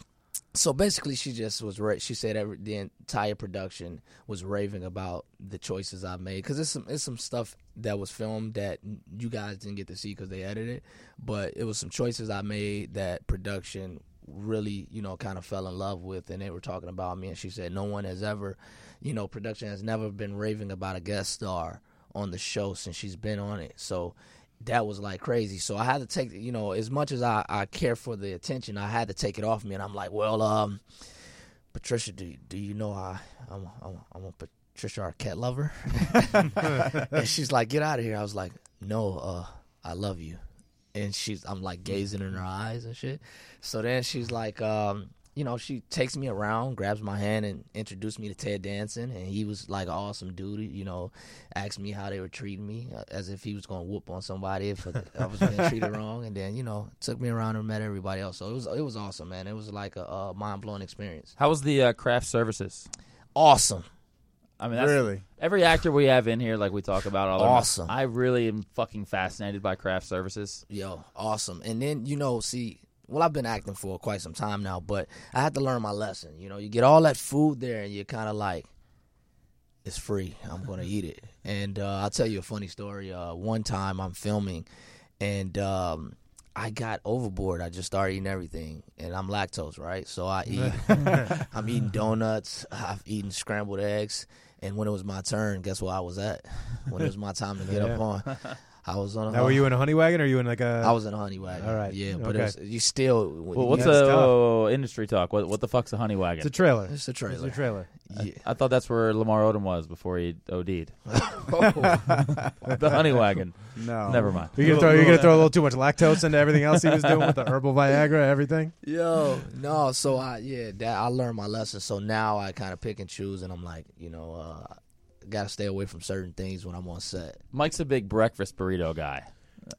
[SPEAKER 7] So basically, she just was. Ra- she said every, the entire production was raving about the choices I made because it's some it's some stuff that was filmed that you guys didn't get to see because they edited it, but it was some choices I made that production really you know kind of fell in love with and they were talking about me and she said no one has ever you know production has never been raving about a guest star on the show since she's been on it so that was like crazy so i had to take you know as much as i, I care for the attention i had to take it off me and i'm like well um Patricia, do do you know I I'm I'm, I'm a Patricia Arquette lover? [LAUGHS] and she's like, get out of here. I was like, no, uh, I love you. And she's I'm like gazing in her eyes and shit. So then she's like, um, you know, she takes me around, grabs my hand, and introduced me to Ted Danson, and he was like an awesome dude. You know, asked me how they were treating me, uh, as if he was gonna whoop on somebody if I was
[SPEAKER 8] [LAUGHS]
[SPEAKER 7] being treated wrong. And then you know, took me around and met everybody else. So it was it was awesome, man. It was like a, uh mind blowing experience.
[SPEAKER 4] How was the uh, craft services?
[SPEAKER 7] Awesome.
[SPEAKER 4] I mean, that's,
[SPEAKER 7] Really?
[SPEAKER 4] Every actor we have in here, like we talk about, all the-
[SPEAKER 7] Awesome.
[SPEAKER 4] I really am fucking fascinated by craft services.
[SPEAKER 7] Yo, awesome. And then, you know, see, well, I've been acting for quite some time now, but I had to learn my lesson. You know, you get all that food there and you're kind of like, it's free. I'm going to eat it. And uh, I'll tell you a funny story. Uh, one time I'm filming and um, I got overboard. I just started eating everything and I'm lactose, right? So I
[SPEAKER 3] [LAUGHS]
[SPEAKER 7] eat, I'm eating donuts, I've eaten scrambled eggs. And when it was my turn, guess where I was at? When it was my time to get up
[SPEAKER 3] Yeah.
[SPEAKER 7] on, I was on a
[SPEAKER 3] Now, were you in a honey wagon or you in like a?
[SPEAKER 7] I was in a honey wagon.
[SPEAKER 3] All right.
[SPEAKER 7] Yeah, but
[SPEAKER 3] Okay.
[SPEAKER 7] it was, you still.
[SPEAKER 4] Well, what's a
[SPEAKER 7] you-
[SPEAKER 4] whoa, whoa, whoa, industry talk? What what the fuck's a honey wagon?
[SPEAKER 3] It's a trailer.
[SPEAKER 7] It's a trailer.
[SPEAKER 3] It's a trailer.
[SPEAKER 4] I, I thought that's where Lamar Odom was before he
[SPEAKER 7] [LAUGHS]
[SPEAKER 4] OD'd.
[SPEAKER 7] Oh.
[SPEAKER 4] the honey wagon.
[SPEAKER 11] No.
[SPEAKER 4] never mind.
[SPEAKER 3] Um, You're gonna throw you're gonna throw a little too much lactose into everything else he was doing with
[SPEAKER 7] [LAUGHS]
[SPEAKER 3] the herbal Viagra, everything.
[SPEAKER 7] Yo, no. So I yeah, that I learned my lesson. So now I kind of pick and choose, and I'm like, you know, uh, gotta stay away from certain things when I'm on set.
[SPEAKER 4] Mike's a big breakfast burrito guy.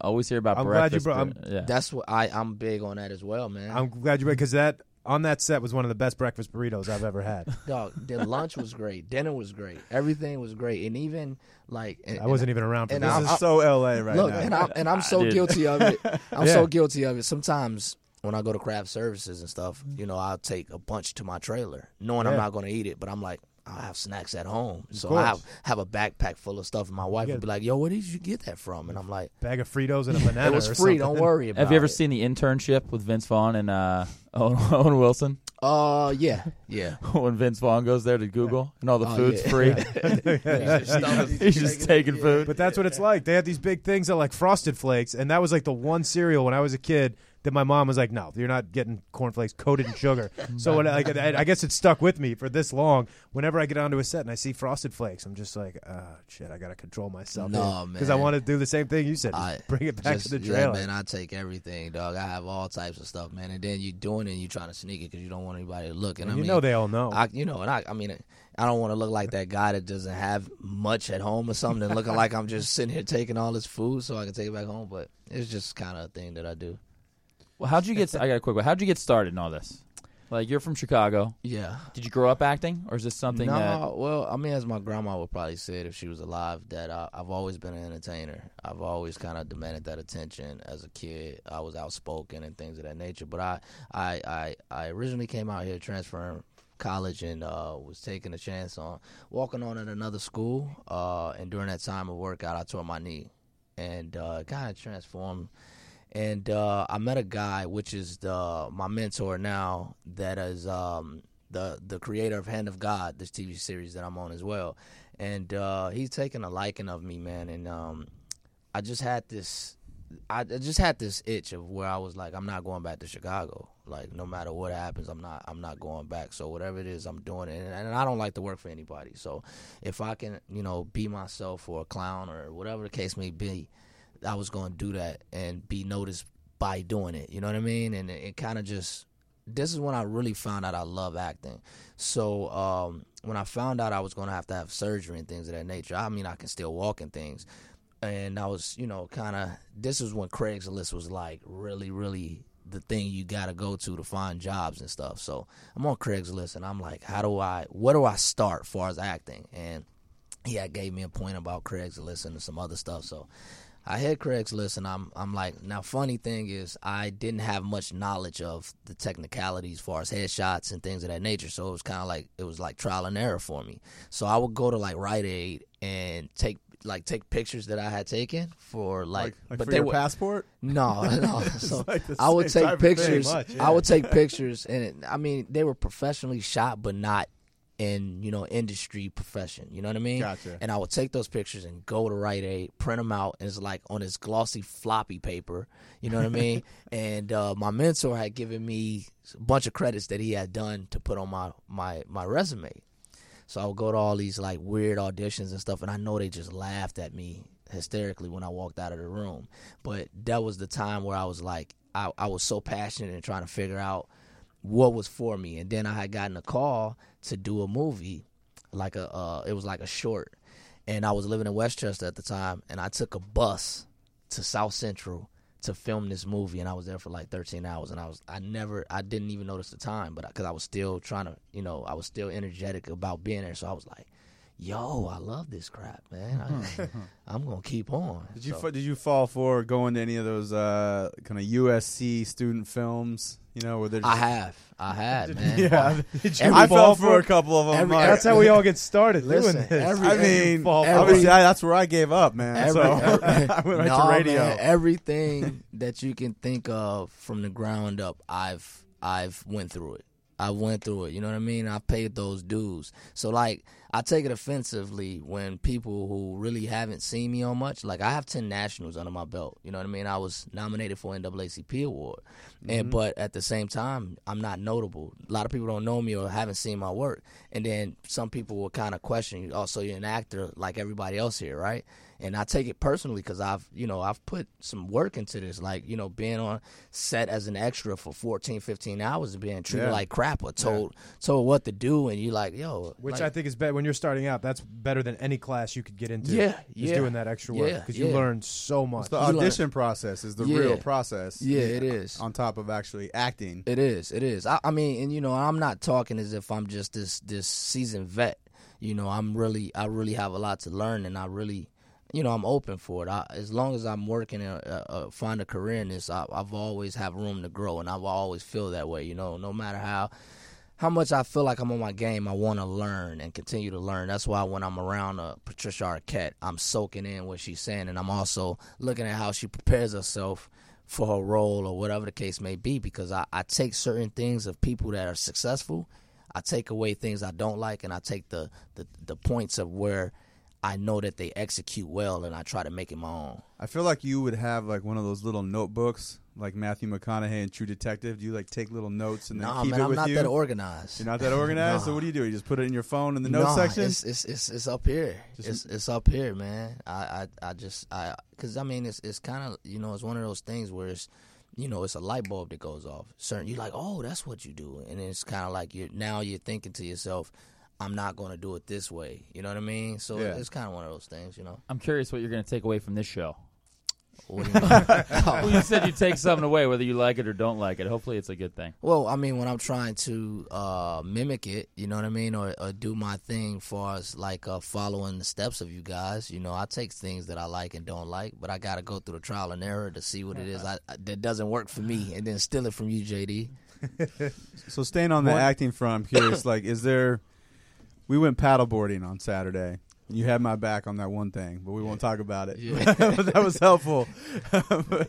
[SPEAKER 4] Always hear about
[SPEAKER 3] I'm glad you
[SPEAKER 4] breakfast.
[SPEAKER 3] brought-
[SPEAKER 4] bur-
[SPEAKER 3] I'm-
[SPEAKER 4] yeah.
[SPEAKER 7] That's what I I'm big on that as well, man.
[SPEAKER 3] I'm glad you because that on that set was one of the best breakfast burritos I've ever had.
[SPEAKER 7] [LAUGHS] Dog, the lunch was great, dinner was great, everything was great, and even like and-
[SPEAKER 3] I wasn't
[SPEAKER 7] and-
[SPEAKER 3] even around for
[SPEAKER 7] and
[SPEAKER 3] this.
[SPEAKER 7] I'm-
[SPEAKER 3] This is
[SPEAKER 7] I'm-
[SPEAKER 3] so LA right
[SPEAKER 7] look,
[SPEAKER 3] now.
[SPEAKER 7] and I'm, and
[SPEAKER 3] Ah,
[SPEAKER 7] I'm so
[SPEAKER 3] dude.
[SPEAKER 7] guilty of
[SPEAKER 3] [LAUGHS]
[SPEAKER 7] it. I'm
[SPEAKER 3] Yeah.
[SPEAKER 7] so guilty of it. Sometimes when I go to craft services and stuff, you know, I'll take a bunch to my trailer, knowing I'm
[SPEAKER 3] Yeah.
[SPEAKER 7] not going to eat it, but I'm like. I have snacks at home,
[SPEAKER 3] Of
[SPEAKER 7] so I have,
[SPEAKER 3] course.
[SPEAKER 7] have a backpack full of stuff, and my wife
[SPEAKER 3] You
[SPEAKER 7] would
[SPEAKER 3] got-
[SPEAKER 7] be like, "Yo, where did you get that from?" And I'm like,
[SPEAKER 3] Bag of Fritos and a banana.
[SPEAKER 7] It was
[SPEAKER 3] or
[SPEAKER 7] free. Don't
[SPEAKER 3] something.
[SPEAKER 7] worry about it.
[SPEAKER 4] Have you ever seen the internship with Vince Vaughn and uh, [LAUGHS] Owen, Owen Wilson?
[SPEAKER 7] Uh, yeah, yeah.
[SPEAKER 4] [LAUGHS] when Vince Vaughn goes there to Google and all the
[SPEAKER 7] Oh,
[SPEAKER 4] food's
[SPEAKER 7] yeah. [LAUGHS]
[SPEAKER 4] free.
[SPEAKER 3] Yeah.
[SPEAKER 4] [LAUGHS] He's just taking food.
[SPEAKER 3] But that's what it's like. They had these big things that like Frosted Flakes, and that was like the one cereal when I was a kid that my mom was like, "No, you're not getting cornflakes coated
[SPEAKER 7] [LAUGHS]
[SPEAKER 3] in sugar." so when, like, I, I guess it stuck with me for this long. Whenever I get onto a set and I see Frosted Flakes, I'm just like, "Ah, shit, I gotta control myself."
[SPEAKER 7] No, man.
[SPEAKER 3] because I want to do the same thing you said. just bring it back to the
[SPEAKER 7] yeah,
[SPEAKER 3] trailer.
[SPEAKER 7] man. I take everything, dog. I have all types of stuff, man. And then you doing it, and you trying to sneak it because you don't want anybody to look. And
[SPEAKER 3] And
[SPEAKER 7] I
[SPEAKER 3] you
[SPEAKER 7] mean,
[SPEAKER 3] know they all know.
[SPEAKER 7] I, you know, and I, I mean, I don't want to look like that guy that doesn't have much at home or something, and looking like I'm just sitting here taking all this food so I can take it back home. But it's just kind of a thing that I do.
[SPEAKER 4] Well, how'd you get? I got a quick one. How'd you get started in all this? Like you're from Chicago.
[SPEAKER 7] Yeah.
[SPEAKER 4] Did you grow up acting, or is this something
[SPEAKER 7] no,
[SPEAKER 4] that
[SPEAKER 7] well, I mean, as my grandma would probably say it if she was alive, that I, I've always been an entertainer. I've always kind of demanded that attention as a kid. I was outspoken and things of that nature. But I, I, I, I originally came out here transferring college and uh, was taking a chance on walking on at another school. Uh, and during that time of workout, I tore my knee, and uh, kind of transformed and uh, I met a guy, which is the my mentor now, that is um, the the creator of Hand of God, this TV series that I'm on as well, and uh, he's taken a liking of me, man, and um, I just had this. I I just had this itch of where I was like, I'm not going back to Chicago. Like, no matter what happens, I'm not, I'm not going back. So whatever it is, I'm doing it. And, and I don't like to work for anybody. So if I can, you know, be myself or a clown or whatever the case may be, I was going to do that and be noticed by doing it. You know what I mean? And it, it kind of just this is when I really found out I love acting. So um, when I found out I was going to have to have surgery and things of that nature, I mean I can still walk and things. And I was, you know, kind of this is when Craigslist was like really, really the thing you got to go to to find jobs and stuff. So I'm on Craigslist and I'm like, how do I, where do I start far as acting? And yeah, gave me a point about Craigslist and some other stuff. So I hit Craigslist and I'm I'm like now funny thing is I didn't have much knowledge of the technicalities as far as headshots and things of that nature. So it was kinda like it was like trial and error for me. So I would go to like Rite Aid and take like take pictures that I had taken for
[SPEAKER 8] Like-
[SPEAKER 7] like,
[SPEAKER 8] like
[SPEAKER 7] but
[SPEAKER 8] for
[SPEAKER 7] they
[SPEAKER 8] your
[SPEAKER 7] were
[SPEAKER 8] passport?
[SPEAKER 7] No, no.
[SPEAKER 8] It's
[SPEAKER 7] so
[SPEAKER 8] like the
[SPEAKER 7] I would
[SPEAKER 8] same
[SPEAKER 7] take
[SPEAKER 8] type of thing,
[SPEAKER 7] pictures.
[SPEAKER 8] much,
[SPEAKER 7] I
[SPEAKER 8] yeah.
[SPEAKER 7] would take pictures and it, I mean they were professionally shot but not in you know industry profession you know what i mean
[SPEAKER 8] Gotcha.
[SPEAKER 7] and i would take those pictures and go to Rite Aid print them out and it's like on this glossy floppy paper you know what i mean and uh, my mentor had given me a bunch of credits that he had done to put on my my my resume so I would go to all these like weird auditions and stuff, and I know they just laughed at me hysterically when I walked out of the room. But that was the time where I was like, I, I was so passionate and trying to figure out what was for me. And then I had gotten a call to do a movie, like a uh, it was like a short, and I was living in Westchester at the time, and I took a bus to South Central to film this movie and I was there for like 13 hours and I was I never I didn't even notice the time but cuz I was still trying to you know I was still energetic about being there so I was like yo I love this crap man I, am going to keep on
[SPEAKER 8] Hmm. Did you
[SPEAKER 7] So-
[SPEAKER 8] fa- did you fall for going to any of those uh, kind of USC student films? You know where they're.
[SPEAKER 7] I have
[SPEAKER 8] [LAUGHS]
[SPEAKER 7] I had man
[SPEAKER 8] Yeah,
[SPEAKER 7] Every-
[SPEAKER 8] I fell for a couple of them.
[SPEAKER 7] every-
[SPEAKER 8] like-
[SPEAKER 3] That's how we all get started doing
[SPEAKER 7] Listen,
[SPEAKER 3] this.
[SPEAKER 7] every-
[SPEAKER 8] I
[SPEAKER 7] every-
[SPEAKER 8] mean,
[SPEAKER 7] every-
[SPEAKER 8] obviously, I, that's where I gave up, man.
[SPEAKER 7] Every-
[SPEAKER 8] so
[SPEAKER 7] every- [LAUGHS]
[SPEAKER 8] I went right
[SPEAKER 7] Nah,
[SPEAKER 8] to radio.
[SPEAKER 7] man, everything that you can think of from the ground up, I've I've went through it. I went through it. You know what I mean? I paid those dues. So like, I take it offensively when people who really haven't seen me on much. Like, I have ten nationals under my belt. You know what I mean? I was nominated for NAACP award, and but at the same time, I'm not notable. A lot of people don't know me or haven't seen my work. And then some people will kind of question you. Oh, so you're an actor like everybody else here, right? and I take it personally because I've you know I've put some work into this like you know being on set as an extra for 14 15 hours and being treated
[SPEAKER 3] Yeah.
[SPEAKER 7] like crap or told told what to do and you like yo
[SPEAKER 3] Which
[SPEAKER 7] like-
[SPEAKER 3] I think is better when you're starting out. That's better than any class you could get into.
[SPEAKER 7] Yeah,
[SPEAKER 3] is
[SPEAKER 7] yeah,
[SPEAKER 3] doing that extra work
[SPEAKER 7] yeah,
[SPEAKER 3] because you
[SPEAKER 7] yeah.
[SPEAKER 3] learn so much.
[SPEAKER 8] It's the audition process is the
[SPEAKER 7] Yeah.
[SPEAKER 8] real process.
[SPEAKER 7] Yeah, it is.
[SPEAKER 8] On top of actually acting.
[SPEAKER 7] It is. It is. I, I mean, and you know, I'm not talking as if I'm just this this seasoned vet. You know, I'm really, I really have a lot to learn, and I really, you know, I'm open for it. I, as long as I'm working and uh, uh, find a career in this, I, I've always have room to grow, and I've always feel that way. You know, no matter how how much I feel like I'm on my game, I want to learn and continue to learn. That's why when I'm around uh, Patricia Arquette, I'm soaking in what she's saying, and I'm also looking at how she prepares herself for her role or whatever the case may be. Because I, I take certain things of people that are successful, I take away things I don't like, and I take the the, the points of where I know that they execute well, and I try to make it my own.
[SPEAKER 8] I feel like you would have like one of those little notebooks, like Matthew McConaughey in True Detective. Do you like take little notes and then
[SPEAKER 7] Nah,
[SPEAKER 8] keep
[SPEAKER 7] man,
[SPEAKER 8] it
[SPEAKER 7] I'm
[SPEAKER 8] with
[SPEAKER 7] not
[SPEAKER 8] you?
[SPEAKER 7] that organized.
[SPEAKER 8] You're not that organized. So what do you do? You just put it in your phone in the notes
[SPEAKER 7] Nah,
[SPEAKER 8] section.
[SPEAKER 7] It's it's it's, it's up here. it's it's up here, man. I I, I just I because I mean it's it's kind of you know it's one of those things where it's you know it's a light bulb that goes off. Certain you're like oh that's what you do, and it's kind of like you're now you're thinking to yourself. I'm not going to do it this way. You know what I mean? So
[SPEAKER 8] Yeah.
[SPEAKER 7] it's kind of one of those things, you know.
[SPEAKER 4] I'm curious what you're going to take away from this show?
[SPEAKER 8] [LAUGHS] What do you mean?
[SPEAKER 4] [LAUGHS] well, you said you take something away, whether you like it or don't like it. Hopefully, it's a good thing.
[SPEAKER 8] Well, I mean, when I'm trying to uh, mimic it, you know what I mean, or, or do my thing, far as like uh, following the steps of you guys, you know, I take things that I like and don't like, but I got to go through the trial and error to see what it is I, I- that doesn't work for me, and then steal it from you, JD.
[SPEAKER 7] [LAUGHS] So staying on the
[SPEAKER 8] One-
[SPEAKER 7] acting front, I'm curious. like, is there? We went paddleboarding on Saturday. You had my back on that one thing, but we won't talk about it.
[SPEAKER 8] Yeah.
[SPEAKER 7] [LAUGHS] but that was helpful. [LAUGHS]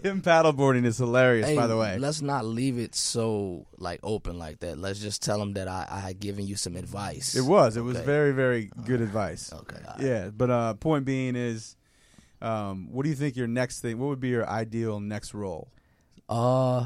[SPEAKER 7] Him paddleboarding is hilarious,
[SPEAKER 8] Hey,
[SPEAKER 7] by the way.
[SPEAKER 8] Let's not leave it so like open like that. Let's just tell them that I, I had given you some advice.
[SPEAKER 7] It was. It was
[SPEAKER 8] Okay.
[SPEAKER 7] very, very good advice. Okay. Yeah, but uh, point being is, um, what do you think your next thing? What would be your ideal next role?
[SPEAKER 8] Uh,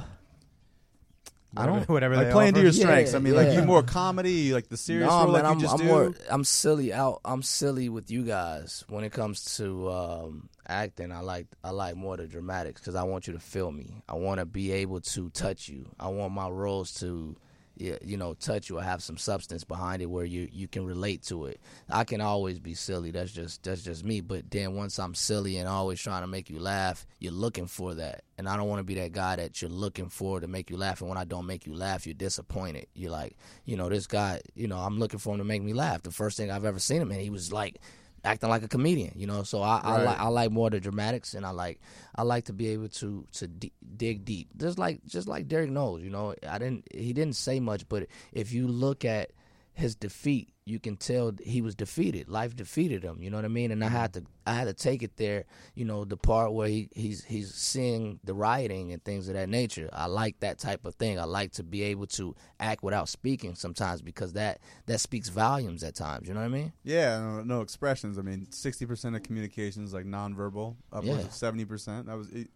[SPEAKER 7] I don't.
[SPEAKER 3] whatever
[SPEAKER 7] Like
[SPEAKER 3] they
[SPEAKER 7] playing to
[SPEAKER 3] offer.
[SPEAKER 7] your strengths.
[SPEAKER 8] Yeah,
[SPEAKER 7] I mean, like
[SPEAKER 8] yeah.
[SPEAKER 7] you more comedy, you like the serious
[SPEAKER 8] No,
[SPEAKER 7] role,
[SPEAKER 8] man,
[SPEAKER 7] like
[SPEAKER 8] I'm,
[SPEAKER 7] you just
[SPEAKER 8] I'm
[SPEAKER 7] do.
[SPEAKER 8] more- I'm silly out. I'm silly with you guys when it comes to um, acting. I like I like more the dramatics because I want you to feel me. I want to be able to touch you. I want my roles to, y- you know, touch you or have some substance behind it where you you can relate to it. I can always be silly. That's just that's just me. But then once I'm silly and always trying to make you laugh, you're looking for that, and I don't want to be that guy that you're looking for to make you laugh. And when I don't make you laugh, you're disappointed. You're like, you know, this guy. You know, I'm looking for him to make me laugh. The first thing I've ever seen him in, he was like acting like a comedian. You know, so I I,
[SPEAKER 7] Right.
[SPEAKER 8] like I like more the dramatics, and I like I like to be able to to d- dig deep, just like just like Derek Knowles. You know, I didn't he didn't say much, but if you look at his defeat, you can tell th- he was defeated. Life defeated him. You know what I mean? And I had to, I had to take it there. You know, the part where he, he's he's seeing the rioting and things of that nature. I like that type of thing. I like to be able to act without speaking sometimes because that that speaks volumes at times. You know what I mean?
[SPEAKER 7] Yeah, no, no expressions. I mean, sixty percent of communication is like nonverbal. Upwards
[SPEAKER 8] Yeah.
[SPEAKER 7] of seventy percent. That was. It,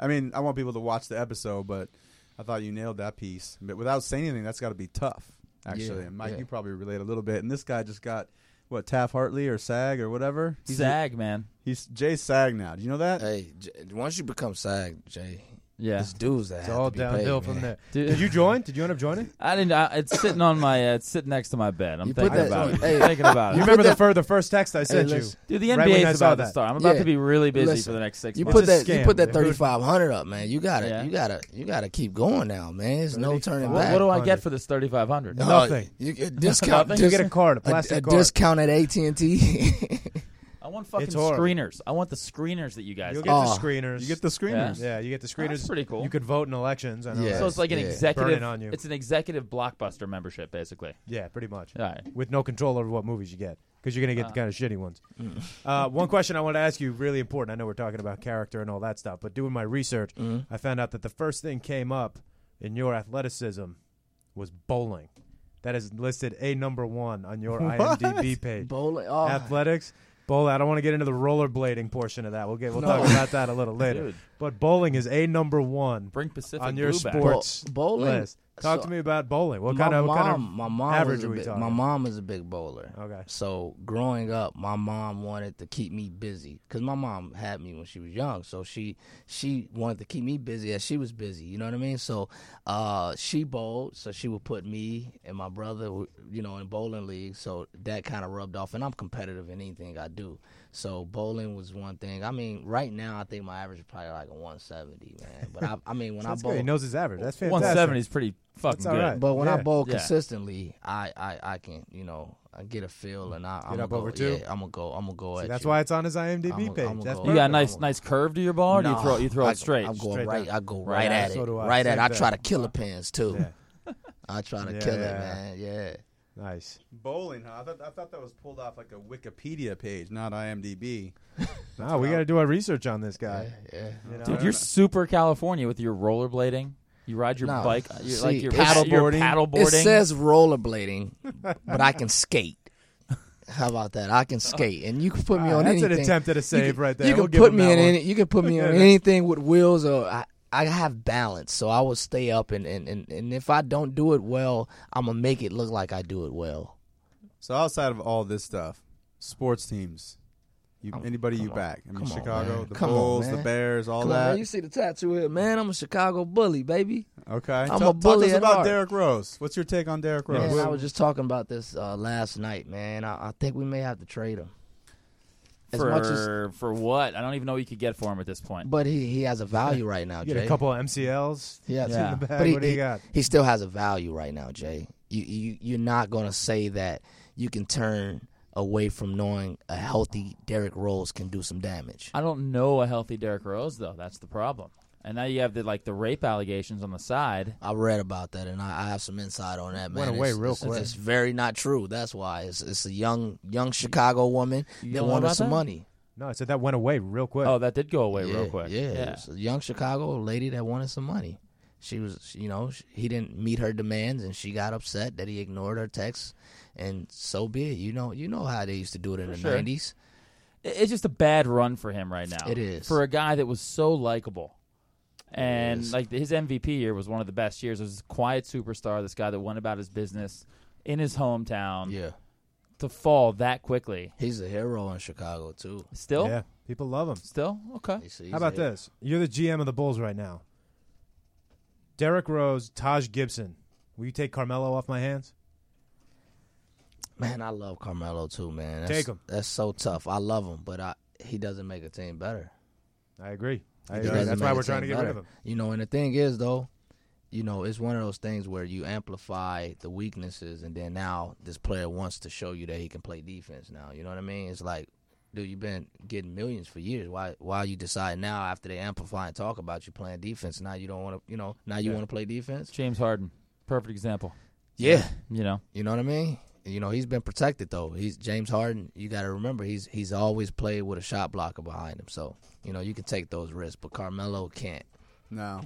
[SPEAKER 7] I mean, I want people to watch the episode, but I thought you nailed that piece. But without saying anything, that's got to be tough, actually.
[SPEAKER 8] Yeah,
[SPEAKER 7] and Mike,
[SPEAKER 8] yeah.
[SPEAKER 7] you probably relate a little bit. And this guy just got what Taff Hartley or SAG or whatever. He's
[SPEAKER 4] Sag, man.
[SPEAKER 7] He's Jay SAG now. Do you know that?
[SPEAKER 8] Hey, J- once you become SAG, Jay,
[SPEAKER 4] Yeah.
[SPEAKER 8] it's dues that
[SPEAKER 3] It's
[SPEAKER 8] have
[SPEAKER 3] all
[SPEAKER 8] to be
[SPEAKER 3] downhill
[SPEAKER 8] paid,
[SPEAKER 3] from
[SPEAKER 8] man.
[SPEAKER 3] there.
[SPEAKER 4] Dude.
[SPEAKER 3] Did you join? Did you end up joining?
[SPEAKER 4] I didn't. I, it's sitting on my. Uh, it's sitting next to my bed. I'm
[SPEAKER 8] You put
[SPEAKER 4] thinking
[SPEAKER 8] that-
[SPEAKER 4] about it.
[SPEAKER 8] hey.
[SPEAKER 4] thinking
[SPEAKER 8] [LAUGHS]
[SPEAKER 4] about [LAUGHS]
[SPEAKER 3] You
[SPEAKER 4] it.
[SPEAKER 3] remember the, fir- the first text I sent you?
[SPEAKER 8] listen.
[SPEAKER 4] Dude, the
[SPEAKER 3] Right when
[SPEAKER 4] NBA
[SPEAKER 3] I
[SPEAKER 4] is
[SPEAKER 3] saw
[SPEAKER 4] about to
[SPEAKER 3] that.
[SPEAKER 4] start. I'm about
[SPEAKER 8] Yeah.
[SPEAKER 4] to be really busy
[SPEAKER 8] Listen,
[SPEAKER 4] for the next six
[SPEAKER 8] You
[SPEAKER 4] months.
[SPEAKER 8] put that
[SPEAKER 3] a
[SPEAKER 8] you
[SPEAKER 3] scam,
[SPEAKER 8] put that
[SPEAKER 3] dude.
[SPEAKER 8] thirty five hundred up, man. You gotta
[SPEAKER 4] Yeah.
[SPEAKER 8] you gotta you gotta keep going now, man. There's no turning
[SPEAKER 4] What,
[SPEAKER 8] back.
[SPEAKER 4] what do I get for this 3,500?
[SPEAKER 8] No,
[SPEAKER 3] Nothing.
[SPEAKER 8] You get discount.
[SPEAKER 3] You get a card, a plastic
[SPEAKER 8] a
[SPEAKER 3] card.
[SPEAKER 8] discount at AT and T.
[SPEAKER 4] I want fucking
[SPEAKER 3] It's horrible.
[SPEAKER 4] screeners. I want the screeners that you guys.
[SPEAKER 3] You'll
[SPEAKER 4] have.
[SPEAKER 3] get
[SPEAKER 8] Oh.
[SPEAKER 3] the screeners.
[SPEAKER 7] You get the screeners.
[SPEAKER 3] yeah, you get the screeners.
[SPEAKER 4] Ah. That's pretty cool.
[SPEAKER 3] You could vote in elections. I know.
[SPEAKER 8] Yeah.
[SPEAKER 3] that.
[SPEAKER 4] So it's like an
[SPEAKER 8] Yeah.
[SPEAKER 4] executive.
[SPEAKER 3] Burning on you.
[SPEAKER 4] It's an executive blockbuster membership, basically.
[SPEAKER 3] yeah, pretty much.
[SPEAKER 4] All right.
[SPEAKER 3] with no control over what movies you get because you're going to get the
[SPEAKER 8] Ah.
[SPEAKER 3] kind of shitty
[SPEAKER 8] [LAUGHS]
[SPEAKER 3] ones.
[SPEAKER 8] Mm.
[SPEAKER 3] Uh, one question I want to ask you, really important. I know we're talking about character and all that stuff, but doing my research,
[SPEAKER 8] Mm-hmm.
[SPEAKER 3] I found out that the first thing came up in your athleticism was bowling. That is listed a number one on your
[SPEAKER 8] [LAUGHS]
[SPEAKER 3] IMDb page.
[SPEAKER 8] Bowling. Oh,
[SPEAKER 3] Athletics, bowling. I don't want to get into the rollerblading portion of that. We'll get. We'll talk about that a
[SPEAKER 8] [LAUGHS]
[SPEAKER 3] little later.
[SPEAKER 4] Dude.
[SPEAKER 3] But bowling is a number one
[SPEAKER 4] Bring Pacific
[SPEAKER 3] on your
[SPEAKER 4] Blue back.
[SPEAKER 3] sports
[SPEAKER 8] Bo- bowling-
[SPEAKER 3] list. Talk
[SPEAKER 8] so-
[SPEAKER 3] to me about bowling. What
[SPEAKER 8] my
[SPEAKER 3] kind of
[SPEAKER 8] mom,
[SPEAKER 3] what kind of
[SPEAKER 8] my mom was
[SPEAKER 3] average
[SPEAKER 8] a
[SPEAKER 3] are we
[SPEAKER 8] big,
[SPEAKER 3] talking?
[SPEAKER 8] My mom was a big bowler.
[SPEAKER 3] Okay.
[SPEAKER 8] So growing up, my mom wanted to keep me busy because my mom had me when she was young. So she she wanted to keep me busy as she was busy. You know what I mean? So uh, she bowled. So she would put me and my brother, you know, in bowling league. So that kind of rubbed off. And I'm competitive in anything I do. So bowling was one thing. I mean, right now I think my average is probably like a 170, man. But I, I mean,
[SPEAKER 3] [LAUGHS]
[SPEAKER 8] when I
[SPEAKER 3] That's
[SPEAKER 8] bowl,
[SPEAKER 3] good. He knows his average. That's fantastic.
[SPEAKER 4] 170 is pretty fucking
[SPEAKER 3] all
[SPEAKER 4] good.
[SPEAKER 3] right.
[SPEAKER 8] but when I
[SPEAKER 3] Yeah.
[SPEAKER 8] bowl
[SPEAKER 4] Yeah.
[SPEAKER 8] consistently, I, I I can you know I get a feel and I I'm
[SPEAKER 3] up
[SPEAKER 8] go,
[SPEAKER 3] over two?
[SPEAKER 8] Yeah, I'm gonna go. I'm gonna go
[SPEAKER 3] See,
[SPEAKER 8] at
[SPEAKER 3] that's
[SPEAKER 8] you.
[SPEAKER 3] why it's on his IMDb
[SPEAKER 8] I'ma-
[SPEAKER 3] page.
[SPEAKER 8] I'ma
[SPEAKER 3] that's
[SPEAKER 8] go.
[SPEAKER 4] You
[SPEAKER 3] perfect.
[SPEAKER 4] got a nice, nice curve to your ball, or do you
[SPEAKER 8] Nah,
[SPEAKER 4] throw, you throw
[SPEAKER 8] I,
[SPEAKER 4] it straight?
[SPEAKER 8] I'm going
[SPEAKER 3] Straight
[SPEAKER 8] right.
[SPEAKER 3] down.
[SPEAKER 8] I go
[SPEAKER 4] Right
[SPEAKER 8] right,
[SPEAKER 4] down.
[SPEAKER 8] at it.
[SPEAKER 3] So do I.
[SPEAKER 8] Right at. it.
[SPEAKER 3] Same
[SPEAKER 8] I try to
[SPEAKER 3] thing.
[SPEAKER 8] kill a pins too. I try to
[SPEAKER 3] Yeah.
[SPEAKER 8] kill it, man. Yeah.
[SPEAKER 3] nice.
[SPEAKER 7] Bowling. Huh? I thought I thought that was pulled off like a Wikipedia page, not IMDb.
[SPEAKER 3] Nah, we got to do our research on this guy.
[SPEAKER 8] Yeah.
[SPEAKER 4] Dude, you're super California with your rollerblading. You ride your
[SPEAKER 8] No. uh,
[SPEAKER 4] bike, you like
[SPEAKER 8] See,
[SPEAKER 4] your
[SPEAKER 8] it's-
[SPEAKER 4] paddle
[SPEAKER 7] Paddleboarding.
[SPEAKER 4] paddleboarding.
[SPEAKER 8] It says rollerblading, but I can skate. How about that? I can skate, and you can put me
[SPEAKER 3] Ah,
[SPEAKER 8] on
[SPEAKER 3] that's an
[SPEAKER 8] anything.
[SPEAKER 3] attempt at a
[SPEAKER 8] You
[SPEAKER 3] save
[SPEAKER 8] can-
[SPEAKER 3] right there.
[SPEAKER 8] You can
[SPEAKER 3] We'll give
[SPEAKER 8] put
[SPEAKER 3] him
[SPEAKER 8] me
[SPEAKER 3] that
[SPEAKER 8] in
[SPEAKER 3] one.
[SPEAKER 8] any. You can put me on anything with wheels, or I, I have balance, so I will stay up, and and, and and if I don't do it well, I'm gonna make it look like I do it well.
[SPEAKER 7] So outside of all this stuff, sports teams, you, anybody you back? I mean,
[SPEAKER 8] Oh, come on,
[SPEAKER 7] Chicago,
[SPEAKER 8] man.
[SPEAKER 7] the
[SPEAKER 8] Come on,
[SPEAKER 7] Bulls, the
[SPEAKER 8] man.
[SPEAKER 7] Bears, all
[SPEAKER 8] Come on,
[SPEAKER 7] that.
[SPEAKER 8] man, you see the tattoo here, man. I'm a Chicago bully, baby.
[SPEAKER 7] okay,
[SPEAKER 8] I'm
[SPEAKER 7] Tell-
[SPEAKER 8] a bully
[SPEAKER 7] Talk to us
[SPEAKER 8] at
[SPEAKER 7] about
[SPEAKER 8] heart.
[SPEAKER 7] Derrick Rose. What's your take on Derrick Rose?
[SPEAKER 8] Man, I was just talking about this uh, last night, man. I, I think we may have to trade him. as
[SPEAKER 4] for
[SPEAKER 8] much as
[SPEAKER 4] for what? I don't even know what you could get for him at this point.
[SPEAKER 8] but he he has a
[SPEAKER 7] [LAUGHS]
[SPEAKER 8] value right now,
[SPEAKER 4] You get
[SPEAKER 8] Jay.
[SPEAKER 4] a couple
[SPEAKER 3] of MCLs.
[SPEAKER 8] Yeah,
[SPEAKER 4] Yeah. in the bag.
[SPEAKER 8] But he,
[SPEAKER 4] What do you
[SPEAKER 8] he-
[SPEAKER 4] got?
[SPEAKER 8] He still has a value right now, Jay. You you you're not gonna say that you can turn away from knowing a healthy Derrick Rose can do some damage.
[SPEAKER 4] I don't know a healthy Derrick Rose though. That's the problem. And now you have the like the rape allegations on the side.
[SPEAKER 8] I read about that, and I, I have some insight on that. Man,
[SPEAKER 4] Went away
[SPEAKER 8] It's-
[SPEAKER 4] real
[SPEAKER 8] it's,
[SPEAKER 4] quick.
[SPEAKER 8] It's very not true. That's why it's it's a young young Chicago woman
[SPEAKER 3] You
[SPEAKER 8] that
[SPEAKER 3] don't know
[SPEAKER 8] wanted
[SPEAKER 3] about
[SPEAKER 8] some
[SPEAKER 3] that?
[SPEAKER 8] money.
[SPEAKER 3] No, I said that went away real quick.
[SPEAKER 4] Oh, that did go away
[SPEAKER 8] yeah, Yeah, it's a young Chicago lady that wanted some money. She was, she- you know, she, he didn't meet her demands, and she got upset that he ignored her texts. And so be it. You know, you know how they used to do it in
[SPEAKER 4] For
[SPEAKER 8] the
[SPEAKER 4] sure.
[SPEAKER 8] nineties.
[SPEAKER 4] It- It's just a bad run for him right now.
[SPEAKER 8] It is.
[SPEAKER 4] for a guy that was so likable,
[SPEAKER 8] It
[SPEAKER 4] and
[SPEAKER 8] is.
[SPEAKER 4] like his MVP year was one of the best years. It was this quiet superstar, this guy that went about his business in his hometown.
[SPEAKER 8] Yeah,
[SPEAKER 4] to fall that quickly.
[SPEAKER 8] He's a hero in Chicago too.
[SPEAKER 4] Still,
[SPEAKER 3] Yeah, people love him.
[SPEAKER 4] Still, okay.
[SPEAKER 3] How about this? You're the GM of the Bulls right now. Derrick Rose, Taj Gibson. Will you take Carmelo off my hands?
[SPEAKER 8] Man, I love Carmelo too, man. That's,
[SPEAKER 3] Take him.
[SPEAKER 8] That's so tough. I love him, but I he doesn't make a team better.
[SPEAKER 3] I agree. I
[SPEAKER 8] He
[SPEAKER 3] agree.
[SPEAKER 8] doesn't
[SPEAKER 3] That's
[SPEAKER 8] make
[SPEAKER 3] why
[SPEAKER 8] a
[SPEAKER 3] we're trying to
[SPEAKER 8] team
[SPEAKER 3] get rid of him.
[SPEAKER 8] better. You know, and the thing is though, you know, it's one of those things where you amplify the weaknesses, and then now this player wants to show you that he can play defense. Now, you know what I mean? It's like, dude, you've been getting millions for years. Why? Why you decide now after they amplify and talk about you playing defense? Now you don't want to, you know? Now you
[SPEAKER 4] Yeah.
[SPEAKER 8] want to play defense?
[SPEAKER 4] James Harden, perfect example.
[SPEAKER 8] Yeah.
[SPEAKER 4] You know.
[SPEAKER 8] You know what I mean? You know, he's been protected though. He's James Harden, you gotta remember he's he's always played with a shot blocker behind him. So, you know, you can take those risks, but Carmelo can't.
[SPEAKER 7] No.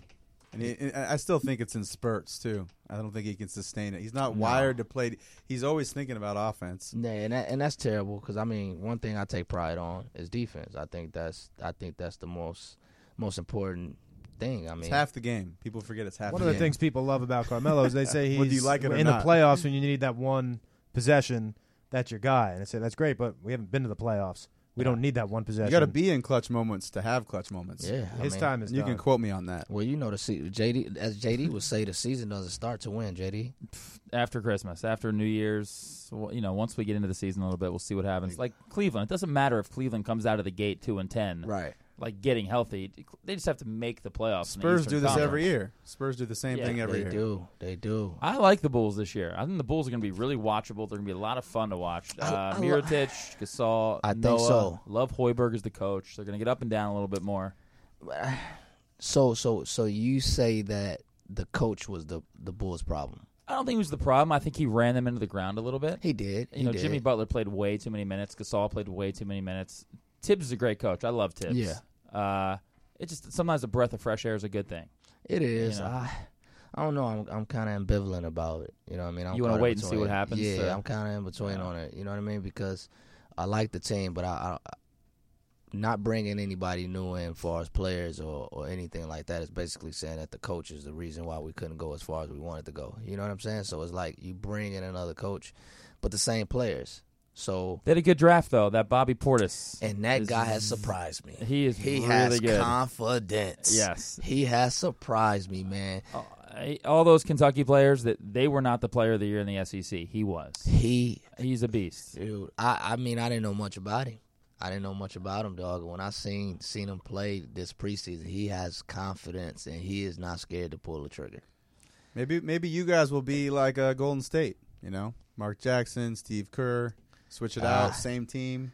[SPEAKER 7] And, he, and I still think it's in spurts too. I don't think he can sustain it. He's not
[SPEAKER 8] No.
[SPEAKER 7] wired to play. He's always thinking about offense.
[SPEAKER 8] Yeah, and that, and that's terrible because I mean, one thing I take pride on is defense. I think that's I think that's the most most important thing. I mean,
[SPEAKER 7] It's half the game. People forget it's half.
[SPEAKER 3] One
[SPEAKER 7] the
[SPEAKER 3] of the
[SPEAKER 7] game.
[SPEAKER 3] things people love about Carmelo is
[SPEAKER 8] [LAUGHS]
[SPEAKER 3] they say
[SPEAKER 7] [LAUGHS]
[SPEAKER 3] he's
[SPEAKER 7] Whether you like it or
[SPEAKER 3] in
[SPEAKER 7] not.
[SPEAKER 3] the playoffs when you need that one possession, that's your guy. And I say that's great, but we haven't been to the playoffs. We don't need that one possession.
[SPEAKER 7] You got to be in clutch moments to have clutch moments.
[SPEAKER 8] Yeah, I
[SPEAKER 7] his
[SPEAKER 8] mean-
[SPEAKER 7] time is. You can
[SPEAKER 8] done.
[SPEAKER 7] quote me on that.
[SPEAKER 8] well, you know, the se- JD as JD would say, the season doesn't start to win. JD,
[SPEAKER 4] after Christmas, after New Year's, well, you know, once we get into the season a little bit, we'll see what happens. Like Cleveland, it doesn't matter if Cleveland comes out of the gate two and ten,
[SPEAKER 7] Right.
[SPEAKER 4] Like getting healthy, they just have to make the playoffs. in the
[SPEAKER 7] Spurs
[SPEAKER 4] Eastern
[SPEAKER 7] do this every
[SPEAKER 4] Conference.
[SPEAKER 7] year. Spurs do the same
[SPEAKER 4] Yeah.
[SPEAKER 7] thing every
[SPEAKER 8] they
[SPEAKER 7] year.
[SPEAKER 8] do, they do.
[SPEAKER 4] I like the Bulls this year. I think the Bulls are going to be really watchable. They're going to be a lot of fun to watch. Uh,
[SPEAKER 8] I lo-
[SPEAKER 4] Mirotic, Gasol,
[SPEAKER 8] I think
[SPEAKER 4] Noah,
[SPEAKER 8] so.
[SPEAKER 4] Love Hoiberg is the coach. They're going to get up and down a little bit more.
[SPEAKER 8] So so so you say that the coach was the the Bulls' problem.
[SPEAKER 4] I don't think it was the problem. I think he ran them into the ground a little bit.
[SPEAKER 8] He did.
[SPEAKER 4] You
[SPEAKER 8] He
[SPEAKER 4] know,
[SPEAKER 8] did.
[SPEAKER 4] Jimmy Butler played way too many minutes. Gasol played way too many minutes. Tibbs is a great coach. I love Tibbs.
[SPEAKER 8] Yeah.
[SPEAKER 4] Uh, it just sometimes a breath of fresh air is a good thing.
[SPEAKER 8] It is. Ah.
[SPEAKER 4] know.
[SPEAKER 8] I I don't know. I'm I'm kind of ambivalent about it. You know what I mean? I'm
[SPEAKER 4] You wanna
[SPEAKER 8] kinda
[SPEAKER 4] wait and see
[SPEAKER 8] between-
[SPEAKER 4] what happens,
[SPEAKER 8] Yeah,
[SPEAKER 4] uh,
[SPEAKER 8] I'm kind of in between
[SPEAKER 4] yeah.
[SPEAKER 8] on it. You know what I mean? Because I like the team, but I, I not bringing anybody new in, as far as players or or anything like that, is basically saying that the coach is the reason why we couldn't go as far as we wanted to go. You know what I'm saying? So it's like you bring in another coach, but the same players. So
[SPEAKER 4] They had a good draft though. That Bobby Portis
[SPEAKER 8] and that
[SPEAKER 4] is-
[SPEAKER 8] guy has surprised me.
[SPEAKER 4] He is
[SPEAKER 8] He
[SPEAKER 4] really
[SPEAKER 8] has
[SPEAKER 4] good.
[SPEAKER 8] confidence.
[SPEAKER 4] Yes.
[SPEAKER 8] He has surprised me, man.
[SPEAKER 4] I- all those Kentucky players that they were not the player of the year in the SEC. He was.
[SPEAKER 8] He
[SPEAKER 4] he's a beast.
[SPEAKER 8] Dude, I, I mean, I didn't know much about him. I didn't know much about him, dog. When I seen seen him play this preseason, he has confidence and he is not scared to pull the trigger.
[SPEAKER 7] Maybe maybe you guys will be like uh, Golden State. You know, Mark Jackson, Steve Kerr, switch it
[SPEAKER 8] Ah.
[SPEAKER 7] out, same team.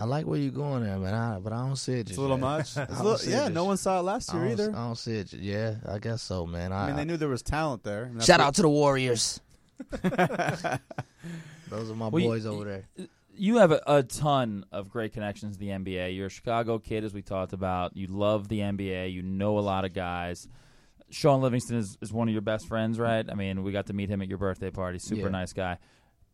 [SPEAKER 8] I like where you're going there, man. I, but I don't see it.
[SPEAKER 7] It's
[SPEAKER 8] just
[SPEAKER 7] a little
[SPEAKER 8] yet. [LAUGHS]
[SPEAKER 7] much. It's
[SPEAKER 8] I
[SPEAKER 7] a
[SPEAKER 8] don't
[SPEAKER 7] little-
[SPEAKER 8] see
[SPEAKER 7] yeah,
[SPEAKER 8] just
[SPEAKER 7] no one saw it last
[SPEAKER 8] I
[SPEAKER 7] year
[SPEAKER 8] don't-
[SPEAKER 7] either.
[SPEAKER 8] I don't see it. ju- Yeah, I guess so, man. I,
[SPEAKER 7] I mean, they knew there was talent there. and that's
[SPEAKER 8] Shout
[SPEAKER 7] what-
[SPEAKER 8] out to the Warriors. Those are my
[SPEAKER 4] Well, you-
[SPEAKER 8] boys over there.
[SPEAKER 4] You have a, a ton of great connections to the NBA. You're a Chicago kid, as we talked about. You love the NBA. You know a lot of guys. Sean Livingston is, is one of your best friends, right? I mean, we got to meet him at your birthday party. Super
[SPEAKER 8] Yeah.
[SPEAKER 4] nice guy.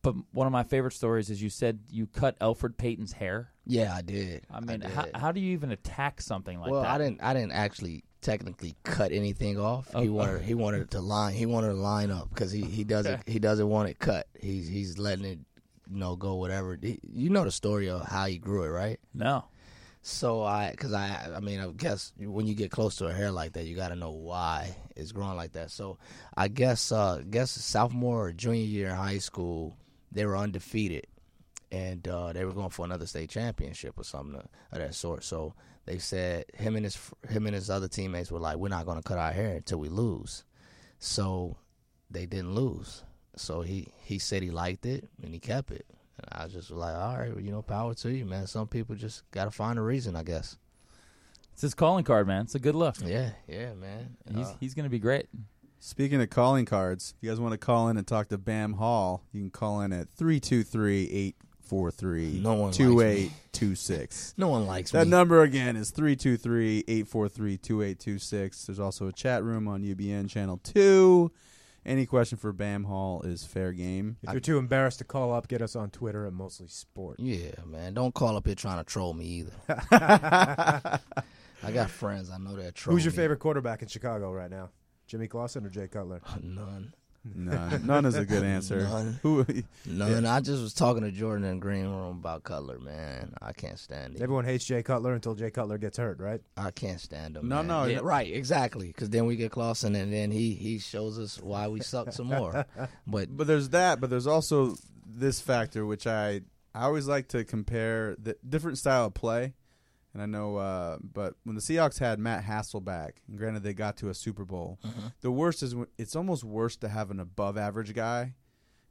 [SPEAKER 4] But one of my favorite stories is you said you cut Alfred Payton's hair.
[SPEAKER 8] Yeah, I did.
[SPEAKER 4] I mean,
[SPEAKER 8] did.
[SPEAKER 4] How, how do you even attack something like
[SPEAKER 8] well,
[SPEAKER 4] that?
[SPEAKER 8] I didn't. I didn't actually technically cut anything off.
[SPEAKER 4] Okay.
[SPEAKER 8] He wanted. He wanted to line. He wanted to line up because he,
[SPEAKER 4] [LAUGHS]
[SPEAKER 8] he doesn't. He doesn't want it cut. He's he's letting it, you know, go whatever. He- You know the story of how he grew it, right?
[SPEAKER 4] No.
[SPEAKER 8] So I, because I, I mean, I guess when you get close to a hair like that, you got to know why it's growing like that. So I guess, uh guess sophomore or junior year in high school, they were undefeated, and uh, they were going for another state championship or something of of that sort. So they said him and his fr- him and his other teammates were like, "We're not going to cut our hair until we lose." So they didn't lose. So he he said he liked it and he kept it. And I was just like, "All right, well, you know, power to you, man. Some people just got to find a reason, I guess."
[SPEAKER 4] It's his calling card, man. It's a good look.
[SPEAKER 8] Yeah, yeah, man.
[SPEAKER 4] He's
[SPEAKER 8] Uh,
[SPEAKER 4] he's gonna be great.
[SPEAKER 7] Speaking of calling cards, if you guys want to call in and talk to Bam Hall, you can call in at 323-843-2826.
[SPEAKER 8] No one likes No one likes
[SPEAKER 7] That
[SPEAKER 8] me.
[SPEAKER 7] number again is 323-843-2826. There's also a chat room on UBN channel 2. Any question for Bam Hall is
[SPEAKER 8] [LAUGHS]
[SPEAKER 7] fair game.
[SPEAKER 3] If you're too embarrassed to call up, get us on Twitter at Mostly Sport.
[SPEAKER 8] Yeah, man. Don't call up here trying to troll me either. [LAUGHS] I got friends. I know they're trolling.
[SPEAKER 3] Who's your favorite quarterback in Chicago right now? Jimmy Clausen or Jay Cutler?
[SPEAKER 8] None.
[SPEAKER 7] None. None is a good answer.
[SPEAKER 8] None.
[SPEAKER 7] Who?
[SPEAKER 8] None. I just was talking to Jordan in the green room about Cutler, man. I can't stand it.
[SPEAKER 3] Everyone hates Jay Cutler until Jay Cutler gets hurt, right?
[SPEAKER 8] I can't stand him.
[SPEAKER 7] No,
[SPEAKER 8] man.
[SPEAKER 7] no,
[SPEAKER 8] Oh, Yeah,
[SPEAKER 7] yeah.
[SPEAKER 8] right, exactly. Because then we get Clausen, and then he he shows us why we suck some more. But
[SPEAKER 7] But there's that, but there's also this factor which I I always like to compare the different style of play. And I know uh, but when the Seahawks had Matt Hasselback, and granted they got to a Super Bowl,
[SPEAKER 8] Mm-hmm.
[SPEAKER 7] the worst is when, it's almost worse to have an above average guy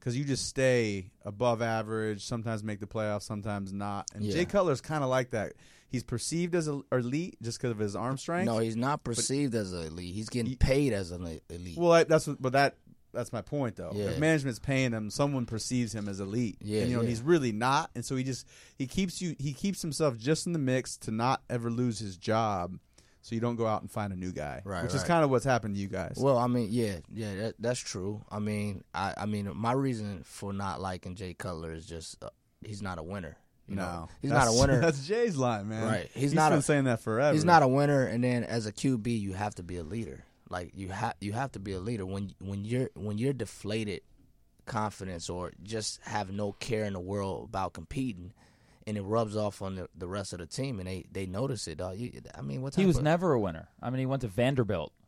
[SPEAKER 7] cuz you just stay above average, sometimes make the playoffs, sometimes not. And
[SPEAKER 8] Yeah.
[SPEAKER 7] Jay Cutler's kind of like that. He's perceived as a- elite just because of his arm strength.
[SPEAKER 8] no, he's not perceived as an elite. He's getting paid as an elite.
[SPEAKER 7] Well, I, that's what, but that that's my point though.
[SPEAKER 8] Yeah.
[SPEAKER 7] If management's paying him, someone perceives him as elite.
[SPEAKER 8] Yeah,
[SPEAKER 7] and, you know, and
[SPEAKER 8] yeah.
[SPEAKER 7] he's really not. And so he just he keeps you he keeps himself just in the mix to not ever lose his job, so you don't go out and find a new guy.
[SPEAKER 8] Right,
[SPEAKER 7] which is
[SPEAKER 8] right.
[SPEAKER 7] kind of what's happened to you guys.
[SPEAKER 8] Well, I mean, yeah, yeah, that, that's true. I mean, I, I mean, my reason for not liking Jay Cutler is just uh, he's not a winner. You know, he's not a
[SPEAKER 7] That's- [LAUGHS]
[SPEAKER 8] winner.
[SPEAKER 7] That's Jay's line, man.
[SPEAKER 8] Right.
[SPEAKER 7] He's,
[SPEAKER 8] He's not
[SPEAKER 7] been
[SPEAKER 8] a-
[SPEAKER 7] saying that forever.
[SPEAKER 8] He's not a winner, and then as a QB, you have to be a leader. Like you have you have to be a leader when when you're when you're deflated confidence or just have no care in the world about competing, and it rubs off on the, the rest of the team, and they they notice it. Dog. You, I mean, what type
[SPEAKER 4] He was
[SPEAKER 8] of,
[SPEAKER 4] never a winner. I mean, he went to Vanderbilt. [LAUGHS]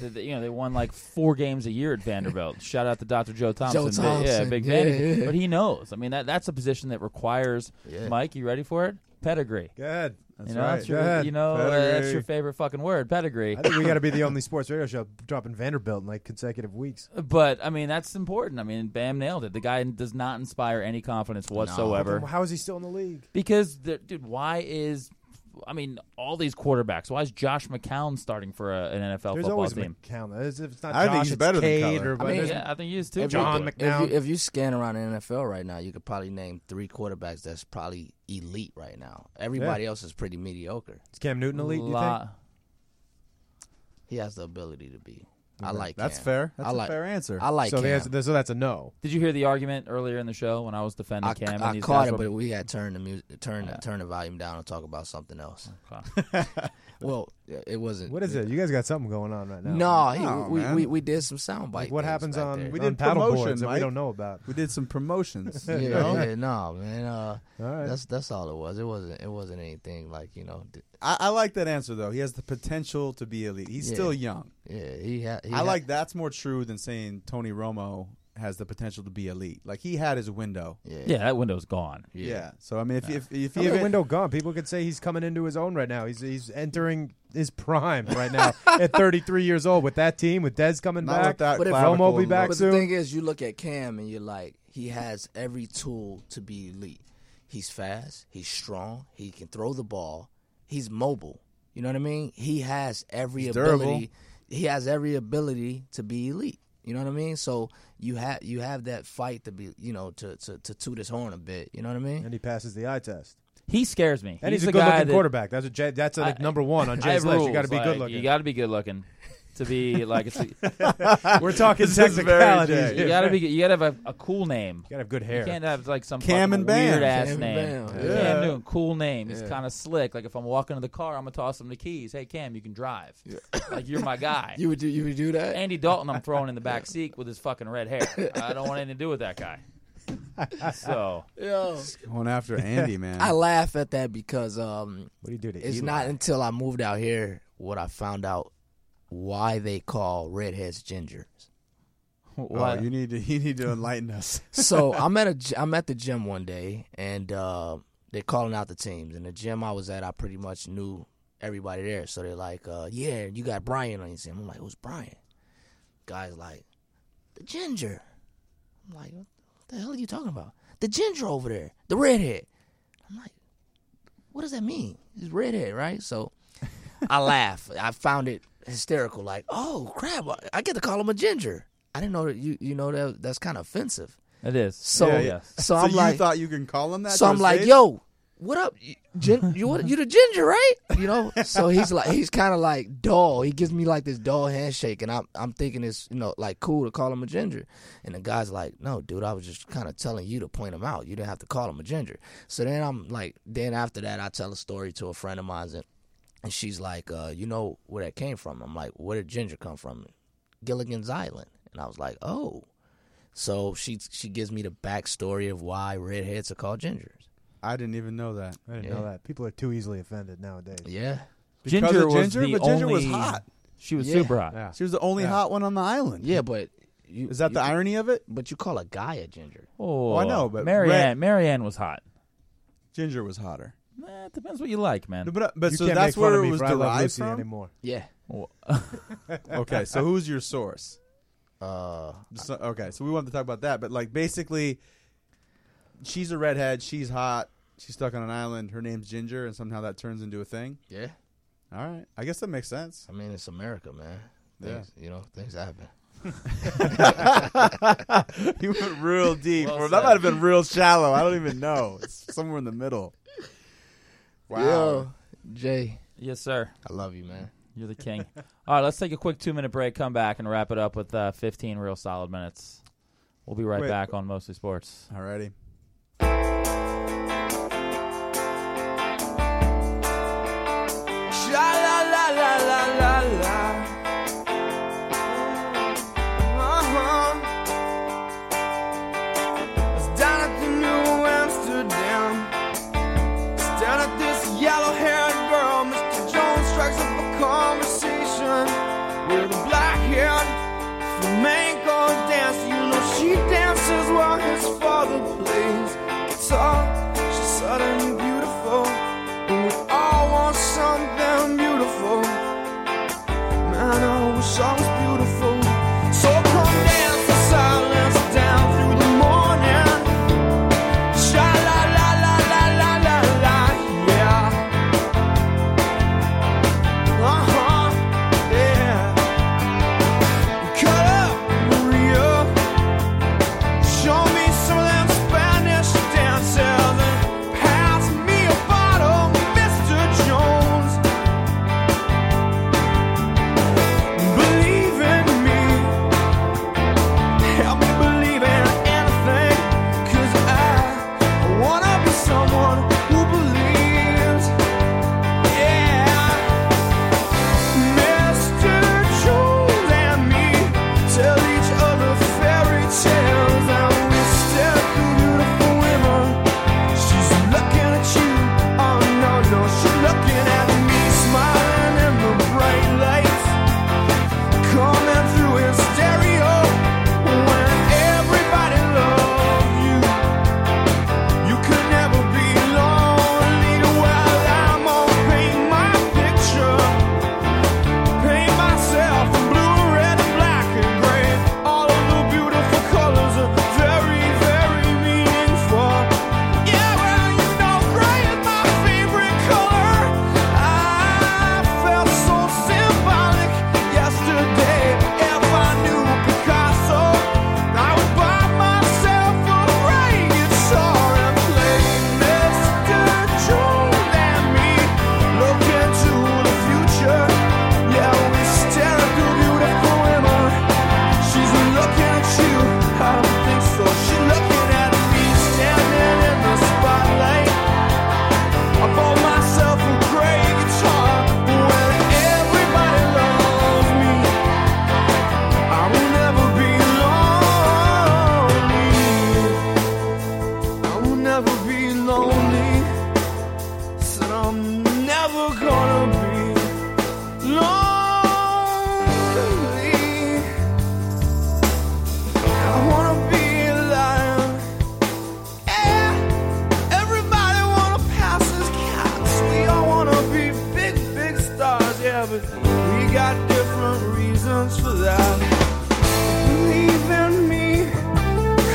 [SPEAKER 4] They- they- you know, they won like four games a year at
[SPEAKER 8] [LAUGHS]
[SPEAKER 4] Vanderbilt. Shout out to Dr. Joe Thompson. Big- Yeah,
[SPEAKER 8] Thompson.
[SPEAKER 4] big
[SPEAKER 8] Yeah,
[SPEAKER 4] man.
[SPEAKER 8] yeah.
[SPEAKER 4] But he knows. I mean, that that's a position that requires.
[SPEAKER 8] Yeah.
[SPEAKER 4] Mike, you ready for it? Pedigree.
[SPEAKER 3] Good.
[SPEAKER 4] you know,
[SPEAKER 7] right.
[SPEAKER 4] that's your,
[SPEAKER 3] Good.
[SPEAKER 4] you know, uh, that's
[SPEAKER 7] Pedigree.
[SPEAKER 4] your favorite fucking word, pedigree.
[SPEAKER 3] I think we got to be the only sports radio show dropping Vanderbilt in like consecutive
[SPEAKER 4] [LAUGHS]
[SPEAKER 3] weeks.
[SPEAKER 4] But I mean, that's important. I mean, Bam nailed it. The guy does not inspire any confidence whatsoever.
[SPEAKER 3] Then How is he still in the league?
[SPEAKER 4] Because, the, dude, why is, I mean, all these quarterbacks? Why is Josh McCown starting for a, an NFL
[SPEAKER 3] There's
[SPEAKER 4] football
[SPEAKER 3] always
[SPEAKER 4] team?
[SPEAKER 3] McCown. It's- If it's not
[SPEAKER 7] I think
[SPEAKER 3] Josh,
[SPEAKER 7] he's
[SPEAKER 3] it's
[SPEAKER 7] better than
[SPEAKER 3] Cade
[SPEAKER 7] Cutler.
[SPEAKER 3] or-
[SPEAKER 4] I mean,
[SPEAKER 3] there's-
[SPEAKER 4] yeah, I think he is too.
[SPEAKER 8] If
[SPEAKER 3] John
[SPEAKER 8] you,
[SPEAKER 3] McNown.
[SPEAKER 8] If you, if you scan around the NFL right now, you could probably name three quarterbacks that's probably elite right now. Everybody else is pretty mediocre.
[SPEAKER 3] Is Cam Newton elite? Do you think?
[SPEAKER 4] La-
[SPEAKER 8] He has the ability to be. I like
[SPEAKER 7] That's
[SPEAKER 8] Cam.
[SPEAKER 7] fair. That's
[SPEAKER 8] I
[SPEAKER 7] a
[SPEAKER 8] like,
[SPEAKER 7] fair answer.
[SPEAKER 8] I like
[SPEAKER 3] So, he
[SPEAKER 8] Cam.
[SPEAKER 3] has, so that's a no.
[SPEAKER 4] Did you hear the argument earlier in the show when I was defending
[SPEAKER 8] I,
[SPEAKER 4] Cam?
[SPEAKER 8] I
[SPEAKER 4] and these
[SPEAKER 8] caught
[SPEAKER 4] guys
[SPEAKER 8] it,
[SPEAKER 4] were-
[SPEAKER 8] but we had to turn the music, turn the turn the volume down and talk about something else. well, it wasn't.
[SPEAKER 3] What is it? You guys got something going on right now.
[SPEAKER 8] No, he,
[SPEAKER 7] No,
[SPEAKER 8] we,
[SPEAKER 7] man.
[SPEAKER 8] we we did some sound bites.
[SPEAKER 3] What happens on
[SPEAKER 7] We
[SPEAKER 3] we
[SPEAKER 7] did
[SPEAKER 3] did paddle
[SPEAKER 7] promotion,
[SPEAKER 3] boards that
[SPEAKER 7] Mike.
[SPEAKER 3] we don't know about?
[SPEAKER 7] we did some promotions.
[SPEAKER 8] Yeah,
[SPEAKER 7] you know?
[SPEAKER 8] yeah, no, man. Uh,
[SPEAKER 3] right.
[SPEAKER 8] That's that's all it was. It wasn't it wasn't anything like you know. d-
[SPEAKER 7] I, I like that answer though. He has the potential to be elite. He's
[SPEAKER 8] Yeah.
[SPEAKER 7] still young.
[SPEAKER 8] Yeah, he had. He
[SPEAKER 7] I
[SPEAKER 8] had-
[SPEAKER 7] like that's more true than saying Tony Romo has the potential to be elite. Like he had his window. Yeah.
[SPEAKER 4] yeah, that window's gone.
[SPEAKER 7] So I mean, if if if
[SPEAKER 3] How
[SPEAKER 7] you
[SPEAKER 3] about window gone? People could say he's coming into his own right now. He's he's entering his prime right
[SPEAKER 4] [LAUGHS]
[SPEAKER 3] now at 33 years old with that team with Dez coming
[SPEAKER 7] Not
[SPEAKER 3] back.
[SPEAKER 7] with that
[SPEAKER 8] But if-
[SPEAKER 7] clavicle
[SPEAKER 3] Romo be
[SPEAKER 7] and-
[SPEAKER 3] back
[SPEAKER 8] But
[SPEAKER 3] soon?
[SPEAKER 8] the thing is, you look at Cam and you're like, he has every tool to be elite. He's fast. He's strong. He can throw the ball. He's mobile. You know what I mean? He has every
[SPEAKER 7] durable.
[SPEAKER 8] ability. He has every ability to be elite. You know what I mean? So you have you have that fight to be you know to to, to toot his horn a bit. You know what I mean?
[SPEAKER 3] And he passes the eye test.
[SPEAKER 4] He scares me.
[SPEAKER 3] And he's,
[SPEAKER 4] the
[SPEAKER 3] a good
[SPEAKER 4] guy
[SPEAKER 3] looking
[SPEAKER 4] that-
[SPEAKER 3] quarterback. That's a J, that's like
[SPEAKER 4] I-
[SPEAKER 3] number one on
[SPEAKER 4] I
[SPEAKER 3] Jay's
[SPEAKER 4] have
[SPEAKER 3] list. You
[SPEAKER 4] rules,
[SPEAKER 3] got to be
[SPEAKER 4] like,
[SPEAKER 3] good looking.
[SPEAKER 4] You got to be good looking to be
[SPEAKER 3] [LAUGHS]
[SPEAKER 4] like. It's, you
[SPEAKER 3] We're
[SPEAKER 4] [LAUGHS]
[SPEAKER 3] talking
[SPEAKER 7] This is very
[SPEAKER 3] technicalities.
[SPEAKER 7] Jay.
[SPEAKER 3] here.
[SPEAKER 4] got to be. You got to have a, a cool name.
[SPEAKER 3] You gotta have good
[SPEAKER 4] You
[SPEAKER 3] hair.
[SPEAKER 4] can't have like some
[SPEAKER 7] Cam
[SPEAKER 4] fucking
[SPEAKER 7] and Bam.
[SPEAKER 4] weird ass
[SPEAKER 8] Cam and
[SPEAKER 4] name.
[SPEAKER 8] Bam.
[SPEAKER 4] Cam Newton, cool name. He's kind of slick. Like if I'm walking to the car, I'm gonna toss him the keys. Hey Cam, you can drive. [LAUGHS] Like you're my guy.
[SPEAKER 8] You would do you would do that?
[SPEAKER 4] Andy Dalton, I'm throwing in the back seat with his fucking red hair.
[SPEAKER 12] [LAUGHS]
[SPEAKER 4] I don't want anything to do with
[SPEAKER 13] [LAUGHS]
[SPEAKER 4] that guy. So
[SPEAKER 8] Yo.
[SPEAKER 7] going after Andy, man.
[SPEAKER 8] I laugh at that because um
[SPEAKER 3] What do you do to
[SPEAKER 8] It's
[SPEAKER 3] Eli?
[SPEAKER 8] not until I moved out here what I found out why they call redheads gingers.
[SPEAKER 13] Wow, you need to you need to enlighten us.
[SPEAKER 12] so I'm at a gy- I'm at the gym one day, and uh, they're calling out the teams. And the gym I was at, I pretty much knew everybody there. So they're like, uh, "Yeah, you got Brian on your team." I'm like, "Who's Brian?" Guys like, "The ginger." I'm like, "What the hell are you talking about?" The ginger over there, the redhead. I'm like, "What does that mean?" He's redhead, right? So I laugh. I found it hysterical. Like, "Oh crap! I- I get to call him a ginger." I didn't know that you you know that that's kind of offensive.
[SPEAKER 4] It is.
[SPEAKER 12] So,
[SPEAKER 13] Yeah, yeah.
[SPEAKER 12] so
[SPEAKER 13] So
[SPEAKER 12] I'm
[SPEAKER 13] you
[SPEAKER 12] like,
[SPEAKER 13] thought you can call him that
[SPEAKER 12] So
[SPEAKER 13] to
[SPEAKER 12] I'm
[SPEAKER 13] his
[SPEAKER 12] like,
[SPEAKER 13] face?
[SPEAKER 12] yo, what up? You- Gin, [LAUGHS] you what- you the ginger, right? You know. So he's like, he's kind of like dull. He gives me like this dull handshake, and I'm I'm thinking it's you know like cool to call him a ginger. And the guy's like, no, dude, I was just kind of telling you to point him out. You didn't have to call him a ginger. So then I'm like, then after that, I tell a story to a friend of mine, and, and she's like, uh, you know where that came from? I'm like, where did ginger come from? Gilligan's Island, and I was like, oh. So she she gives me the backstory of why redheads are called gingers.
[SPEAKER 13] I didn't even know that.
[SPEAKER 3] I didn't know
[SPEAKER 12] Yeah.
[SPEAKER 3] that. People are too easily offended nowadays.
[SPEAKER 12] Yeah.
[SPEAKER 13] Because
[SPEAKER 4] Ginger
[SPEAKER 13] of
[SPEAKER 4] was
[SPEAKER 13] Ginger,
[SPEAKER 4] the
[SPEAKER 13] but Ginger was
[SPEAKER 4] only-
[SPEAKER 13] hot.
[SPEAKER 4] She was
[SPEAKER 12] Yeah.
[SPEAKER 4] super hot.
[SPEAKER 3] Yeah.
[SPEAKER 13] She was the only
[SPEAKER 3] Yeah.
[SPEAKER 13] hot one on the island.
[SPEAKER 12] Yeah, but you,
[SPEAKER 13] Is that
[SPEAKER 12] you-
[SPEAKER 13] the irony of it?
[SPEAKER 12] But you call a guy a ginger.
[SPEAKER 4] Oh,
[SPEAKER 13] I know, but
[SPEAKER 4] Marianne,
[SPEAKER 13] Red-
[SPEAKER 4] Marianne was hot.
[SPEAKER 13] Ginger was hotter.
[SPEAKER 4] Eh, it depends what you like, man.
[SPEAKER 13] No, but but
[SPEAKER 3] you
[SPEAKER 13] so
[SPEAKER 3] can't
[SPEAKER 13] that's
[SPEAKER 3] make fun
[SPEAKER 13] where
[SPEAKER 3] of
[SPEAKER 13] it
[SPEAKER 3] me
[SPEAKER 13] was
[SPEAKER 3] for I love
[SPEAKER 13] derived
[SPEAKER 3] Lucy
[SPEAKER 13] from.
[SPEAKER 3] anymore.
[SPEAKER 12] Yeah.
[SPEAKER 13] okay,
[SPEAKER 12] [LAUGHS]
[SPEAKER 13] so who's your source?
[SPEAKER 12] Uh,
[SPEAKER 13] So, okay, so we wanted to talk about that, but like basically, she's a redhead. She's hot. She's stuck on an island. Her name's Ginger, and somehow that turns into a thing.
[SPEAKER 12] yeah.
[SPEAKER 13] All right, I guess that makes sense.
[SPEAKER 12] I mean, it's America, man.
[SPEAKER 13] Yeah.
[SPEAKER 12] Things, You know, things happen.
[SPEAKER 13] [LAUGHS] you went real deep. Or that might have been real shallow. I don't even know. It's somewhere in the middle. Wow.
[SPEAKER 12] Jay,
[SPEAKER 4] yes, sir.
[SPEAKER 12] I love you, man.
[SPEAKER 4] You're the king. [LAUGHS] All right, let's take a quick two minute break, come back, and wrap it up with uh, 15 real solid minutes. We'll be right
[SPEAKER 13] Wait.
[SPEAKER 4] back on Mostly Sports.
[SPEAKER 13] Alrighty.
[SPEAKER 7] Uh-huh. Uh-huh, Cut up Oh,
[SPEAKER 14] yeah, but we got different reasons for that. Believe in me,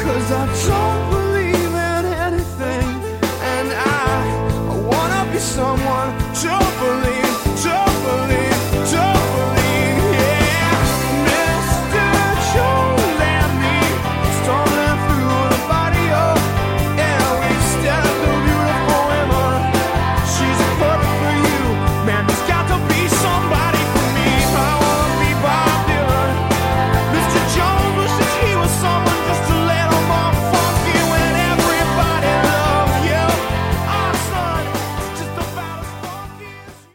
[SPEAKER 14] cause I don't believe in anything. And I, I wanna be someone to believe, to believe, to believe, yeah. Mr. Joe, let me stumbling through the body of every step of the beautiful woman. She's perfect for you. Man, there's got to be somebody for me. I wanna be Bob Dylan. Mr. Jones wishes he was someone just a little more funky when everybody loved you. Our son is just about as funky as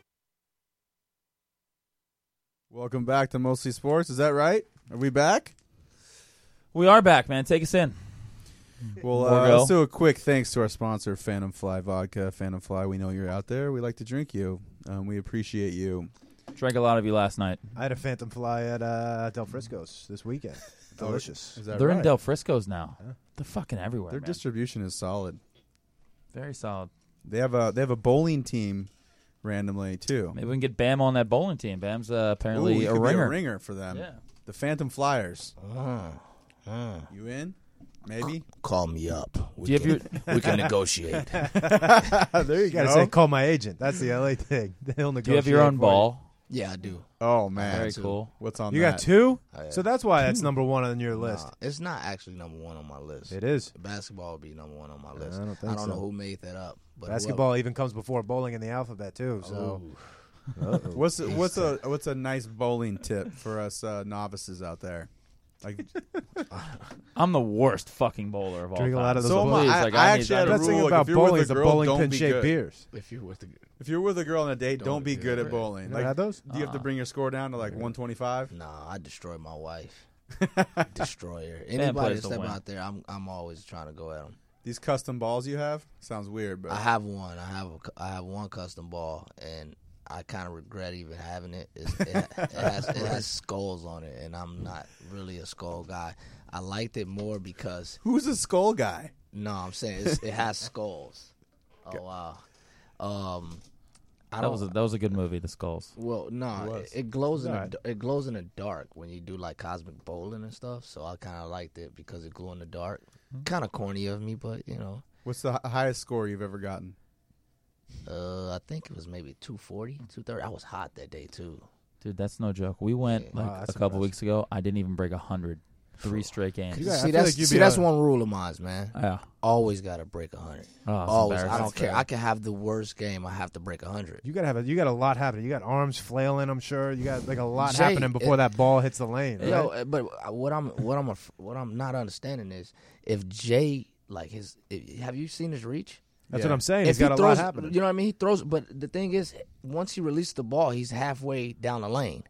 [SPEAKER 7] Welcome back to Mostly Sports. Is that right? Are we back?
[SPEAKER 4] We are back, man. Take us in.
[SPEAKER 7] Well, uh, let's do a quick thanks to our sponsor, Phantom Fly Vodka. Phantom Fly, we know you're out there. We like to drink you. Um, we appreciate you.
[SPEAKER 4] Drank a lot of you last night.
[SPEAKER 3] I had a phantom fly at uh, Del Frisco's this weekend. Delicious.
[SPEAKER 4] They're in Del Frisco's now. They're fucking everywhere.
[SPEAKER 7] Their
[SPEAKER 4] man.
[SPEAKER 7] distribution is solid.
[SPEAKER 4] Very solid.
[SPEAKER 7] They have a they have a bowling team randomly too.
[SPEAKER 4] Maybe we can get Bam on that bowling team. Bam's uh, apparently
[SPEAKER 7] Ooh, he
[SPEAKER 4] a
[SPEAKER 7] could be
[SPEAKER 4] ringer.
[SPEAKER 7] ringer for them.
[SPEAKER 4] Yeah.
[SPEAKER 7] The Phantom Flyers.
[SPEAKER 8] Ah,
[SPEAKER 7] You in? Maybe.
[SPEAKER 8] Call me up. We
[SPEAKER 7] Do you have
[SPEAKER 8] can,
[SPEAKER 7] your-
[SPEAKER 8] we can negotiate.
[SPEAKER 7] there you
[SPEAKER 3] gotta
[SPEAKER 7] go.
[SPEAKER 3] say, call my agent. That's the LA thing. [LAUGHS] They'll negotiate. for
[SPEAKER 8] Yeah, I do.
[SPEAKER 7] Oh man,
[SPEAKER 8] Very cool.
[SPEAKER 7] What's on?
[SPEAKER 3] You got
[SPEAKER 7] that?
[SPEAKER 3] two?
[SPEAKER 8] I-
[SPEAKER 3] So that's why that's
[SPEAKER 8] Two.
[SPEAKER 3] number one on your list.
[SPEAKER 8] Nah, it's not actually number one on my list.
[SPEAKER 3] It is.
[SPEAKER 8] Basketball would be number one on my
[SPEAKER 3] I
[SPEAKER 8] list.
[SPEAKER 3] don't think so.
[SPEAKER 8] know who made that up. But
[SPEAKER 3] Basketball even comes before bowling in the alphabet
[SPEAKER 7] Oh,
[SPEAKER 3] too. So Uh-oh.
[SPEAKER 7] what's what's a what's a nice bowling tip for us uh, novices out there? [LAUGHS] Like
[SPEAKER 4] I'm the worst fucking bowler of all
[SPEAKER 7] Drink a
[SPEAKER 4] time.
[SPEAKER 7] lot of those
[SPEAKER 4] so am
[SPEAKER 7] bowling-
[SPEAKER 4] I.
[SPEAKER 7] I-
[SPEAKER 4] Like,
[SPEAKER 7] I
[SPEAKER 4] need-
[SPEAKER 7] actually had a
[SPEAKER 4] need-
[SPEAKER 7] That's the thing rule, like, about if you're with bowling a is the girl, bowling don't be pinch shaped good. beers.
[SPEAKER 8] If you're with the
[SPEAKER 7] if you're with a girl on a date, don't, be good at bowling.
[SPEAKER 8] Never
[SPEAKER 7] like,
[SPEAKER 8] had those?
[SPEAKER 7] Do you have to
[SPEAKER 8] Uh-uh.
[SPEAKER 7] bring your score down to like 125?
[SPEAKER 8] Nah, I destroy my [LAUGHS] wife. Destroyer.
[SPEAKER 7] Man
[SPEAKER 8] Anybody that
[SPEAKER 7] plays to
[SPEAKER 8] step
[SPEAKER 7] win.
[SPEAKER 8] out there, I'm I'm always trying to go at them.
[SPEAKER 7] These custom balls you have sounds weird, but
[SPEAKER 8] I have one. I have a cu- I have one custom ball, and I kind of regret even having it. It's, it, it, has, it has skulls on it, and I'm not really a skull guy. I liked it more because
[SPEAKER 7] who's a skull guy?
[SPEAKER 8] No, I'm saying it's, it has skulls. Oh wow. Um, I
[SPEAKER 4] that
[SPEAKER 8] don't.
[SPEAKER 4] was a, that was a good movie, The Skulls.
[SPEAKER 8] well,
[SPEAKER 4] It
[SPEAKER 8] no,
[SPEAKER 4] was.
[SPEAKER 8] it, it glows in
[SPEAKER 4] Alright.
[SPEAKER 8] the, d- it glows in the dark when you do like cosmic bowling and stuff. So I kind of liked it because it glow in the dark. Kind of corny of me, but you know,
[SPEAKER 7] What's the hi- highest score you've ever gotten?
[SPEAKER 8] uh, I think it was maybe 240, 230. I was hot that day too.
[SPEAKER 4] Dude, that's no joke. We went like
[SPEAKER 7] Oh,
[SPEAKER 8] Wow,
[SPEAKER 4] a
[SPEAKER 8] that's
[SPEAKER 4] couple weeks ago. I didn't even break a hundred. Three straight games.
[SPEAKER 8] See, that's, see, that's one rule of mine, man.
[SPEAKER 4] Yeah.
[SPEAKER 8] Always got to break 100.
[SPEAKER 4] Oh, that's
[SPEAKER 8] Always. I
[SPEAKER 4] embarrassing.
[SPEAKER 8] don't
[SPEAKER 4] That's
[SPEAKER 8] care.
[SPEAKER 4] bad.
[SPEAKER 8] I can have the worst game. I have to break 100.
[SPEAKER 3] You gotta have a you got a lot happening. You got arms flailing. I'm sure you got like a lot
[SPEAKER 8] Jay,
[SPEAKER 3] happening before
[SPEAKER 8] it-
[SPEAKER 3] that ball hits the lane. Right?
[SPEAKER 8] Yo, uh, but uh, what I'm what I'm af- what I'm not understanding is if Jay like his if, have you seen his reach?
[SPEAKER 3] That's what Yeah. I'm saying. He's
[SPEAKER 8] he
[SPEAKER 3] got a lot
[SPEAKER 8] throws-
[SPEAKER 3] happening.
[SPEAKER 8] You know what I mean? He throws, but the thing is, once he releases the ball, he's halfway down the lane.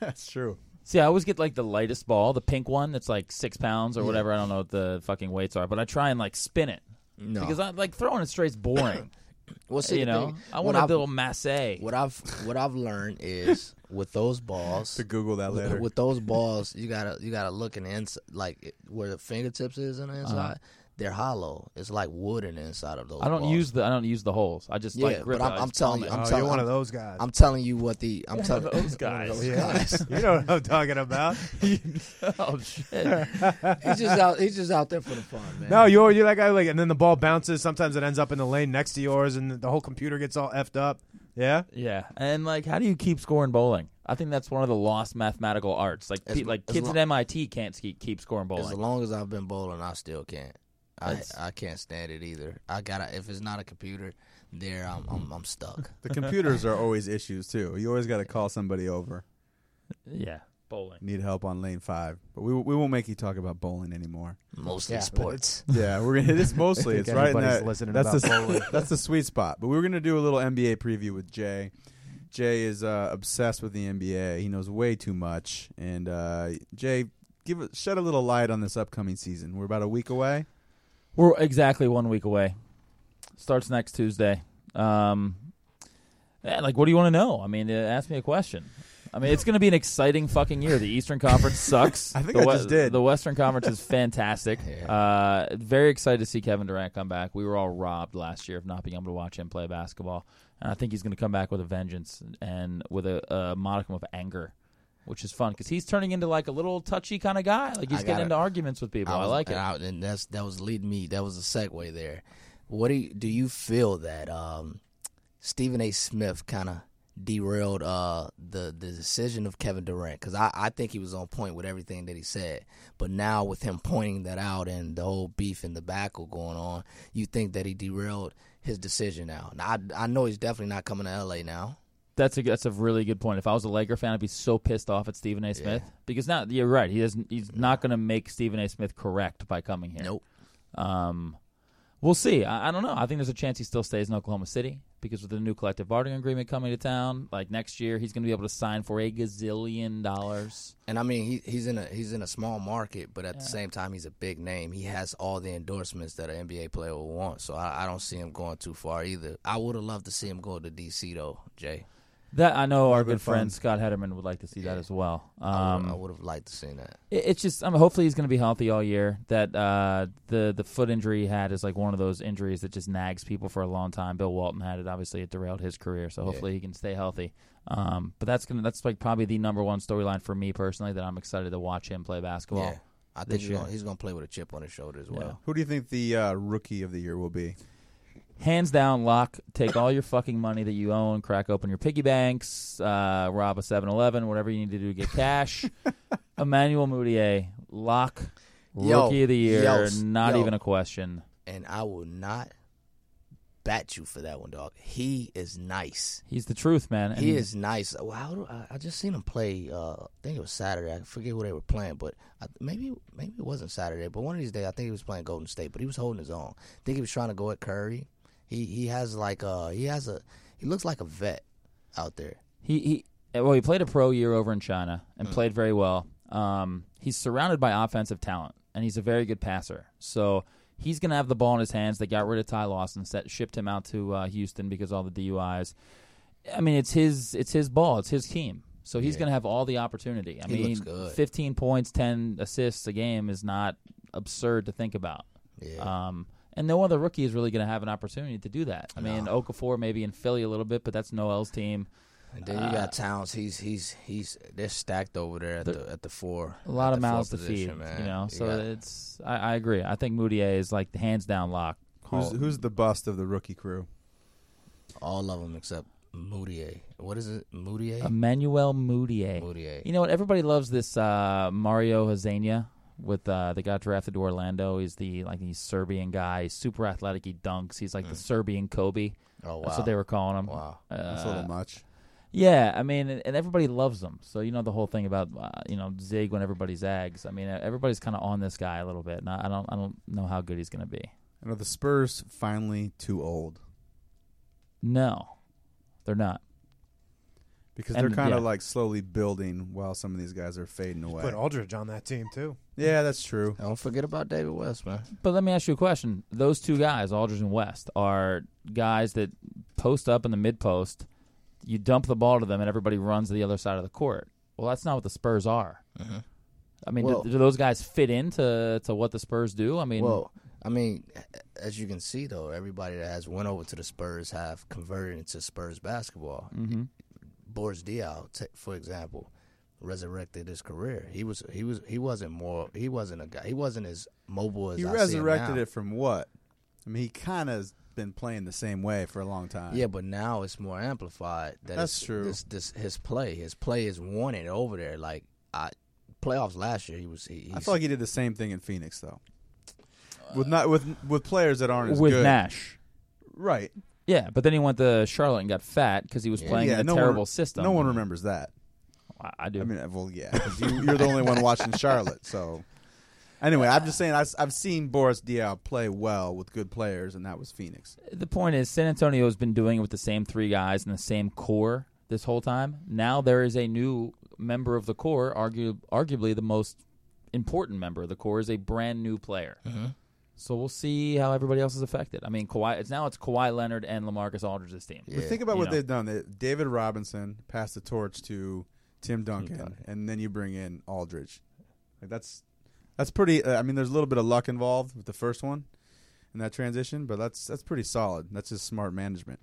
[SPEAKER 7] That's true.
[SPEAKER 4] See, I always get like the lightest ball, the pink one that's like six pounds or whatever. I don't know what the fucking weights are, but I try and like spin it.
[SPEAKER 8] No.
[SPEAKER 4] Because I like throwing it
[SPEAKER 8] [COUGHS]
[SPEAKER 4] straight's boring.
[SPEAKER 8] Well, see,
[SPEAKER 4] you
[SPEAKER 8] the
[SPEAKER 4] know,
[SPEAKER 8] thing-
[SPEAKER 4] I
[SPEAKER 8] when
[SPEAKER 4] want a
[SPEAKER 8] I've- [COUGHS]
[SPEAKER 4] little masse.
[SPEAKER 8] What I've what I've learned
[SPEAKER 7] [LAUGHS]
[SPEAKER 8] is with those balls
[SPEAKER 7] to Google that
[SPEAKER 8] with,
[SPEAKER 7] later.
[SPEAKER 8] with
[SPEAKER 7] [LAUGHS]
[SPEAKER 8] those balls, you gotta you gotta look in the inside, like it- where the fingertips is on the
[SPEAKER 7] Uh-huh.
[SPEAKER 8] inside. They're hollow. It's like wood in the inside of those.
[SPEAKER 4] I don't
[SPEAKER 8] balls.
[SPEAKER 4] use the I don't use the holes. I just like grip
[SPEAKER 8] but I'm,
[SPEAKER 4] it. I
[SPEAKER 8] I'm
[SPEAKER 4] just
[SPEAKER 8] telling
[SPEAKER 4] palm
[SPEAKER 8] you,
[SPEAKER 4] it.
[SPEAKER 7] Oh,
[SPEAKER 8] I'm telling I'm-
[SPEAKER 7] [LAUGHS]
[SPEAKER 8] I'm telling you what the I'm
[SPEAKER 4] One
[SPEAKER 8] telling
[SPEAKER 4] of those
[SPEAKER 8] one of
[SPEAKER 4] guys.
[SPEAKER 8] those
[SPEAKER 4] Yeah.
[SPEAKER 8] guys.
[SPEAKER 3] you know what I'm
[SPEAKER 7] [LAUGHS]
[SPEAKER 3] talking about.
[SPEAKER 8] [LAUGHS]
[SPEAKER 4] [LAUGHS] oh shit!
[SPEAKER 8] he's just out. He's just out there for the fun, man.
[SPEAKER 3] No, you're you're that guy. Like, and then the ball bounces. Sometimes it ends up in the lane next to yours, and the whole computer gets all effed up. Yeah.
[SPEAKER 4] Yeah, and like, how do you keep scoring bowling? I think that's one of the lost mathematical arts. Like,
[SPEAKER 8] As-
[SPEAKER 4] pe- like
[SPEAKER 8] as
[SPEAKER 4] kids
[SPEAKER 8] lo-
[SPEAKER 4] at MIT can't ske- keep scoring bowling.
[SPEAKER 8] As long as I've been bowling, I still can't. I,
[SPEAKER 4] That's-
[SPEAKER 8] I can't stand it either. I gotta if it's not a computer, there I'm I'm, I'm stuck.
[SPEAKER 7] the computers are always issues too. You always got to call somebody over.
[SPEAKER 4] Yeah, bowling.
[SPEAKER 7] Need help on lane five, but we we won't make you talk about bowling anymore.
[SPEAKER 8] Mostly Yeah, but sports. it's-
[SPEAKER 7] [LAUGHS] Yeah, we're gonna. It
[SPEAKER 3] [LAUGHS]
[SPEAKER 7] is mostly.
[SPEAKER 3] I
[SPEAKER 7] It's
[SPEAKER 3] think
[SPEAKER 7] right. in
[SPEAKER 3] everybody's
[SPEAKER 7] that-
[SPEAKER 3] listening
[SPEAKER 7] that's
[SPEAKER 3] about
[SPEAKER 7] the,
[SPEAKER 3] bowling.
[SPEAKER 7] That's
[SPEAKER 3] [LAUGHS]
[SPEAKER 7] the sweet spot. But we were gonna do a little NBA preview with Jay. Jay is uh, obsessed with the NBA. He knows way too much. And uh, Jay, give it, shed a little light on this upcoming season. We're about a week away.
[SPEAKER 4] We're exactly one week away. Starts next Tuesday. Um, yeah, like, what do you want to know? I mean, uh, ask me a question. I mean, it's going to be an exciting fucking year. The
[SPEAKER 7] [LAUGHS]
[SPEAKER 4] Eastern Conference sucks.
[SPEAKER 7] I think
[SPEAKER 4] the
[SPEAKER 7] I just did.
[SPEAKER 4] The Western Conference is
[SPEAKER 7] [LAUGHS]
[SPEAKER 4] fantastic. Uh, very excited to see Kevin Durant come back. We were all robbed last year of not being able to watch him play basketball, and I think he's going to come back with a vengeance and with a, a modicum of anger, which is fun because he's turning into like a little touchy kind of guy. Like he's
[SPEAKER 8] I
[SPEAKER 4] getting
[SPEAKER 8] gotta-
[SPEAKER 4] into arguments with people. Oh, I,
[SPEAKER 8] was-
[SPEAKER 4] like it.
[SPEAKER 8] and and that's that was leading me. That was a segue there. What do you, do you feel that um, Stephen A. Smith kind of derailed uh, the the decision of Kevin Durant? Because I, I think he was on point with everything that he said, but now with him pointing that out and the whole beef and the backle going on, you think that he derailed his decision now? Now I I know he's definitely not coming to L.A. now.
[SPEAKER 4] That's a that's a really good point. If I was a Laker fan, I'd be so pissed off at Stephen A. Smith because now you're right. He doesn't. He's not going to make Stephen A. Smith correct by coming here. Nope. Um, we'll see. I, I don't know. I think there's a chance he still stays in Oklahoma City because with the new collective bargaining agreement coming to town, like next year, he's going to be able to sign for a gazillion dollars.
[SPEAKER 8] And I mean, he, he's in a he's in a small market, but at the same time, he's a big name. He has all the endorsements that an NBA player will want. So I, I don't see him going too far either. I would have loved to see him go to DC though, Jay.
[SPEAKER 4] That I know our
[SPEAKER 8] Would've been
[SPEAKER 4] good friend
[SPEAKER 8] fun.
[SPEAKER 4] Scott Hederman would like to see that as well.
[SPEAKER 8] I would-
[SPEAKER 4] Um,
[SPEAKER 8] I would have liked to see that.
[SPEAKER 4] It- It's just, um, hopefully he's going to be healthy all year. That uh, the the foot injury he had is like one of those injuries that just nags people for a long time. Bill Walton had it. Obviously, it derailed his career. So
[SPEAKER 8] Yeah.
[SPEAKER 4] hopefully he can stay healthy. Um, but that's gonna that's like probably the number one storyline for me personally that I'm excited to watch him play basketball.
[SPEAKER 8] yeah, I
[SPEAKER 4] this
[SPEAKER 8] think he's
[SPEAKER 4] year.
[SPEAKER 8] gonna, he's gonna play with a chip on his shoulder as well.
[SPEAKER 7] Who do you think the uh, rookie of the year will be?
[SPEAKER 4] Hands down, lock. Take all your fucking money that you own. Crack open your piggy banks. Uh, rob a 7-Eleven. Whatever you need to do to
[SPEAKER 8] [LAUGHS]
[SPEAKER 4] get cash. Emmanuel Mudiay, lock.
[SPEAKER 8] Yo,
[SPEAKER 4] rookie of the year.
[SPEAKER 8] yo, s-
[SPEAKER 4] not
[SPEAKER 8] yo.
[SPEAKER 4] even a question.
[SPEAKER 8] And I will not bat you for that one, dog. He is nice.
[SPEAKER 4] He's the truth, man.
[SPEAKER 8] He
[SPEAKER 4] And-
[SPEAKER 8] is nice. Well, how do I, I just seen him play? Uh, I think it was Saturday. I forget who they were playing, but I, maybe maybe it wasn't Saturday. But one of these days, I think he was playing Golden State, but he was holding his own. I think he was trying to go at Curry. He he has like uh he has a he looks like a vet out there.
[SPEAKER 4] He he uh, well, he played a pro year over in China and
[SPEAKER 8] Hmm.
[SPEAKER 4] played very well. Um, he's surrounded by offensive talent and he's a very good passer. So he's going to have the ball in his hands. They got rid of Ty Lawson, set, shipped him out to uh, Houston because all the DUIs. I mean, it's his it's his ball, it's his team. So he's
[SPEAKER 8] Yeah.
[SPEAKER 4] going to have all the opportunity. I
[SPEAKER 8] He
[SPEAKER 4] mean,
[SPEAKER 8] looks good.
[SPEAKER 4] 15 points, 10 assists a game is not absurd to think about. Um, and no other rookie is really going to have an opportunity to do that. I mean, Okafor maybe in Philly a little bit, but that's Noel's team.
[SPEAKER 8] And then you got Towns. He's he's he's they're stacked over there at the, at the four.
[SPEAKER 4] a
[SPEAKER 8] at
[SPEAKER 4] lot of
[SPEAKER 8] the four
[SPEAKER 4] mouths to
[SPEAKER 8] position,
[SPEAKER 4] feed,
[SPEAKER 8] man.
[SPEAKER 4] you know. So
[SPEAKER 8] got-
[SPEAKER 4] it's I, I agree. I think Moutier is like the hands down lock.
[SPEAKER 7] Who's,
[SPEAKER 3] Oh.
[SPEAKER 4] Call-
[SPEAKER 7] who's the bust of the rookie crew?
[SPEAKER 8] all of them except Moutier. What is it, Moutier?
[SPEAKER 4] Emmanuel Moutier.
[SPEAKER 8] Moutier.
[SPEAKER 4] You know what? Everybody loves this uh, Mario Hazania with uh, they got drafted to Orlando. He's the like he's Serbian guy. He's super athletic. He dunks. He's like the Serbian Kobe.
[SPEAKER 8] Mm. Oh,
[SPEAKER 4] That's
[SPEAKER 8] wow.
[SPEAKER 4] what they were calling him. Uh,
[SPEAKER 8] Wow.
[SPEAKER 7] That's a little much.
[SPEAKER 4] Yeah, I mean, and and everybody loves him. So you know the whole thing about uh, you know zig when everybody zags. I mean, uh, everybody's kind of on this guy a little bit. And I I don't I don't know how good he's gonna be.
[SPEAKER 7] And are the Spurs finally too old?
[SPEAKER 4] No, they're not.
[SPEAKER 7] Because
[SPEAKER 4] And,
[SPEAKER 7] they're kind
[SPEAKER 4] yeah.
[SPEAKER 7] of like slowly building while some of these guys are fading away.
[SPEAKER 3] Put Aldridge on that team too.
[SPEAKER 7] yeah, that's true.
[SPEAKER 4] Oh.
[SPEAKER 8] Don't forget about David West, man.
[SPEAKER 4] But let me ask you a question. Those two guys, Aldridge and West, are guys that post up in the mid post. You dump the ball to them, and everybody runs to the other side of the court. Well, that's not what the Spurs are.
[SPEAKER 7] Mm-hmm.
[SPEAKER 4] I mean,
[SPEAKER 8] Well-
[SPEAKER 4] do, do those guys fit into to what the Spurs do? I mean,
[SPEAKER 8] well, I mean, as you can see though, everybody that has went over to the Spurs have converted into Spurs basketball.
[SPEAKER 4] Mhm.
[SPEAKER 8] Boris Diaw, t- for example, resurrected his career. He was he was he wasn't more he wasn't a guy. He wasn't as mobile as
[SPEAKER 7] He
[SPEAKER 8] I
[SPEAKER 7] resurrected
[SPEAKER 8] see him now.
[SPEAKER 7] it from what? I mean, he kind of has been playing the same way for a long time.
[SPEAKER 8] Yeah, but now it's more amplified. That
[SPEAKER 7] That's
[SPEAKER 8] it's-
[SPEAKER 7] true.
[SPEAKER 8] This, this his play, his play is wanted over there. Like I playoffs last year, he was. He,
[SPEAKER 7] I
[SPEAKER 8] he's-
[SPEAKER 7] feel like he did the same thing in Phoenix though. With not with with players that aren't as
[SPEAKER 4] with
[SPEAKER 7] good.
[SPEAKER 4] Nash,
[SPEAKER 7] right?
[SPEAKER 4] Yeah, but then he went to Charlotte and got fat because he was playing
[SPEAKER 7] Yeah,
[SPEAKER 4] in a
[SPEAKER 7] no one-
[SPEAKER 4] terrible system.
[SPEAKER 7] No one remembers that.
[SPEAKER 4] I, do.
[SPEAKER 7] I mean, well, yeah, 'cause you, you're the only one watching Charlotte. So, anyway, I'm just saying I, have seen Boris Diaw play well with good players, and that was Phoenix.
[SPEAKER 4] The point is, San Antonio has been doing it with the same three guys and the same core this whole time. Now there is a new member of the core, argu- arguably the most important member of the core, is a brand new player.
[SPEAKER 8] Mhm.
[SPEAKER 4] So we'll see how everybody else is affected. I mean, Kawhi. It's now it's Kawhi Leonard and LaMarcus Aldridge's team.
[SPEAKER 7] But think about
[SPEAKER 4] You
[SPEAKER 7] what
[SPEAKER 4] know?
[SPEAKER 7] they've done. They, David Robinson passed the torch to Tim Duncan, and then you bring in Aldridge. Like that's that's pretty. Uh, I mean, there's a little bit of luck involved with the first one in that transition, but that's that's pretty solid. That's just smart management.